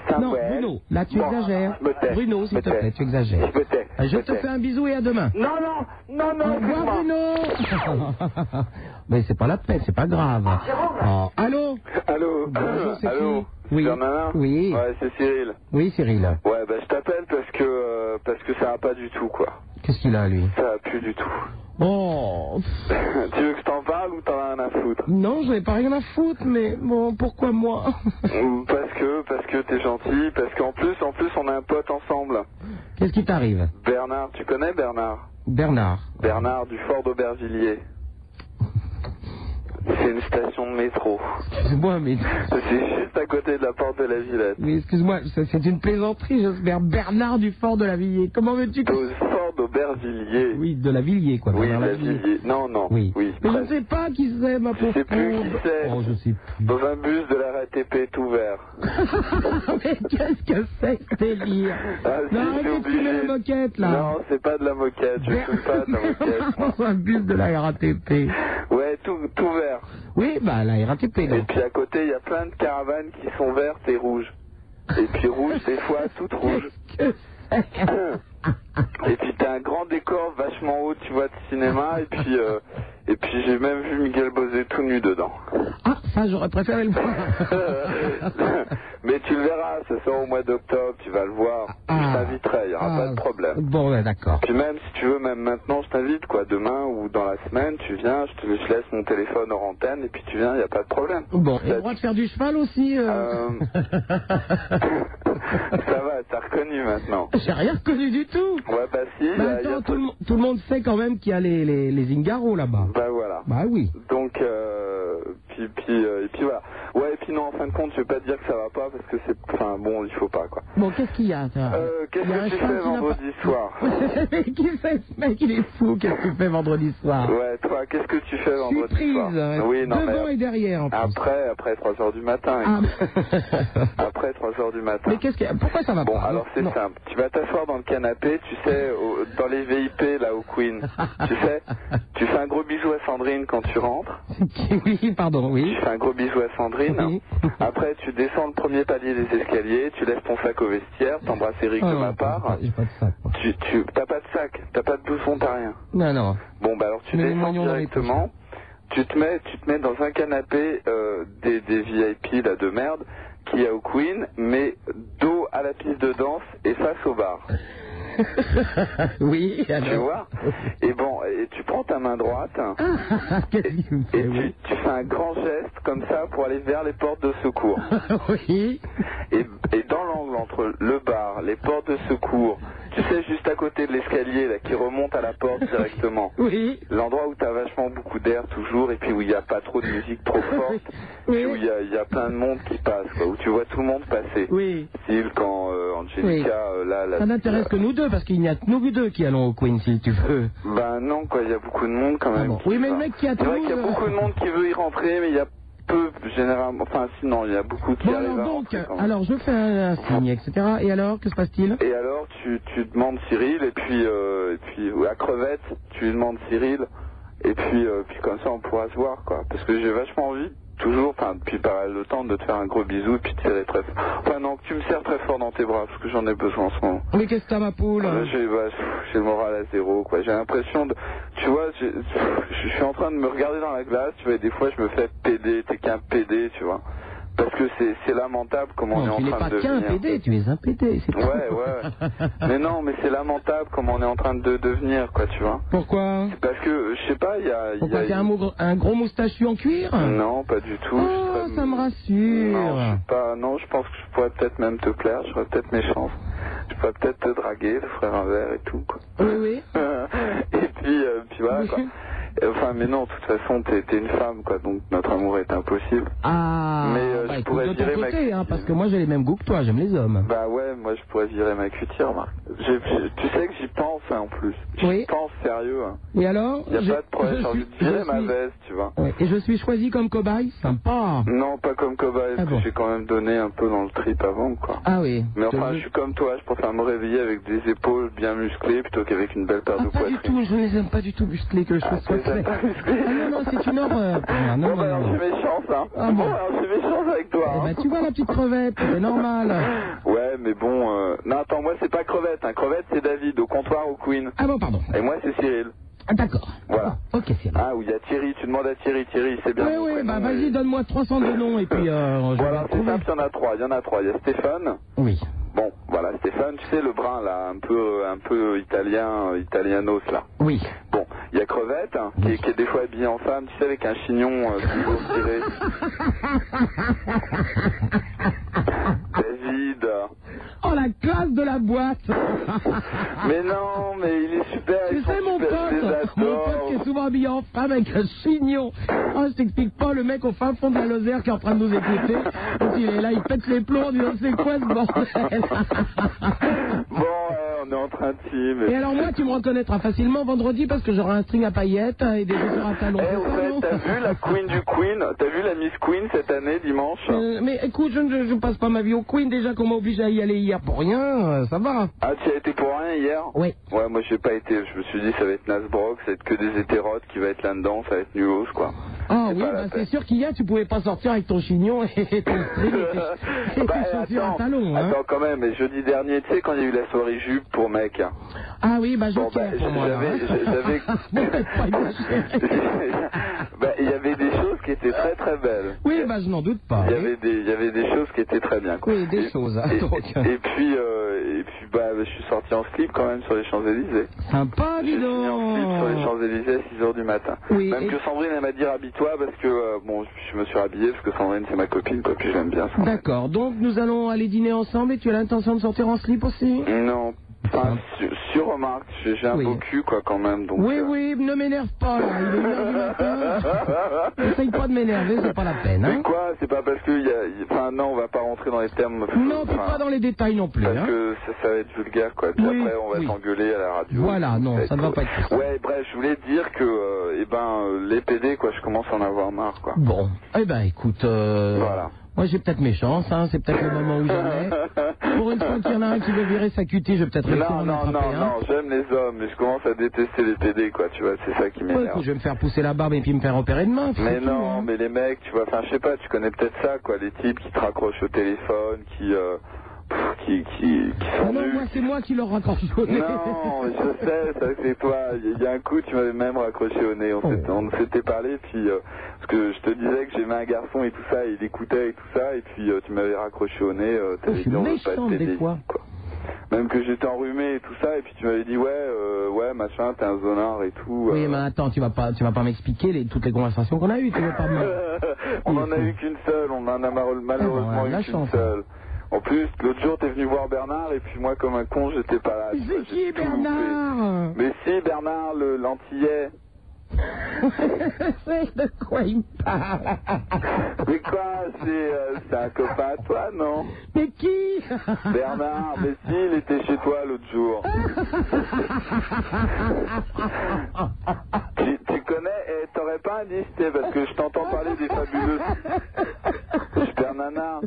Speaker 34: Samuel...
Speaker 14: Non, Bruno, là tu
Speaker 34: Bon,
Speaker 14: exagères.
Speaker 34: Je me tais.
Speaker 14: Bruno, s'il te plaît, tu exagères.
Speaker 34: Je me tais.
Speaker 14: Euh, Je
Speaker 34: me
Speaker 14: te
Speaker 34: tais.
Speaker 14: fais un bisou et à demain.
Speaker 34: Non, non, non,
Speaker 14: Au
Speaker 34: non,
Speaker 14: revoir, Bruno [laughs] Mais c'est pas la peine, c'est pas grave.
Speaker 34: Ah,
Speaker 14: Oh, Allô
Speaker 34: Allô Allô
Speaker 14: Oui.
Speaker 34: Oui. Ouais, c'est Cyril.
Speaker 14: Oui, Cyril.
Speaker 34: Ouais, bah je t'appelle parce que euh, parce que ça va pas du tout quoi.
Speaker 14: Qu'est-ce qu'il a, lui
Speaker 34: Ça va plus du tout. [laughs]
Speaker 14: Oh
Speaker 34: tu veux que je t'en parle ou t'en as rien à foutre
Speaker 14: Non, j'en ai pas rien à foutre, mais bon, pourquoi moi
Speaker 34: Ou Parce que parce que t'es gentil, parce qu'en plus en plus on a un pote ensemble.
Speaker 14: [laughs] Qu'est-ce qui t'arrive
Speaker 34: Bernard, tu connais Bernard
Speaker 14: Bernard.
Speaker 34: Bernard du Fort d'Aubervilliers. C'est une station de métro.
Speaker 14: Excuse-moi, mais...
Speaker 34: C'est juste à côté de la porte de la Villette.
Speaker 14: Mais excuse-moi, ça, c'est une plaisanterie, j'espère. Bernard du Fort de la Villiers. Comment veux-tu que...
Speaker 34: Fort d'Aubervilliers.
Speaker 14: Oui, de la Villiers, quoi.
Speaker 34: Oui,
Speaker 14: Bernard
Speaker 34: la
Speaker 14: Lavilliers.
Speaker 34: Villiers. Non, non. Oui.
Speaker 14: Mais je ne sais pas qui c'est, ma pauvre.
Speaker 34: Je sais plus qui c'est.
Speaker 14: oh,
Speaker 34: Dans un bus de la RATP tout vert.
Speaker 14: [laughs] mais qu'est-ce que c'est que ce délire
Speaker 34: Ah, si,
Speaker 14: Non,
Speaker 34: j'ai
Speaker 14: arrêtez de
Speaker 34: oublié.
Speaker 14: fumer la moquette, là.
Speaker 34: Non, c'est pas de la moquette. Je fume pas
Speaker 14: [laughs]
Speaker 34: de la moquette.
Speaker 14: Dans un bus de la RATP.
Speaker 34: Ouais, tout, tout vert.
Speaker 14: Oui, bah, la RATP,
Speaker 34: Et
Speaker 14: donc.
Speaker 34: puis à côté, il y a plein de caravanes qui sont vertes et rouges. Et puis rouges, des fois, toutes rouges. Et puis t'as un grand décor vachement haut, tu vois, de cinéma. Et puis, euh, et puis j'ai même vu Miguel Bosé tout
Speaker 14: [laughs]
Speaker 34: nu dedans. Euh,
Speaker 14: Ah, ça, j'aurais préféré le
Speaker 34: [laughs]
Speaker 14: voir.
Speaker 34: Mais tu le verras, ce sort au mois d'octobre, tu vas le voir. je t'inviterai, il n'y aura pas de problème.
Speaker 14: Ah, bon, ouais, d'accord.
Speaker 34: Puis même, si tu veux, même maintenant, je t'invite, quoi. Demain ou dans la semaine, tu viens, je te je laisse mon téléphone hors antenne, et puis tu viens, il n'y a pas de problème.
Speaker 14: Bon, et
Speaker 34: Ça-
Speaker 14: le droit de faire du cheval aussi euh...
Speaker 34: Ça va, t'as reconnu maintenant.
Speaker 14: [laughs] J'ai rien reconnu du tout.
Speaker 34: Ouais, bah si, il y
Speaker 14: Bah,
Speaker 34: a- il y a
Speaker 14: attends,
Speaker 34: peu-
Speaker 14: tout, le, mo- tout le monde sait quand même qu'il y a les, les, les Ingaros là-bas.
Speaker 34: Bah voilà.
Speaker 14: Bah oui.
Speaker 34: Donc, euh, puis, puis, euh, et puis voilà. Ouais, et puis non, en fin de compte, je vais pas te dire que ça va pas, parce que c'est, enfin bon, il faut pas, quoi.
Speaker 14: Bon, qu'est-ce qu'il y a ça
Speaker 34: Euh, qu'est-ce
Speaker 14: Il y a un
Speaker 34: que tu
Speaker 14: cheval
Speaker 34: fais
Speaker 14: qui n'a
Speaker 34: vendredi soir
Speaker 14: pas- [laughs] Mais qui c'est ce mec Il est fou, qu'est-ce qu'il fait vendredi soir
Speaker 34: Ouais, toi, qu'est-ce que tu fais vendredi soir
Speaker 14: hein,
Speaker 34: Euh, Oui, non,
Speaker 14: devant
Speaker 34: mais euh, ah,
Speaker 14: et derrière. en plus. Ah,
Speaker 34: après, après 3 heures du matin. [laughs] après 3 heures du matin.
Speaker 14: Mais qu'est-ce que... Ah, Pourquoi ça va
Speaker 34: Bon,
Speaker 14: pas
Speaker 34: alors c'est simple. Tu vas t'asseoir dans le canapé, tu sais, au- dans les VIP, là, au Queen. tu sais, tu fais un gros bisou à Sandrine quand tu rentres.
Speaker 14: [laughs] oui, pardon, oui.
Speaker 34: Tu fais un gros bisou à Sandrine.
Speaker 14: [laughs]
Speaker 34: Après, tu descends le premier palier des escaliers, tu laisses ton sac au vestiaire, t'embrasses Eric
Speaker 14: Ah
Speaker 34: de
Speaker 14: non,
Speaker 34: ma part.
Speaker 14: J'ai pas de sac. moi.
Speaker 34: Tu, tu, t'as pas de sac, t'as pas de blouson, t'as rien.
Speaker 14: Non, non.
Speaker 34: Bon, bah alors tu
Speaker 14: Mais les
Speaker 34: descends
Speaker 14: moignons dans les
Speaker 34: directement. Tu te mets, tu te mets dans un canapé euh, des, des VIP là de merde qui est au Queen, mais dos à la piste de danse et face au bar.
Speaker 14: [laughs] oui,
Speaker 34: Tu vois Et bon, et tu prends ta main droite hein,
Speaker 14: Ah. [laughs]
Speaker 34: et, et tu, tu fais un grand geste comme ça pour aller vers les portes de
Speaker 14: [laughs]
Speaker 34: secours.
Speaker 14: oui.
Speaker 34: Et, et dans l'angle entre le bar, les portes de secours, tu sais juste à côté de l'escalier là qui remonte à la porte
Speaker 14: [laughs]
Speaker 34: directement.
Speaker 14: Oui.
Speaker 34: L'endroit où t'as vachement beaucoup d'air toujours et puis où il n'y a pas trop de musique trop forte, puis où il y a, il y a plein de monde qui passe, quoi, où tu vois tout le monde passer.
Speaker 14: Oui.
Speaker 34: Style quand euh, Angelica,
Speaker 14: Oui. Ah,
Speaker 34: euh, là, la-
Speaker 14: Ça n'intéresse que nous deux, parce qu'il n'y a que nous deux qui allons au Queen, si tu veux.
Speaker 34: Ben non, quoi, il y a beaucoup de monde quand même.
Speaker 14: Ah Oui, mais le mec qui euh, a
Speaker 34: C'est
Speaker 14: tout.
Speaker 34: vrai qu'il y a beaucoup de monde qui veut y rentrer, mais il y a peu, généralement, enfin sinon, il y a beaucoup qui
Speaker 14: Bon,
Speaker 34: arrivent
Speaker 14: alors
Speaker 34: à
Speaker 14: donc,
Speaker 34: rentrer quand même.
Speaker 14: alors je fais un, un signe, etc. Et alors, que se passe-t-il
Speaker 34: Et alors, tu, tu demandes Cyril, et puis, euh, et puis ou à crevette, tu lui demandes Cyril, et puis, euh, puis comme ça, on pourra se voir, quoi. Parce que j'ai vachement envie, toujours, enfin, depuis pas mal de temps, de te faire un gros bisou, et puis de serrer très fort. Enfin, non, que tu me serres très fort dans tes bras, parce que j'en ai besoin en ce moment.
Speaker 14: Mais qu'est-ce que t'as, ma poule
Speaker 34: Euh, J'ai bah, pff, j'ai le moral à zéro, quoi. J'ai l'impression de. Tu vois, j'ai- pff, je suis en train de me regarder dans la glace, tu vois, et des fois, je me fais pédé, t'es qu'un pédé, tu vois. Parce que c'est c'est lamentable comment
Speaker 14: Non,
Speaker 34: on
Speaker 14: tu
Speaker 34: est
Speaker 14: n'es
Speaker 34: en train
Speaker 14: pas
Speaker 34: de
Speaker 14: qu'un
Speaker 34: devenir.
Speaker 14: PD, tu es un PD. c'est tout. [laughs]
Speaker 34: Ouais, ouais. Mais non, mais c'est lamentable comme on est en train de devenir, quoi, tu vois.
Speaker 14: Pourquoi
Speaker 34: C'est parce que, je sais pas, il y a. il y
Speaker 14: Pourquoi
Speaker 34: a-
Speaker 14: t'es un, hein. mou- un gros moustachu en cuir
Speaker 34: Non, pas du tout.
Speaker 14: Oh, ça me
Speaker 34: Non, je
Speaker 14: rassure.
Speaker 34: sais pas, non, je pense que je pourrais peut-être même te plaire, j'aurais peut-être mes chances. Je pourrais peut-être te draguer, te faire un verre [laughs] et tout, quoi.
Speaker 14: Oui, oui.
Speaker 34: et puis, euh, puis voilà, quoi. Et Enfin, mais non, de toute façon, t'es t'es une femme, quoi, donc notre amour est impossible.
Speaker 14: Ah,
Speaker 34: Mais, euh, je
Speaker 14: bah, écoute,
Speaker 34: pourrais
Speaker 14: de ton
Speaker 34: virer ma
Speaker 14: côté, hein, parce que moi j'ai les mêmes goûts que toi, j'aime les hommes.
Speaker 34: Bah ouais, moi je pourrais virer ma cutie, remarque. J'ai- j'ai- tu sais que j'y pense, hein, en plus. J'y pense sérieux. Hein.
Speaker 14: Et alors
Speaker 34: Y a
Speaker 14: je-
Speaker 34: pas de problème,
Speaker 14: [laughs] je
Speaker 34: j'ai envie
Speaker 14: suis-
Speaker 34: de virer
Speaker 14: je
Speaker 34: ma
Speaker 14: suis-
Speaker 34: veste, tu vois.
Speaker 14: Ouais, Et je suis choisi comme cobaye Sympa
Speaker 34: Non, pas comme cobaye, parce que j'ai quand même donné un peu dans le trip avant, quoi.
Speaker 14: Ah oui.
Speaker 34: Mais
Speaker 14: Te-
Speaker 34: enfin, je suis comme toi, je préfère me réveiller avec des épaules bien musclées plutôt qu'avec une belle paire de
Speaker 14: Pas du
Speaker 34: poitrines.
Speaker 14: tout, je ne les aime pas du tout musclés que je sois soit fait. Ah non, non, c'est une horreur. Ah, Non,
Speaker 34: bah,
Speaker 14: non, non, non.
Speaker 34: C'est méchant, ça.
Speaker 14: Ah
Speaker 34: hein.
Speaker 14: bon.
Speaker 34: bon, alors c'est méchant avec toi. hein.
Speaker 14: Bah, tu vois la petite crevette, c'est normal.
Speaker 34: Ouais, mais bon. euh, Non, attends, moi c'est pas Crevette. Hein. Crevette c'est David au comptoir au Queen.
Speaker 14: Ah bon, pardon.
Speaker 34: Et moi c'est Cyril.
Speaker 14: Ah, D'accord.
Speaker 34: Voilà.
Speaker 14: Ok, Cyril.
Speaker 34: Ah, oui, il y a Thierry. Tu demandes à Thierry. Thierry, c'est bien.
Speaker 14: Ouais,
Speaker 34: mon
Speaker 14: ouais,
Speaker 34: prénom,
Speaker 14: bah
Speaker 34: mais-
Speaker 14: vas-y, donne-moi 300 de noms et puis euh, je vais
Speaker 34: Voilà, c'est
Speaker 14: trouver.
Speaker 34: simple, il y en a trois. Il y en a trois. Il y a Stéphane.
Speaker 14: Oui.
Speaker 34: Bon, voilà, Stéphane, tu sais, le brun là, un peu, euh, un peu italien, euh, italianos là.
Speaker 14: Oui.
Speaker 34: Bon, il y a Crevette, hein, qui, est- qui est des fois habillée en femme, tu sais, avec un chignon euh, toujours
Speaker 14: [laughs]
Speaker 34: tiré. David.
Speaker 14: [laughs] Oh, la classe de la boîte
Speaker 34: Mais non, mais il est super.
Speaker 14: Tu sais, mon pote, mon pote qui est souvent habillé en femme avec un chignon. Oh, je t'explique pas, le mec au fin fond de la Lozère qui est en train de nous écouter. Donc, il est là, il pète les plombs en disant c'est quoi ce
Speaker 34: [laughs]
Speaker 14: bordel
Speaker 34: Bon, ouais, on est en train de filmer.
Speaker 14: Et alors, moi, tu me reconnaîtras facilement vendredi parce que j'aurai un string à paillettes hein, et des chaussures à talons.
Speaker 34: Eh, au fait, t'as vu la Queen du Queen T'as vu la Miss Queen cette année, dimanche
Speaker 14: Euh, mais écoute, je ne je passe pas ma vie au Queen déjà qu'on m'a obligé à y aller hier pour rien, euh, ça va.
Speaker 34: Ah, tu y as été pour rien hier
Speaker 14: Oui.
Speaker 34: Ouais, moi j'ai pas été. Je me suis dit, ça va être Nasbrock, ça va être que des hétérotes qui va être là-dedans, ça va être nulos, quoi.
Speaker 14: Ah oui, bah, c'est sûr qu'hier tu pouvais pas sortir avec ton chignon et
Speaker 34: [laughs]
Speaker 14: ton string et tes- et tes chaussures à talons. Hein.
Speaker 34: Bah, Attends, quand même, mais jeudi dernier, tu sais, quand il y a eu la soirée jupe pour mec, hein,
Speaker 14: Ah oui, bah je
Speaker 34: Bon, bah,
Speaker 14: tiens pour moi.
Speaker 34: j'avais-
Speaker 14: hein. [laughs]
Speaker 34: j'avais-
Speaker 14: Bon,
Speaker 34: [laughs]
Speaker 14: c'est pas exagéré.
Speaker 34: bah, il y avait des choses qui étaient très très belles.
Speaker 14: oui, bah je n'en doute pas.
Speaker 34: Il y avait des, il y avait des choses qui étaient très bien, quoi.
Speaker 14: Oui, des choses. hein, donc.
Speaker 34: Et puis, euh, et puis bah, je suis sorti en slip quand même sur les Champs-Élysées.
Speaker 14: Sympa, dis
Speaker 34: Sur les
Speaker 14: donc.
Speaker 34: Champs-Élysées à 6h du matin.
Speaker 14: Oui,
Speaker 34: même
Speaker 14: et-
Speaker 34: que Sandrine, elle m'a dit rhabille-toi parce que, euh, bon, je, je me suis habillé parce que Sandrine, c'est ma copine, quoi, puis je l'aime bien.
Speaker 14: D'accord, donc nous allons aller dîner ensemble et tu as l'intention de sortir en slip aussi
Speaker 34: Non, enfin, sur, sur remarque, j'ai j'ai un beau cul, quoi, quand même, donc. euh.
Speaker 14: Oui, oui, ne m'énerve pas, là. il est une heure du matin. Essaye pas de m'énerver, c'est pas la peine. Hein.
Speaker 34: Mais quoi C'est pas parce que. il Y a, il- enfin, non, on va pas rentrer dans les termes.
Speaker 14: Non, puis pas dans les détails non plus.
Speaker 34: Parce
Speaker 14: Hein.
Speaker 34: que ça, ça va être vulgaire, quoi. Puis
Speaker 14: Oui,
Speaker 34: après, on va
Speaker 14: oui.
Speaker 34: s'engueuler à la radio.
Speaker 14: Voilà, non, ça ne va pas être
Speaker 34: Ouais, bref, je voulais te dire que, euh, eh ben, euh, les PD, quoi, je commence à en avoir marre, quoi.
Speaker 14: Bon, eh ben écoute, euh, moi j'ai peut-être mes chances, hein, c'est peut-être le moment où j'en ai. Pour une fois qu'il y en a un qui veut virer sa cutie, je vais peut-être réussir à
Speaker 34: Non,
Speaker 14: en
Speaker 34: non,
Speaker 14: attraper
Speaker 34: non,
Speaker 14: un.
Speaker 34: non, j'aime les hommes, mais je commence à détester les PD, quoi, tu vois, c'est ça qui
Speaker 14: Ouais,
Speaker 34: m'énerve.
Speaker 14: écoute, je vais me faire pousser la barbe et puis me faire opérer demain.
Speaker 34: Mais
Speaker 14: hein.
Speaker 34: non, mais les mecs, tu vois, enfin, je sais pas, tu connais peut-être ça, quoi, les types qui te raccrochent au téléphone, qui, euh, pff, qui, qui, qui sont
Speaker 14: Ah Non,
Speaker 34: nuls.
Speaker 14: moi c'est moi qui leur raccroche au nez.
Speaker 34: Non, mais je sais, ça c'est toi. Il y a un coup, tu m'avais même raccroché au nez. On s'était- on s'était parlé, puis euh, parce que je te disais que j'aimais un garçon et tout ça, et il écoutait et tout ça, et puis euh, tu m'avais raccroché au nez. euh,
Speaker 14: Oh,
Speaker 34: t'avais dit on veut pas
Speaker 14: Méchant
Speaker 34: de
Speaker 14: des
Speaker 34: TDI.
Speaker 14: fois.
Speaker 34: Même que j'étais enrhumé et tout ça, et puis tu m'avais dit ouais, euh, ouais, machin, t'es un zonard et tout.
Speaker 14: Oui,
Speaker 34: euh.
Speaker 14: mais attends, tu vas pas, tu vas pas m'expliquer les- toutes les conversations qu'on a eues, tu veux pas me...
Speaker 34: [laughs] on en a eu qu'une seule, on en a mar- malheureusement
Speaker 14: Ah,
Speaker 34: eu qu'une
Speaker 14: hein.
Speaker 34: seule. En plus, l'autre jour, t'es venu voir Bernard, et puis moi, comme un con, j'étais pas là. tu vois, j'ai tout loupé.
Speaker 14: Bernard
Speaker 34: Mais
Speaker 14: [laughs]
Speaker 34: si, Bernard, le l'antillais.
Speaker 14: C'est de quoi il parle
Speaker 34: Mais quoi, c'est euh, c'est un copain à toi, non
Speaker 14: Mais qui
Speaker 34: [laughs] Bernard, mais si, il était chez toi l'autre jour. tu, tu connais, eh, t'aurais pas un disque, t'sais, parce que je t'entends parler des fabuleux super nanas.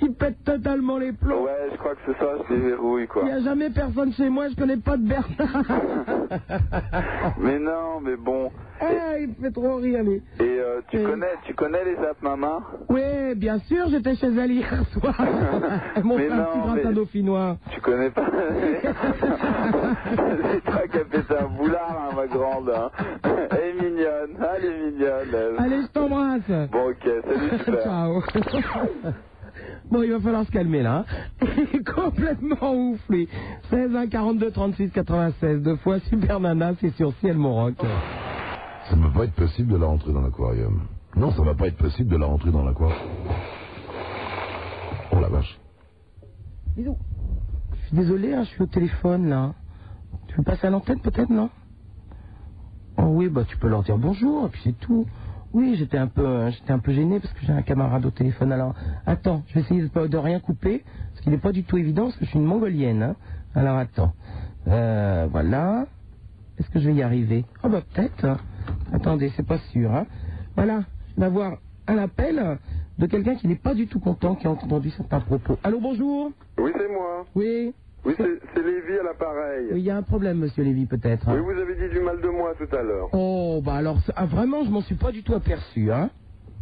Speaker 14: Il pète totalement les plombs.
Speaker 34: Ouais, je crois que ce soir, je les verrouille, quoi.
Speaker 14: Il n'y a jamais personne chez moi, je connais pas de Bernard.
Speaker 34: [laughs] Mais non, mais bon.
Speaker 14: ah, il me fait trop rire, lui.
Speaker 34: Et euh, tu, connais, tu connais les apps maman
Speaker 14: Oui, bien sûr, j'étais chez elle hier soir.
Speaker 34: [laughs]
Speaker 14: Elle m'a
Speaker 34: Mais
Speaker 14: fait un petit
Speaker 34: non,
Speaker 14: gratin
Speaker 34: mais-
Speaker 14: dauphinois.
Speaker 34: Tu connais pas C'est toi qui as pété un boulard, hein, ma grande. hein. [laughs] Elle est mignonne, hein, elle est mignonne. elle.
Speaker 14: Allez, je t'embrasse.
Speaker 34: Bon, ok,
Speaker 14: [laughs]
Speaker 34: salut, super.
Speaker 14: Ciao. Bon, il va falloir se calmer là. hein. [laughs] Il est complètement ouf, lui. 16 1 42 36 96. Deux fois Super Nana, c'est sur Ciel Moroc.
Speaker 29: Ça ne va pas être possible de la rentrer dans l'aquarium. Non, ça ne va pas être possible de la rentrer dans l'aquarium. Oh la vache.
Speaker 14: Bisous. Je suis désolé, hein, je suis au téléphone là. Tu veux passer à l'antenne peut-être, non Oh, oui, bah tu peux leur dire bonjour, et puis c'est tout. Oui, j'étais un peu, euh, j'étais un peu gêné parce que j'ai un camarade au téléphone. Alors, attends, je vais essayer de, pas- de rien couper parce qu'il n'est pas du tout évident parce que je suis une mongolienne. hein. Alors attends, Euh, voilà. Est-ce que je vais y arriver Oh bah peut-être. Attendez, c'est pas sûr. hein. Voilà, je vais avoir un appel de quelqu'un qui n'est pas du tout content qui a entendu certains propos. Allô, bonjour.
Speaker 16: Oui, c'est moi.
Speaker 14: Oui.
Speaker 16: Oui, c'est c'est Lévi à l'appareil.
Speaker 14: Oui, il y a un problème, Monsieur Lévy, peut-être. hein.
Speaker 16: Oui, vous avez dit du mal de moi tout à l'heure.
Speaker 14: Oh bah alors ça- ah, vraiment, je m'en suis pas du tout aperçu. Hein.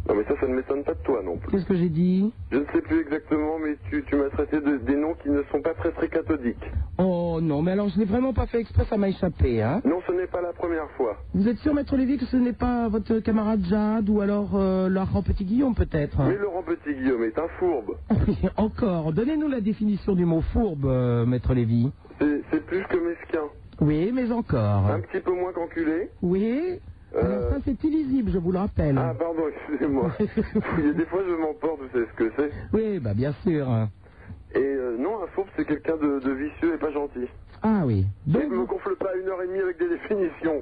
Speaker 16: Non, mais ça, ça ne m'étonne pas de toi non plus.
Speaker 14: Qu'est-ce que j'ai dit
Speaker 16: Je ne sais plus exactement, mais tu, tu m'as traité de, des noms qui ne sont pas très très cathodiques.
Speaker 14: Oh non, mais alors je l'ai vraiment pas fait exprès, ça m'a échappé, hein.
Speaker 16: Non, ce n'est pas la première fois.
Speaker 14: Vous êtes sûr, Maître Lévy, que ce n'est pas votre camarade Jade ou alors euh, Laurent Petit Guillaume peut-être hein
Speaker 16: Mais Laurent Petit Guillaume est un fourbe.
Speaker 14: [laughs] Encore, donnez-nous la définition du mot fourbe, euh, Maître Lévy.
Speaker 16: C'est c'est plus que mesquin.
Speaker 14: Oui, mais encore.
Speaker 16: Un petit peu moins qu'enculé.
Speaker 14: Oui. Alors ça c'est illisible, je vous le rappelle.
Speaker 16: Euh, Ah, pardon, excusez-moi. Il y a des fois, je m'emporte, vous savez ce que c'est.
Speaker 14: [laughs] Oui, bah bien sûr.
Speaker 16: Et euh, non, un fourbe, c'est quelqu'un de, de vicieux et pas gentil.
Speaker 14: Ah oui.
Speaker 16: Ne me gonfle pas une heure et demie avec des définitions.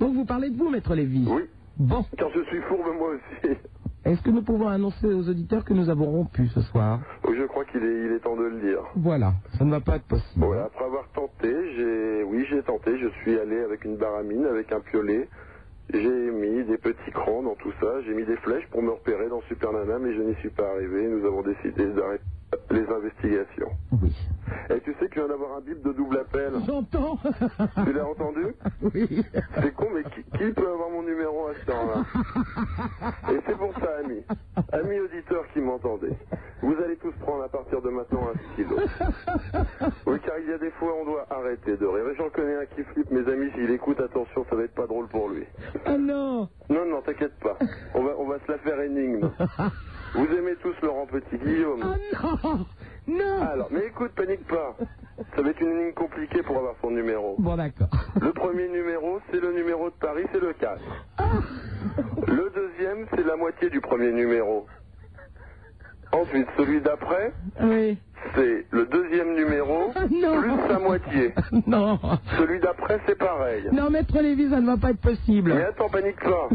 Speaker 14: Donc vous parlez de vous, Maître Lévy
Speaker 16: Oui.
Speaker 14: Bon.
Speaker 16: Car je suis fourbe moi aussi. [laughs]
Speaker 14: Est-ce que nous pouvons annoncer aux auditeurs que nous avons rompu ce soir
Speaker 16: Oui, je crois qu'il est, il est temps de le dire.
Speaker 14: Voilà, ça ne va pas être possible.
Speaker 16: Voilà, après avoir tenté, j'ai, oui, j'ai tenté. Je suis allé avec une baramine, avec un piolet. J'ai mis des petits crans dans tout ça. J'ai mis des flèches pour me repérer dans Super Nana, mais je n'y suis pas arrivé. Nous avons décidé d'arrêter les investigations.
Speaker 14: Oui.
Speaker 16: Et tu sais que tu viens d'avoir un bip de double appel.
Speaker 14: J'entends. [laughs]
Speaker 16: Tu l'as entendu
Speaker 14: Oui.
Speaker 16: C'est con, mais qui, qui peut avoir mon numéro à ce temps-là Et c'est pour ça, amis, amis auditeurs qui m'entendez, vous allez tous prendre à partir de maintenant un stylo. Oui, car il y a des fois, on doit arrêter de rire. Et J'en connais un qui flippe, mes amis, s'il écoute, attention, ça va être pas drôle pour lui.
Speaker 14: Ah non
Speaker 16: Non, non, t'inquiète pas, on va, on va se la faire énigme. Vous aimez tous Laurent Petit-Guillaume
Speaker 14: Non Ah Non
Speaker 16: alors, mais écoute, panique pas. Ça va être une ligne compliquée pour avoir son numéro.
Speaker 14: Bon, d'accord.
Speaker 16: Le premier numéro, c'est le numéro de Paris, c'est le 4. Le deuxième, c'est la moitié du premier numéro. Ensuite, celui d'après,
Speaker 14: Oui.
Speaker 16: c'est le deuxième numéro
Speaker 14: [laughs] non.
Speaker 16: plus sa moitié.
Speaker 14: Non
Speaker 16: Celui d'après, c'est pareil.
Speaker 14: Non, Maître Lévy, ça ne va pas être possible.
Speaker 16: Mais attends, panique
Speaker 14: [laughs]
Speaker 16: pas.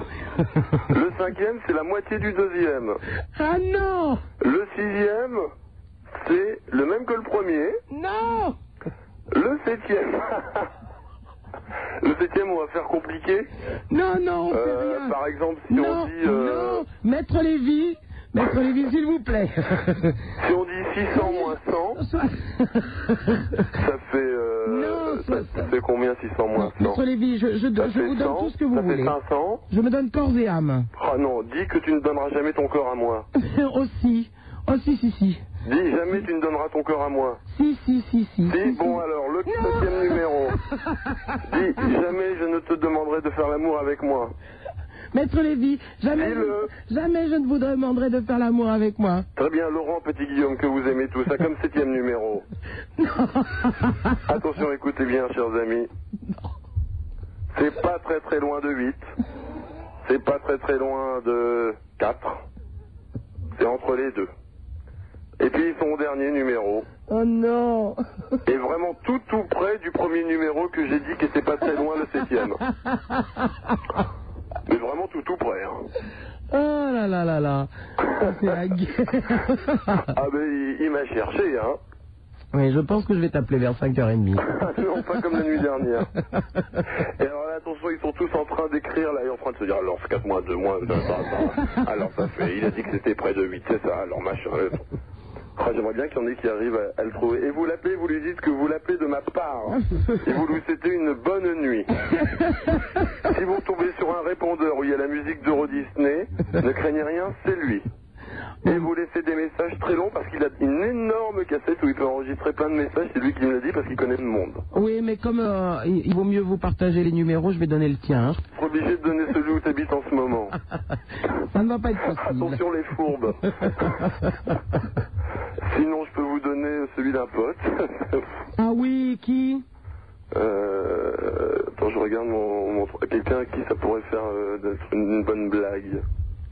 Speaker 16: Le cinquième, c'est la moitié du deuxième.
Speaker 14: Ah non
Speaker 16: Le sixième, c'est le même que le premier.
Speaker 14: Non
Speaker 16: Le septième. [laughs] le septième, on va faire compliqué.
Speaker 14: Non, non, on fait
Speaker 16: Euh,
Speaker 14: rien.
Speaker 16: par exemple, si on
Speaker 14: non,
Speaker 16: dit euh,
Speaker 14: non, Maître Lévy, Maître Lévy, s'il vous plaît.
Speaker 16: [laughs] si on dit 600 moins 100,
Speaker 14: [laughs]
Speaker 16: ça fait euh, ça, ça fait combien 600 moins 100
Speaker 14: Maître Lévy, je, je,
Speaker 16: Ça
Speaker 14: je
Speaker 16: fait
Speaker 14: vous donne
Speaker 16: 100,
Speaker 14: tout ce que vous
Speaker 16: ça
Speaker 14: voulez.
Speaker 16: fait 500.
Speaker 14: Je me donne corps et âme. [laughs]
Speaker 16: Ah non, dis que tu ne donneras jamais ton corps à moi.
Speaker 14: Aussi. Oh, si, si, si.
Speaker 16: Dis jamais tu ne donneras ton corps à moi.
Speaker 14: Si, si, si, si.
Speaker 16: Dis bon alors le septième
Speaker 14: [laughs]
Speaker 16: numéro. Dis jamais je ne te demanderai de faire l'amour avec moi.
Speaker 14: Maître Lévy, jamais, je, jamais je ne vous demanderai de faire l'amour avec moi.
Speaker 16: Très bien Laurent Petit Guillaume que vous aimez tous, ça comme septième numéro. Attention, écoutez bien, chers amis. C'est pas très très loin de 8. C'est pas très très loin de 4. C'est entre les deux. Et puis son dernier numéro
Speaker 14: Oh non
Speaker 16: est vraiment tout tout près du premier numéro que j'ai dit qui était pas très loin le septième. Mais vraiment tout tout près. hein.
Speaker 14: Oh là là là là C'est la guerre
Speaker 16: [laughs] Ah ben il, il m'a cherché hein.
Speaker 14: Oui, je pense que je vais t'appeler vers 5h30.
Speaker 16: [laughs] non, pas comme la nuit dernière. Et alors là, attention, ils sont tous en train d'écrire, là, et en train de se dire, alors 4 mois, 2 mois, ça, ça, ça. alors ça fait, il a dit que c'était près de 8, c'est ça, alors machin. euh. Ah, J'aimerais bien qu'il y en ait qui arrivent à, à le trouver. Et vous l'appelez, vous lui dites que vous l'appelez de ma part. Et vous lui souhaitez une bonne nuit. si vous tombez sur un répondeur où il y a la musique d'Euro Disney, ne craignez rien, c'est lui. Et vous laissez des messages très longs parce qu'il a une énorme cassette où il peut enregistrer plein de messages. C'est lui qui me l'a dit parce qu'il connaît le monde.
Speaker 14: Oui, mais comme euh, il, il vaut mieux vous partager les numéros, je vais donner le tien. hein.
Speaker 16: Faut obligé de donner celui où t'habites en ce moment.
Speaker 14: [laughs] Ça ne va pas être possible.
Speaker 16: Attention les
Speaker 14: [laughs]
Speaker 16: fourbes. Sinon, je peux vous donner celui d'un pote.
Speaker 14: [laughs] Ah oui, qui
Speaker 16: Euh, attends, je regarde mon, mon- quelqu'un à qui ça pourrait faire euh, d'être une, une bonne blague.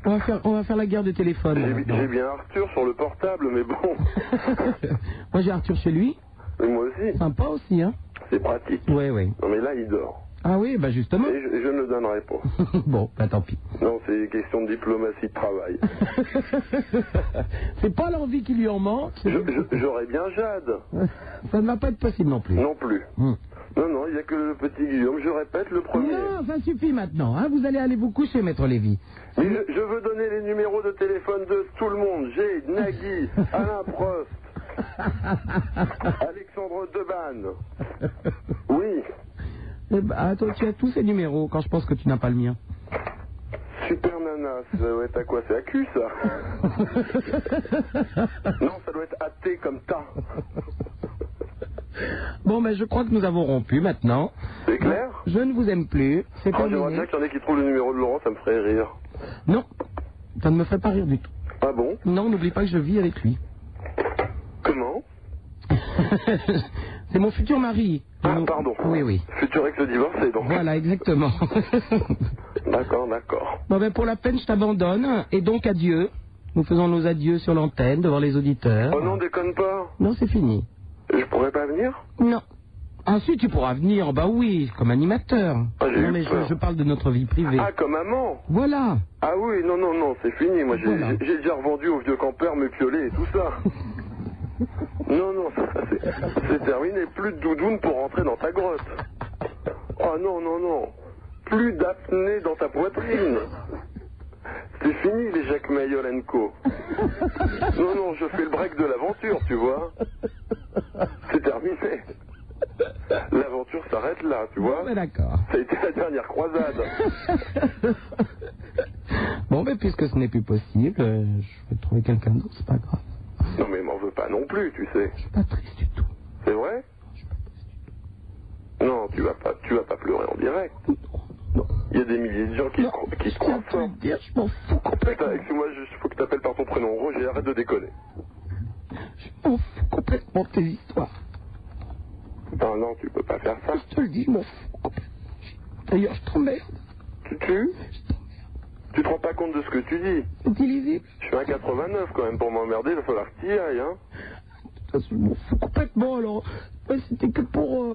Speaker 14: on va, faire, on va faire la guerre de téléphone.
Speaker 16: J'ai, j'ai bien Arthur sur le portable, mais bon, [laughs]
Speaker 14: [laughs] Moi, j'ai Arthur chez lui.
Speaker 16: mais moi aussi,
Speaker 14: Sympa aussi, hein
Speaker 16: c'est pratique.
Speaker 14: Oui, oui.
Speaker 16: Non mais là, il dort.
Speaker 14: Ah oui, bah justement.
Speaker 16: Et je, je ne le donnerai pas.
Speaker 14: [laughs] bon, bah tant pis.
Speaker 16: Non, c'est une question de diplomatie de travail.
Speaker 14: [laughs] C'est pas l'envie qui lui en manque.
Speaker 16: Je- je- J'aurais bien Jade.
Speaker 14: [laughs] Ça ne va pas être possible non plus. Hmm.
Speaker 16: Non plus. Non, non, il n'y a que le petit Guillaume. Je répète, le premier.
Speaker 14: Non, Ah, ça suffit maintenant. hein. Vous allez aller vous coucher, maître Lévy.
Speaker 16: Mais je, je veux donner les numéros de téléphone de tout le monde.
Speaker 14: [laughs]
Speaker 16: J'ai Nagui, Alain Prost, Alexandre Debanne. Oui,
Speaker 14: Eh ben, attends, tu as tous ces numéros quand je pense que tu n'as pas le mien. [laughs]
Speaker 16: Super Nana, ça doit être à quoi C'est à cul,
Speaker 14: [laughs]
Speaker 16: ça Non, ça doit être à T comme tas.
Speaker 14: Bon, ben je crois que nous avons rompu maintenant.
Speaker 16: C'est clair
Speaker 14: Je ne vous aime plus. C'est
Speaker 16: Ah, J'aimerais
Speaker 14: terminé.
Speaker 16: bien qu'il y en ait qui trouvent le numéro de Laurent, ça me ferait rire.
Speaker 14: Non, ça ne me fait pas rire du tout.
Speaker 16: Ah bon
Speaker 14: Non, n'oublie pas que je vis avec lui. [laughs]
Speaker 16: Comment
Speaker 14: C'est mon futur mari.
Speaker 16: Ah, pardon.
Speaker 14: Oui, oui.
Speaker 16: Futur ex divorcé, donc.
Speaker 14: Voilà, exactement. [laughs]
Speaker 16: D'accord, d'accord.
Speaker 14: bon, ben pour la peine, je t'abandonne. Et donc, adieu. Nous faisons nos adieux sur l'antenne devant les auditeurs.
Speaker 16: Oh non, déconne pas.
Speaker 14: Non, c'est fini.
Speaker 16: Je pourrais pas venir
Speaker 14: Non. Ensuite, tu pourras venir, bah oui, comme animateur.
Speaker 16: Ah, j'ai eu
Speaker 14: non, mais je,
Speaker 16: peur.
Speaker 14: je parle de notre vie privée.
Speaker 16: Ah, comme amant
Speaker 14: Voilà.
Speaker 16: Ah oui, non, non, non, c'est fini. Moi, j'ai j'ai- j'ai déjà revendu aux vieux campeurs mes piolets et tout ça. non, non, ça, ça, c'est c'est terminé. Plus de doudoune pour rentrer dans ta grotte. Oh non, non, non. Plus d'apnée dans ta poitrine. C'est fini les Jacques Mayol and Co. Non, non, je fais le break de l'aventure, tu vois. C'est terminé. L'aventure s'arrête là, tu vois.
Speaker 14: d'accord.
Speaker 16: Ça a été la dernière croisade.
Speaker 14: Bon, ben puisque ce n'est plus possible, euh, je vais trouver quelqu'un d'autre, c'est pas grave.
Speaker 16: Non mais m'en veux pas non plus, tu sais. Je suis
Speaker 14: pas triste
Speaker 16: du tout. C'est vrai Non, tu vas pas, tu vas pas pleurer en direct. Il y a des milliers de gens qui, cro- qui te croient ça.
Speaker 14: Dire, je m'en fous
Speaker 16: complètement. Excuse-moi, je faut que t'appelles par ton prénom Roger, arrête de déconner.
Speaker 14: Je m'en fous complètement de tes histoires.
Speaker 16: Non, non, tu peux pas faire ça.
Speaker 14: Je te le dis, je m'en fous complètement. D'ailleurs, je t'emmerde.
Speaker 16: Tu tues Tu te rends pas compte de ce que tu dis
Speaker 14: C'est illisible.
Speaker 16: Je suis un 89 quand même pour m'emmerder, il va falloir que t'y ailles, hein.
Speaker 14: De toute façon, je m'en fous complètement, alors. Ouais, C'était que pour... euh,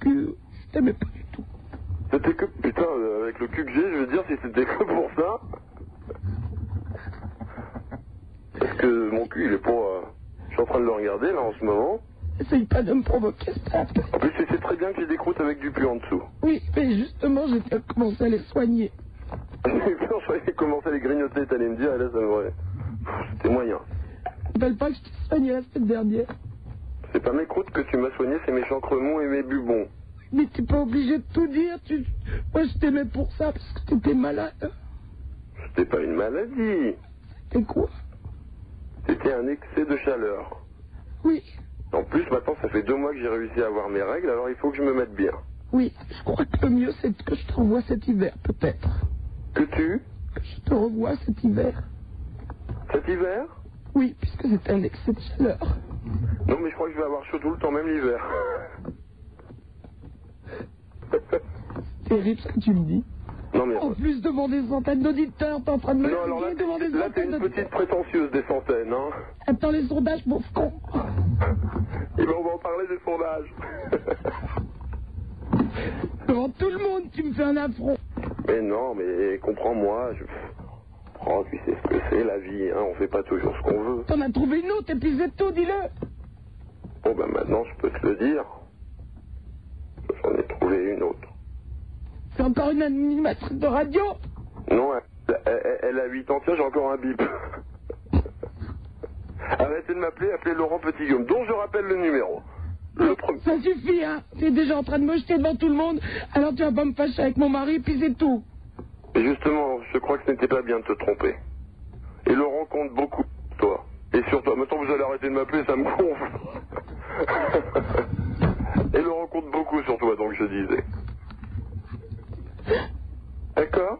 Speaker 14: que pour le cul. Je t'aimais pas.
Speaker 16: C'était que, putain, euh, avec le cul que j'ai, je veux dire, si c'était que pour ça. Parce que mon cul, il est pas. euh, je suis en train de le regarder, là, en ce moment.
Speaker 14: Essaye pas de me provoquer, c'est pas la peine.
Speaker 16: En plus, tu sais très bien que j'ai des croûtes avec du pu en dessous. [laughs]
Speaker 14: Oui, mais justement, j'ai commencé à les soigner.
Speaker 16: J'ai peur, je croyais commencer à les grignoter, t'allais me dire, ah, là, ça devrait. Pff, C'était moyen.
Speaker 14: Je rappelle pas que je t'ai soigné la semaine dernière.
Speaker 16: C'est pas mes croûtes que tu m'as soigné, c'est mes chancres mous et mes bubons.
Speaker 14: Mais t'es pas obligé de tout dire. Tu... Moi, je t'aimais pour ça, parce que t'étais malade.
Speaker 16: C'était pas une maladie.
Speaker 14: C'était quoi
Speaker 16: C'était un excès de chaleur.
Speaker 14: Oui.
Speaker 16: En plus, maintenant, ça fait deux mois que j'ai réussi à avoir mes règles, alors il faut que je me mette bien.
Speaker 14: Oui, je crois que le mieux, c'est que je te revoie cet hiver, peut-être.
Speaker 16: Que tu
Speaker 14: Je te revois cet hiver.
Speaker 16: Cet hiver
Speaker 14: Oui, puisque c'est un excès de chaleur.
Speaker 16: Non, mais je crois que je vais avoir chaud tout le temps, même l'hiver.
Speaker 14: [laughs] Terrible ce que tu me dis. Ah,
Speaker 16: Non, mais.
Speaker 14: En plus, devant des centaines d'auditeurs, t'es en train de me
Speaker 16: Non, alors là,
Speaker 14: crier
Speaker 16: t'es-
Speaker 14: devant des
Speaker 16: là, t'es
Speaker 14: centaines
Speaker 16: une
Speaker 14: d'auditeurs.
Speaker 16: petite prétentieuse des centaines, hein.
Speaker 14: Attends les sondages, mon con.
Speaker 16: Et ben, on va en parler des sondages.
Speaker 14: Devant tout le monde, tu me fais un affront.
Speaker 16: Mais non, mais comprends-moi, je. Oh, tu sais ce que c'est la vie, hein, on fait pas toujours ce qu'on veut.
Speaker 14: T'en as trouvé une autre, et puis c'est tout, dis-le.
Speaker 16: Bon, ben maintenant, je peux te le dire. J'en ai trouvé une autre.
Speaker 14: C'est encore une animatrice de radio.
Speaker 16: Non, elle, elle- elle a 8 ans, tiens, j'ai encore un bip. [laughs] Arrêtez de m'appeler, appelez Laurent Petit-Guillaume, dont je rappelle le numéro.
Speaker 14: Ça suffit, hein. T'es déjà en train de me jeter devant tout le monde, alors tu vas pas me fâcher avec mon mari, puis c'est tout.
Speaker 16: Et justement, je crois que ce n'était pas bien de te tromper. Et Laurent compte beaucoup sur toi. Et sur toi. Maintenant, vous allez arrêter de m'appeler, ça me gonfle. [laughs] Et Laurent compte beaucoup sur toi, donc je disais. D'accord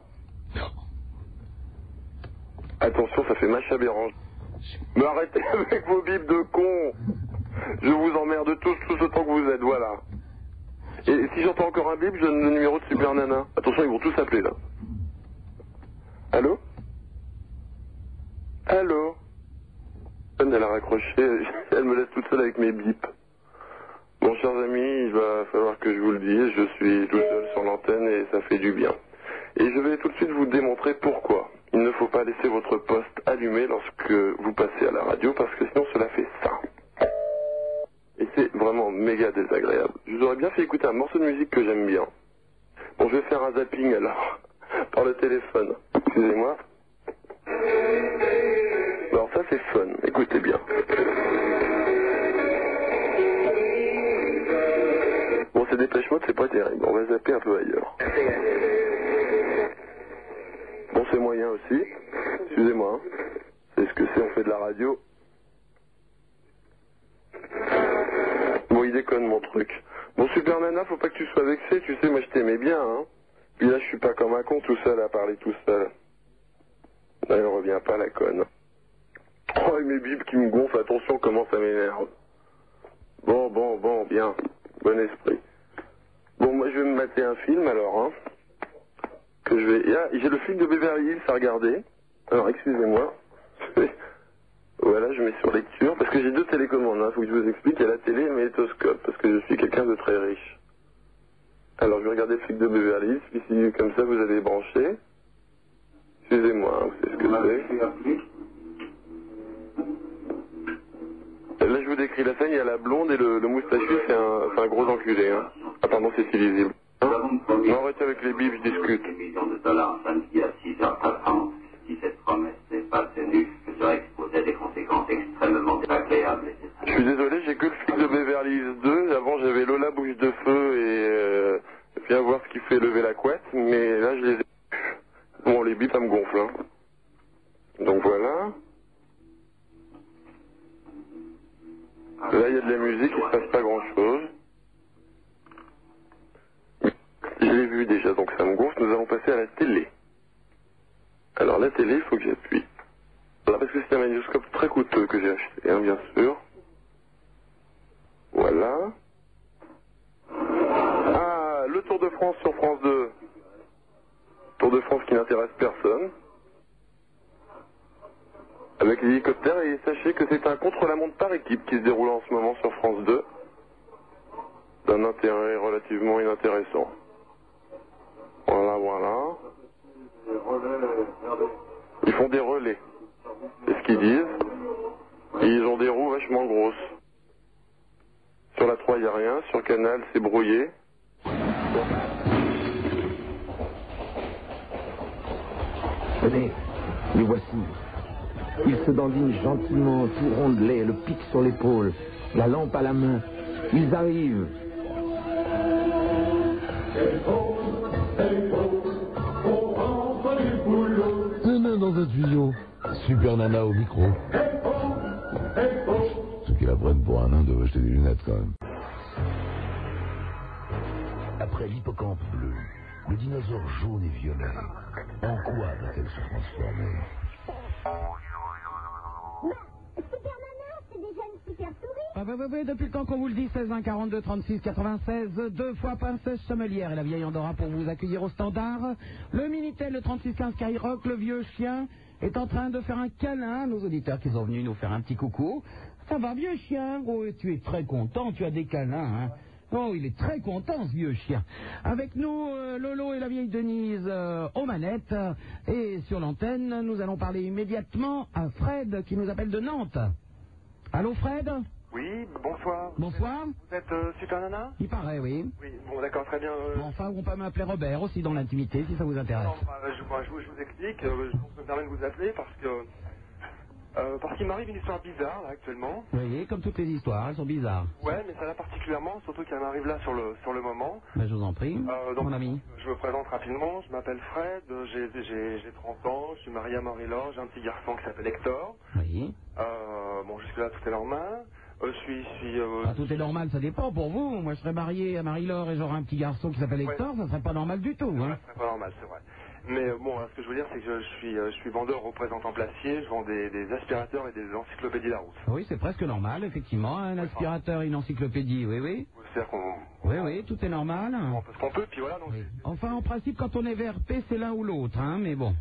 Speaker 16: Attention, ça fait Macha Bérange. Mais arrêtez [laughs] avec vos bips de con Je vous emmerde tous, tous autant que vous êtes, voilà. Et si j'entends encore un bip, je donne le numéro de Super Nana. Attention, ils vont tous appeler, là. Allô [laughs] Allô Elle a raccroché, elle me laisse toute seule avec mes bips. Bon, chers amis, il va falloir que je vous le dise, je suis tout seul sur l'antenne et ça fait du bien. Et je vais tout de suite vous démontrer pourquoi il ne faut pas laisser votre poste allumé lorsque vous passez à la radio parce que sinon cela fait ça. Et c'est vraiment méga désagréable. Je vous aurais bien fait écouter un morceau de musique que j'aime bien. Bon, je vais faire un zapping alors, [laughs] par le téléphone. Excusez-moi. Alors ça c'est fun, écoutez bien. Bon, c'est dépêche mode, c'est pas terrible. On va zapper un peu ailleurs. Bon, c'est moyen aussi. Excusez-moi. hein. C'est ce que c'est, on fait de la radio. Bon, il déconne mon truc. Bon, Super Nana, faut pas que tu sois vexé. Tu sais, moi je t'aimais bien. Hein. Puis là, je suis pas comme un con tout seul à parler tout seul. Là, elle revient pas, la conne. Oh, et mes bibles qui me gonflent, attention comment ça m'énerve. Bon, bon, bon, bien. Bon esprit. Bon, moi je vais me mater un film alors, hein. Que je vais. Ah, j'ai le film de Beverly Hills à regarder. Alors, excusez-moi. [laughs] voilà, je mets sur lecture. Parce que j'ai deux télécommandes, hein. Faut que je vous explique. Il y a la télé et métoscope. Parce que je suis quelqu'un de très riche. Alors, je vais regarder le film de Beverly Hills. Puis, si comme ça, vous allez brancher. Excusez-moi, hein, vous savez ce que c'est. Là, je vous décris la scène, il y a la blonde et le, le moustachu, c'est un, c'est un gros enculé. Hein. Ah, pardon, c'est si lisible. Hein non, arrêtez avec les bibles, je discute.
Speaker 35: samedi à 6h40. Si cette promesse n'est pas tenue, je serai exposé à des conséquences extrêmement désagréables.
Speaker 16: Je suis désolé, j'ai que le film de Beverly Hills 2. Avant, j'avais Lola Bouche de Feu et euh, bien voir ce qui fait lever la couette, mais là, je les ai. Bon, les bibles, ça me gonfle. Hein. Donc voilà. Là, il y a de la musique, il se passe pas grand chose. Je l'ai vu déjà, donc ça me gonfle. Nous allons passer à la télé. Alors, la télé, il faut que j'appuie. Voilà, parce que c'est un magnétoscope très coûteux que j'ai acheté, hein, bien sûr. Voilà. Ah, le Tour de France sur France 2. Tour de France qui n'intéresse personne. Avec l'hélicoptère, et sachez que c'est un contre-la-montre par équipe qui se déroule en ce moment sur France 2. D'un intérêt relativement inintéressant. Voilà, voilà. Ils font des relais. C'est ce qu'ils disent. Et ils ont des roues vachement grosses. Sur la 3, il n'y a rien. Sur Canal, c'est brouillé.
Speaker 34: Tenez, les voici. Ils se dandinent gentiment, tout rondelés, le pic sur l'épaule, la lampe à la main. Ils arrivent.
Speaker 36: Nana dans un tuyau.
Speaker 34: Super Nana au micro. Ceux qui la prennent pour un nain doivent acheter des lunettes quand même. Après l'hippocampe bleu, le dinosaure jaune et violet, en quoi va-t-elle se transformer
Speaker 14: Ah bah, bah, bah, depuis le temps qu'on vous le dit, 16 1 42 36 96, deux fois princesse sommelière et la vieille Andorra pour vous accueillir au standard. Le Minitel, le 36 15 Skyrock, le vieux chien, est en train de faire un câlin à nos auditeurs qui sont venus nous faire un petit coucou. Ça va, vieux chien Oh, tu es très content, tu as des câlins, hein Oh, il est très content, ce vieux chien. Avec nous, euh, Lolo et la vieille Denise euh, aux manettes. Et sur l'antenne, nous allons parler immédiatement à Fred qui nous appelle de Nantes. Allô, Fred
Speaker 30: Oui, bonsoir.
Speaker 14: Bonsoir.
Speaker 30: Vous êtes euh, Super Nana
Speaker 14: Il paraît, oui.
Speaker 30: Oui, bon d'accord, très bien. euh,
Speaker 14: Bon, enfin, on peut m'appeler Robert aussi dans l'intimité si ça vous intéresse.
Speaker 30: non, euh, je, moi, je vous- je vous explique, euh, je je me permets de vous appeler parce que... euh, parce qu'il m'arrive une histoire bizarre là actuellement.
Speaker 14: Vous voyez, comme toutes les histoires, elles sont bizarres.
Speaker 30: Ouais, mais ça va particulièrement, surtout qu'elle m'arrive là sur le, sur le moment.
Speaker 14: Ben, je vous en prie,
Speaker 30: Euh, donc,
Speaker 14: mon ami.
Speaker 30: Je me présente rapidement, je m'appelle Fred, euh, j'ai- j'ai j'ai 30 ans, je suis marié à Marie-Laure, j'ai un petit garçon qui s'appelle Hector.
Speaker 14: Oui.
Speaker 30: Euh, bon, jusque-là, tout est normal. Euh, je suis... Je suis euh,
Speaker 14: Ah, tout est normal, ça dépend pour vous. Moi, je serais marié à Marie-Laure et j'aurais un petit garçon qui s'appelle Hector, ça serait pas normal du tout. Hein.
Speaker 30: C'est pas normal, c'est vrai. Mais euh, bon, euh, ce que je veux dire, c'est que je, je suis, euh, je suis vendeur représentant placier, je vends des, des aspirateurs et des encyclopédies Larousse.
Speaker 14: Oui, c'est presque normal, effectivement. Un aspirateur, une encyclopédie, oui, oui.
Speaker 30: C'est-à-dire qu'on
Speaker 14: Oui, oui, tout est normal.
Speaker 30: parce qu'on peut, puis voilà. Donc,
Speaker 14: Enfin, en principe, quand on est VRP, c'est l'un ou l'autre, hein, mais bon.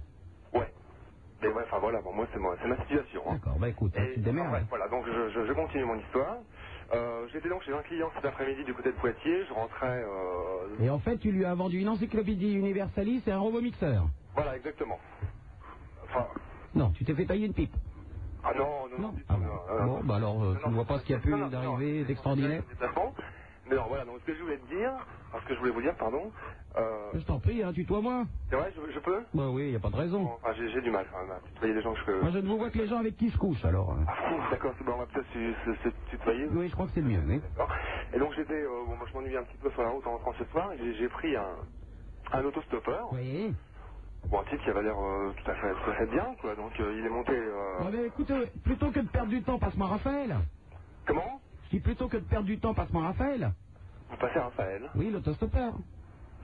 Speaker 30: Mais ouais, enfin voilà, bon, moi, c'est moi- c'est ma situation. hein.
Speaker 14: D'accord, bah écoute, tu te
Speaker 30: Ah,
Speaker 14: démerdes.
Speaker 30: ouais, voilà, donc je, je- je continue mon histoire.
Speaker 22: Euh, J'étais donc chez un client cet après-midi du côté de Poitiers. Je rentrais. euh,
Speaker 14: Et en fait, tu lui as vendu une encyclopédie universaliste et un robot mixeur.
Speaker 22: Voilà, exactement. Enfin,
Speaker 14: Non, tu t'es fait tailler une pipe.
Speaker 22: ah non, non, non, du tout, non, euh,
Speaker 14: Bon, bah alors, euh, tu ne vois pas ce qu'il y a pu d'arriver d'extraordinaire
Speaker 22: déplacement. Mais alors voilà, donc ce que je voulais te dire, alors, ce que je voulais vous dire, pardon, euh,
Speaker 14: Je t'en prie, hein, tutoie-moi.
Speaker 22: c'est vrai, je, je peux
Speaker 14: Bah oui, il n'y a pas de raison.
Speaker 22: Enfin, j'ai j'ai du mal quand même à tutoyer les gens que je...
Speaker 14: Moi, je ne vous vois que les gens avec qui je couche, alors. hein.
Speaker 22: Ouh, D'accord, c'est bon, on va peut-être se, se- se tutoyer.
Speaker 14: Oui, je crois que c'est le mieux, oui.
Speaker 22: D'accord. Et donc j'étais, euh, bon, moi je m'ennuyais un petit peu sur la route en rentrant ce soir, et j'ai- j'ai pris un, un autostoppeur.
Speaker 14: Oui.
Speaker 22: Bon, un type qui avait l'air euh, tout, à fait- tout à fait bien, quoi. Donc euh, il est monté. euh,
Speaker 14: Bon, ben, écoute, euh, plutôt que de perdre du temps, passe-moi Raphaël.
Speaker 22: Comment
Speaker 14: Je dis plutôt que de perdre du temps, passe-moi Raphaël.
Speaker 22: Vous passez Raphaël.
Speaker 14: Oui, l'autostoppeur.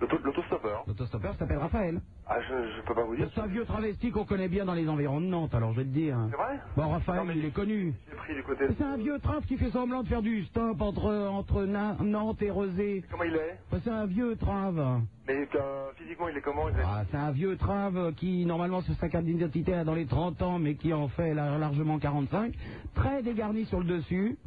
Speaker 22: L'auto- L'autostoppeur.
Speaker 14: L'autostoppeur s'appelle Raphaël.
Speaker 22: Ah, je, je peux pas vous dire.
Speaker 14: C'est un vieux travesti qu'on connaît bien dans les environs de Nantes, alors je vais te dire. hein.
Speaker 22: C'est vrai
Speaker 14: Bon, Raphaël, il est connu.
Speaker 22: J'ai pris du côté.
Speaker 14: C'est un vieux traf qui fait semblant de faire du stop entre, entre Na- Nantes et Rezé.
Speaker 22: Comment il est
Speaker 14: Bah, C'est un vieux trave.
Speaker 22: Mais euh, physiquement, il est comment il est...
Speaker 14: Ah, c'est un vieux trave qui, normalement, sur sa carte d'identité, a dans les 30 ans, mais qui en fait là, largement 45. Très dégarni sur le dessus.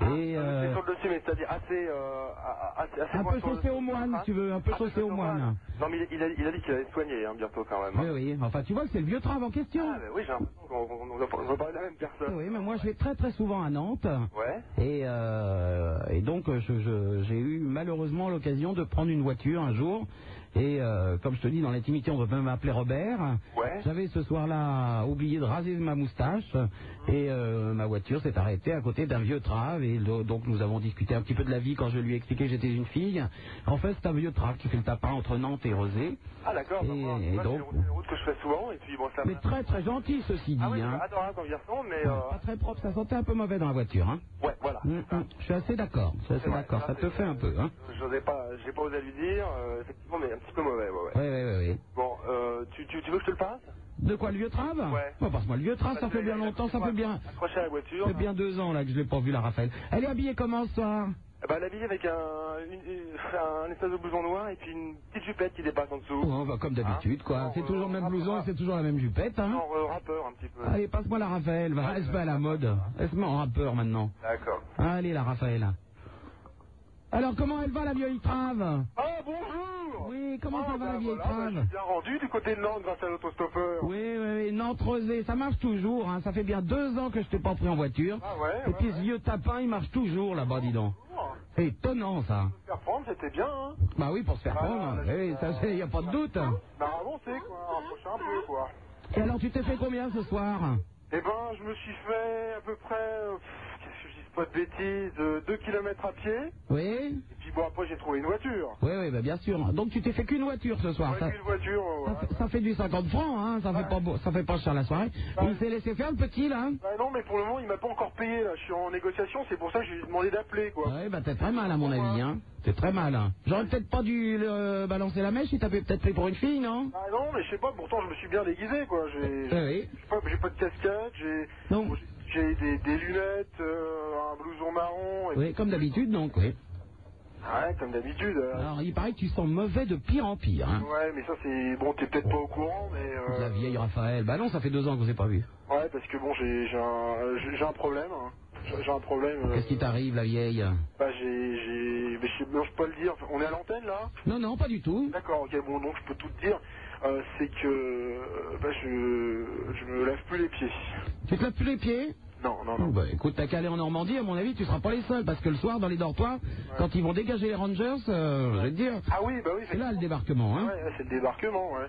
Speaker 14: Et
Speaker 22: Ah, C'est
Speaker 14: euh,
Speaker 22: sur le dessus, mais c'est-à-dire assez, euh, a- a- assez, assez
Speaker 14: un
Speaker 22: loin
Speaker 14: peu
Speaker 22: sur le-
Speaker 14: saucé au moine,
Speaker 22: hein
Speaker 14: si tu veux, un peu
Speaker 22: Ah,
Speaker 14: saucé au moine.
Speaker 22: Non, mais il a, il a dit qu'il allait se soigner hein, bientôt quand même.
Speaker 14: Oui, oui, enfin, tu vois que c'est le vieux trave en question.
Speaker 22: Ah, bah oui, j'ai l'impression qu'on on, on, on parle de la même personne.
Speaker 14: Oui, mais moi, je vais très très souvent à Nantes.
Speaker 22: Ouais.
Speaker 14: Et, euh, et donc, je- je- j'ai eu malheureusement l'occasion de prendre une voiture un jour. Et euh, comme je te dis, dans l'intimité, on peut m'appeler Robert. J'avais ce soir-là oublié de raser ma moustache. Et euh, ma voiture s'est arrêtée à côté d'un vieux trave. Et do- donc, nous avons discuté un petit peu de la vie quand je lui ai expliqué que j'étais une fille. En fait, c'est un vieux trave qui fait le tapin entre Nantes et Rosé.
Speaker 22: Ah, d'accord.
Speaker 14: Et-
Speaker 22: donc, moi,
Speaker 14: et
Speaker 22: moi,
Speaker 14: donc-
Speaker 22: c'est une route que je fais souvent, et puis bon, ça
Speaker 14: Mais très très gentil, ceci dit.
Speaker 22: Ah oui,
Speaker 14: hein.
Speaker 22: attends, attends, garçon, mais.
Speaker 14: Ouais,
Speaker 22: euh,
Speaker 14: Pas très propre, ça sentait un peu mauvais dans la voiture. Hein.
Speaker 22: Ouais, voilà.
Speaker 14: Mm, mm, Je suis assez d'accord, je suis assez d'accord. Ça te fait un peu, hein
Speaker 22: J'osais pas, j'ai pas osé lui dire, euh, effectivement, mais un petit peu mauvais, ouais, ouais.
Speaker 14: Oui, oui, oui. oui.
Speaker 22: Bon, euh, tu, tu, tu veux que je te le passe
Speaker 14: De quoi, le vieux trave
Speaker 22: Ouais.
Speaker 14: Bon, Passe-moi le vieux trave, ça
Speaker 22: Parce
Speaker 14: fait
Speaker 22: que
Speaker 14: bien
Speaker 22: il a
Speaker 14: longtemps, ça fait bien...
Speaker 22: Accroché à la voiture.
Speaker 14: Ça fait bien deux ans, là, que je l'ai pas vu, la Raphaël. Elle est habillée comment, ce soir
Speaker 22: Eh ben, elle est habillée avec un, une- une- [laughs] un espèce de blouson noir et puis une petite jupette qui dépasse en dessous.
Speaker 14: Bon, bah, Comme d'habitude, quoi. C'est toujours le même blouson et c'est toujours la même jupette, hein
Speaker 22: Genre euh, rappeur, un petit peu.
Speaker 14: Allez, passe-moi la Raphaël, va, elle se met à la mode. Elle se met en rappeur, maintenant.
Speaker 22: D'accord.
Speaker 14: Allez, la Raphaël. Alors, comment elle va, la vieille trave
Speaker 22: Ah, bonjour
Speaker 14: Oui, comment ça va, la vieille
Speaker 22: Ah, bah, je
Speaker 14: trave
Speaker 22: suis bien rendu du côté de Nantes grâce à l'autostoppeur.
Speaker 14: Oui, oui, oui, Nantes Rosé, ça marche toujours. hein. Ça fait bien deux ans que je t'ai pas pris en voiture. Et puis ce vieux tapin, il marche Ah, toujours là-bas, dis donc. C'est étonnant, ça.
Speaker 22: Faire prendre, c'était bien, hein.
Speaker 14: Bah oui, pour se faire
Speaker 22: Ah,
Speaker 14: prendre.
Speaker 22: là,
Speaker 14: eh Oui, ça, il n'y a pas de doute. hein.
Speaker 22: Bah, avancez, quoi, approchez un peu, quoi.
Speaker 14: Et alors, tu t'es fait combien ce soir
Speaker 22: Eh ben, je me suis fait à peu près, euh, pff, qu'est-ce que je dis pas de bêtises, 2 km à pied.
Speaker 14: Oui
Speaker 22: Et puis bon, après j'ai trouvé une voiture.
Speaker 14: Oui, oui, bah, bien sûr. Donc, tu t'es fait qu'une voiture ce soir. Ça,
Speaker 22: Une voiture, euh,
Speaker 14: ça fait, ça fait du 50 francs, hein. Ça fait pas, beau- ça fait pas cher la soirée. Il s'est laissé faire, le petit, là hein
Speaker 22: Bah non, mais pour le moment, il m'a pas encore payé, là. Je suis en négociation, c'est pour ça que je lui ai demandé d'appeler, quoi.
Speaker 14: Ouais, bah, t'es très mal, à mon avis, hein. T'es très mal, hein. J'aurais peut-être pas dû euh, balancer la mèche, il t'avait peut-être pris pour une fille, non
Speaker 22: Ah non, mais je sais pas, pourtant, je me suis bien déguisé, quoi. J'ai
Speaker 14: Eh oui.
Speaker 22: j'ai pas, j'ai pas de casquette, j'ai bon, j'ai- j'ai des, des lunettes, euh, un blouson marron. Et...
Speaker 14: Oui, comme d'habitude, donc, oui.
Speaker 22: Ouais, comme d'habitude. euh.
Speaker 14: Alors, il paraît que tu sens mauvais de pire en pire, hein.
Speaker 22: Ouais, mais ça, c'est... Bon, t'es peut-être pas au courant, mais... euh,
Speaker 14: La vieille Raphaël. Bah non, ça fait deux ans que vous n'avez pas vu.
Speaker 22: Ouais, parce que bon, j'ai j'ai un, euh, j'ai- j'ai un problème. hein. J'ai j'ai un problème. euh,
Speaker 14: Qu'est-ce qui t'arrive, la vieille
Speaker 22: Bah, j'ai. j'ai- mais Je sais- non, je peux pas le dire. On est à l'antenne, là
Speaker 14: Non, non, pas du tout.
Speaker 22: D'accord, ok, bon, donc je peux tout te dire. Euh, c'est que. euh, Bah, je. Je me lave plus les pieds.
Speaker 14: Tu te laves plus les pieds
Speaker 22: Non, non, non.
Speaker 14: Oh, bah, écoute, t'as qu'à aller en Normandie, à mon avis, tu seras pas les seuls, parce que le soir, dans les dortoirs, quand ils vont dégager les Rangers, euh, je vais te dire.
Speaker 22: Ah oui, bah oui,
Speaker 14: C'est là le débarquement, hein.
Speaker 22: Ouais, ouais, c'est le débarquement, ouais.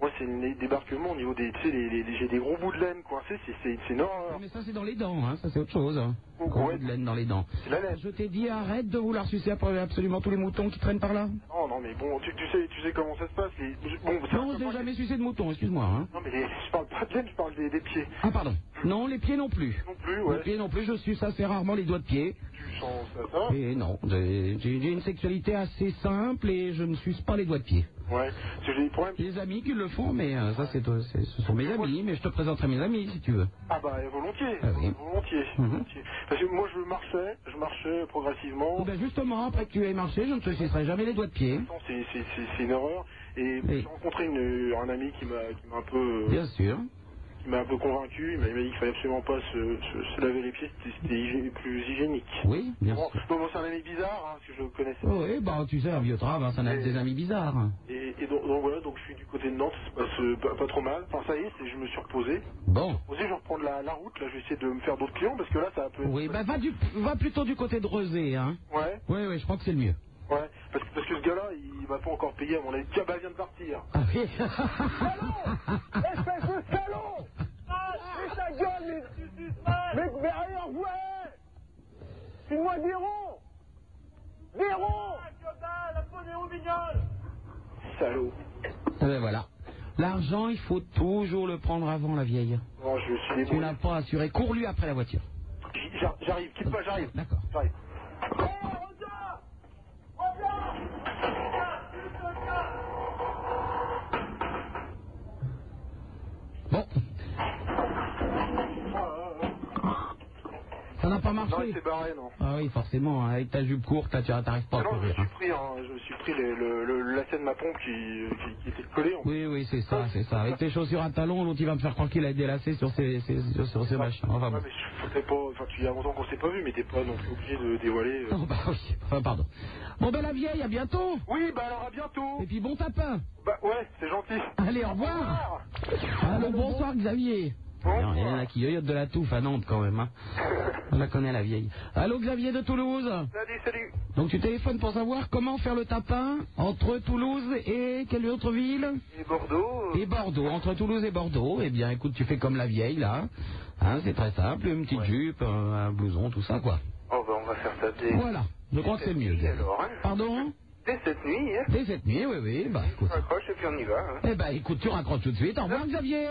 Speaker 22: Moi, c'est le débarquement au niveau des. Tu sais, les- les- les- j'ai des gros bouts de laine coincés, c'est- c'est c'est une horreur.
Speaker 14: Mais ça, c'est dans les dents, hein. Ça, c'est autre chose. hein.
Speaker 22: Oh,
Speaker 14: Gros
Speaker 22: ouais.
Speaker 14: bout de laine dans les dents.
Speaker 22: C'est la laine.
Speaker 14: Je t'ai dit, arrête de vouloir sucer après absolument tous les moutons qui traînent par là.
Speaker 22: Non, non, mais bon, tu, tu sais, tu sais comment ça se passe. les- Bon, ça-
Speaker 14: Non, je n'ai jamais sucé de mouton, excuse-moi, hein.
Speaker 22: Non, mais les- [laughs] je parle pas de laine, je parle des, des pieds.
Speaker 14: Ah, pardon. Non, les pieds non plus.
Speaker 22: Non plus, ouais.
Speaker 14: Les pieds non plus, je suce assez rarement les doigts de pied.
Speaker 22: Tu sens ça, ça
Speaker 14: Et non, j'ai j'ai- j'ai une sexualité assez simple et je ne suce pas les doigts de pied.
Speaker 22: Ouais, parce que j'ai des problèmes.
Speaker 14: Les amis qui le font, mais euh, ça, c'est, toi- c'est- ce sont mes amis, mais je te présenterai mes amis si tu veux.
Speaker 22: Ah bah euh, volontiers,
Speaker 14: Ah oui.
Speaker 22: volontiers,
Speaker 14: Mhm.
Speaker 22: volontiers. Parce que moi je marchais, je marchais progressivement.
Speaker 14: Eh ben, justement, après que tu aies marché, je ne te sucerai jamais les doigts de pied.
Speaker 22: Non, C'est c'est- c'est- c'est une horreur. Et j'ai rencontré une, un ami qui m'a qui m'a un peu euh,
Speaker 14: Bien sûr.
Speaker 22: qui il m'a un peu convaincu, il m'a il m'a dit qu'il fallait absolument pas se, se- se laver les pieds, c'était- c'était hygi- plus hygiénique.
Speaker 14: Oui, bien
Speaker 22: Bon,
Speaker 14: sûr.
Speaker 22: bon, moi, c'est un ami bizarre, hein, parce que je le connaissais.
Speaker 14: Oh, oui, bah, tu sais, un vieux trave, hein, ça n'a que des amis bizarres.
Speaker 22: Et, et donc, donc voilà, donc je suis du côté de Nantes, ça se passe euh, pas, pas trop mal. Enfin ça y est, c'est- je me suis reposé.
Speaker 14: Bon.
Speaker 22: Aussi, je vais reprendre la, la route, là je vais essayer de me faire d'autres clients parce que là ça peut être...
Speaker 14: Oui, bah, va, du, va plutôt du côté de Rosé, hein.
Speaker 22: Ouais.
Speaker 14: Oui, oui, je crois que c'est le mieux.
Speaker 22: Ouais, parce, que- parce que ce gars-là, il m'a pas encore payé à mon avis. Tiens, bah, elle vient de
Speaker 14: [laughs]
Speaker 22: partir.
Speaker 14: Ah
Speaker 5: Espèce de salon Ah, mais ta gueule, mais... Mais, mais alors, ouais File-moi des ronds Des ronds La peau des ronds mignonnes
Speaker 22: Salaud.
Speaker 14: Eh ben, voilà. L'argent, il faut toujours le prendre avant la vieille.
Speaker 22: Bon, je me suis
Speaker 14: Ah, tu
Speaker 22: débrouillé.
Speaker 14: n'as pas assuré. Cours-lui après la voiture.
Speaker 22: J- j'ar- J'arrive, quitte pas, j'arrive.
Speaker 14: D'accord.
Speaker 22: J'arrive.
Speaker 14: Ça n'a pas marché.
Speaker 22: Non, il s'est barré, non.
Speaker 14: Ah oui, forcément, hein, avec ta jupe courte, là, tu n'arrives pas à
Speaker 22: non, je me
Speaker 14: courir.
Speaker 22: suis pris, hein, je me suis pris les- le, le- la scène de ma pompe qui, qui, qui était collée. en-
Speaker 14: Oui, Eh oui, c'est ça, c'est ça. Avec tes chaussures à talons, l'autre, il va me faire croire qu'il a délacé sur ses, ses- sur, sur ses machins. Enfin, bon.
Speaker 22: Ouais, mais je- t'es pas, enfin, tu- il y a longtemps qu'on s'est pas vu, mais t'es pas non plus obligé de dévoiler. euh.
Speaker 14: Oh, bah oui, enfin, pardon. Bon, ben, la vieille, à bientôt.
Speaker 22: Oui, bah alors, à bientôt.
Speaker 14: Et puis, bon tapin.
Speaker 22: Bah ouais, c'est gentil.
Speaker 14: Allez, au revoir. Allô, bonsoir, Xavier. Non, il y en a qui yoyotent de la touffe à Nantes, quand
Speaker 22: [laughs]
Speaker 14: même. Hein. On la connaît, la vieille. Allô, Xavier de Toulouse.
Speaker 22: Salut, salut.
Speaker 14: Donc, tu téléphones pour savoir comment faire le tapin entre Toulouse et quelle autre ville
Speaker 22: Et Bordeaux.
Speaker 14: Et Bordeaux, entre Toulouse et Bordeaux, eh bien écoute, tu fais comme la vieille là, hein, c'est très simple, une petite jupe, un, un blouson, tout ça quoi.
Speaker 22: Oh, bah, on va faire ça dès.
Speaker 14: Voilà, je crois que c'est mieux.
Speaker 22: alors, hein.
Speaker 14: Pardon
Speaker 22: Dès cette nuit, hein.
Speaker 14: Dès cette nuit, oui, oui, bah écoute.
Speaker 22: Raccroche et puis on y va. hein.
Speaker 14: Eh ben écoute, tu raccroches tout de suite, au revoir Xavier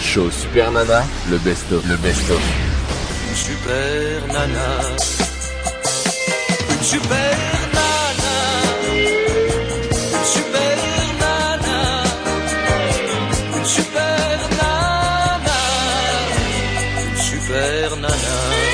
Speaker 23: Show Super Nana, le best-of, le best-of.
Speaker 5: Super Nana. Super Nana. Super Nana. Super Nana. Super Nana.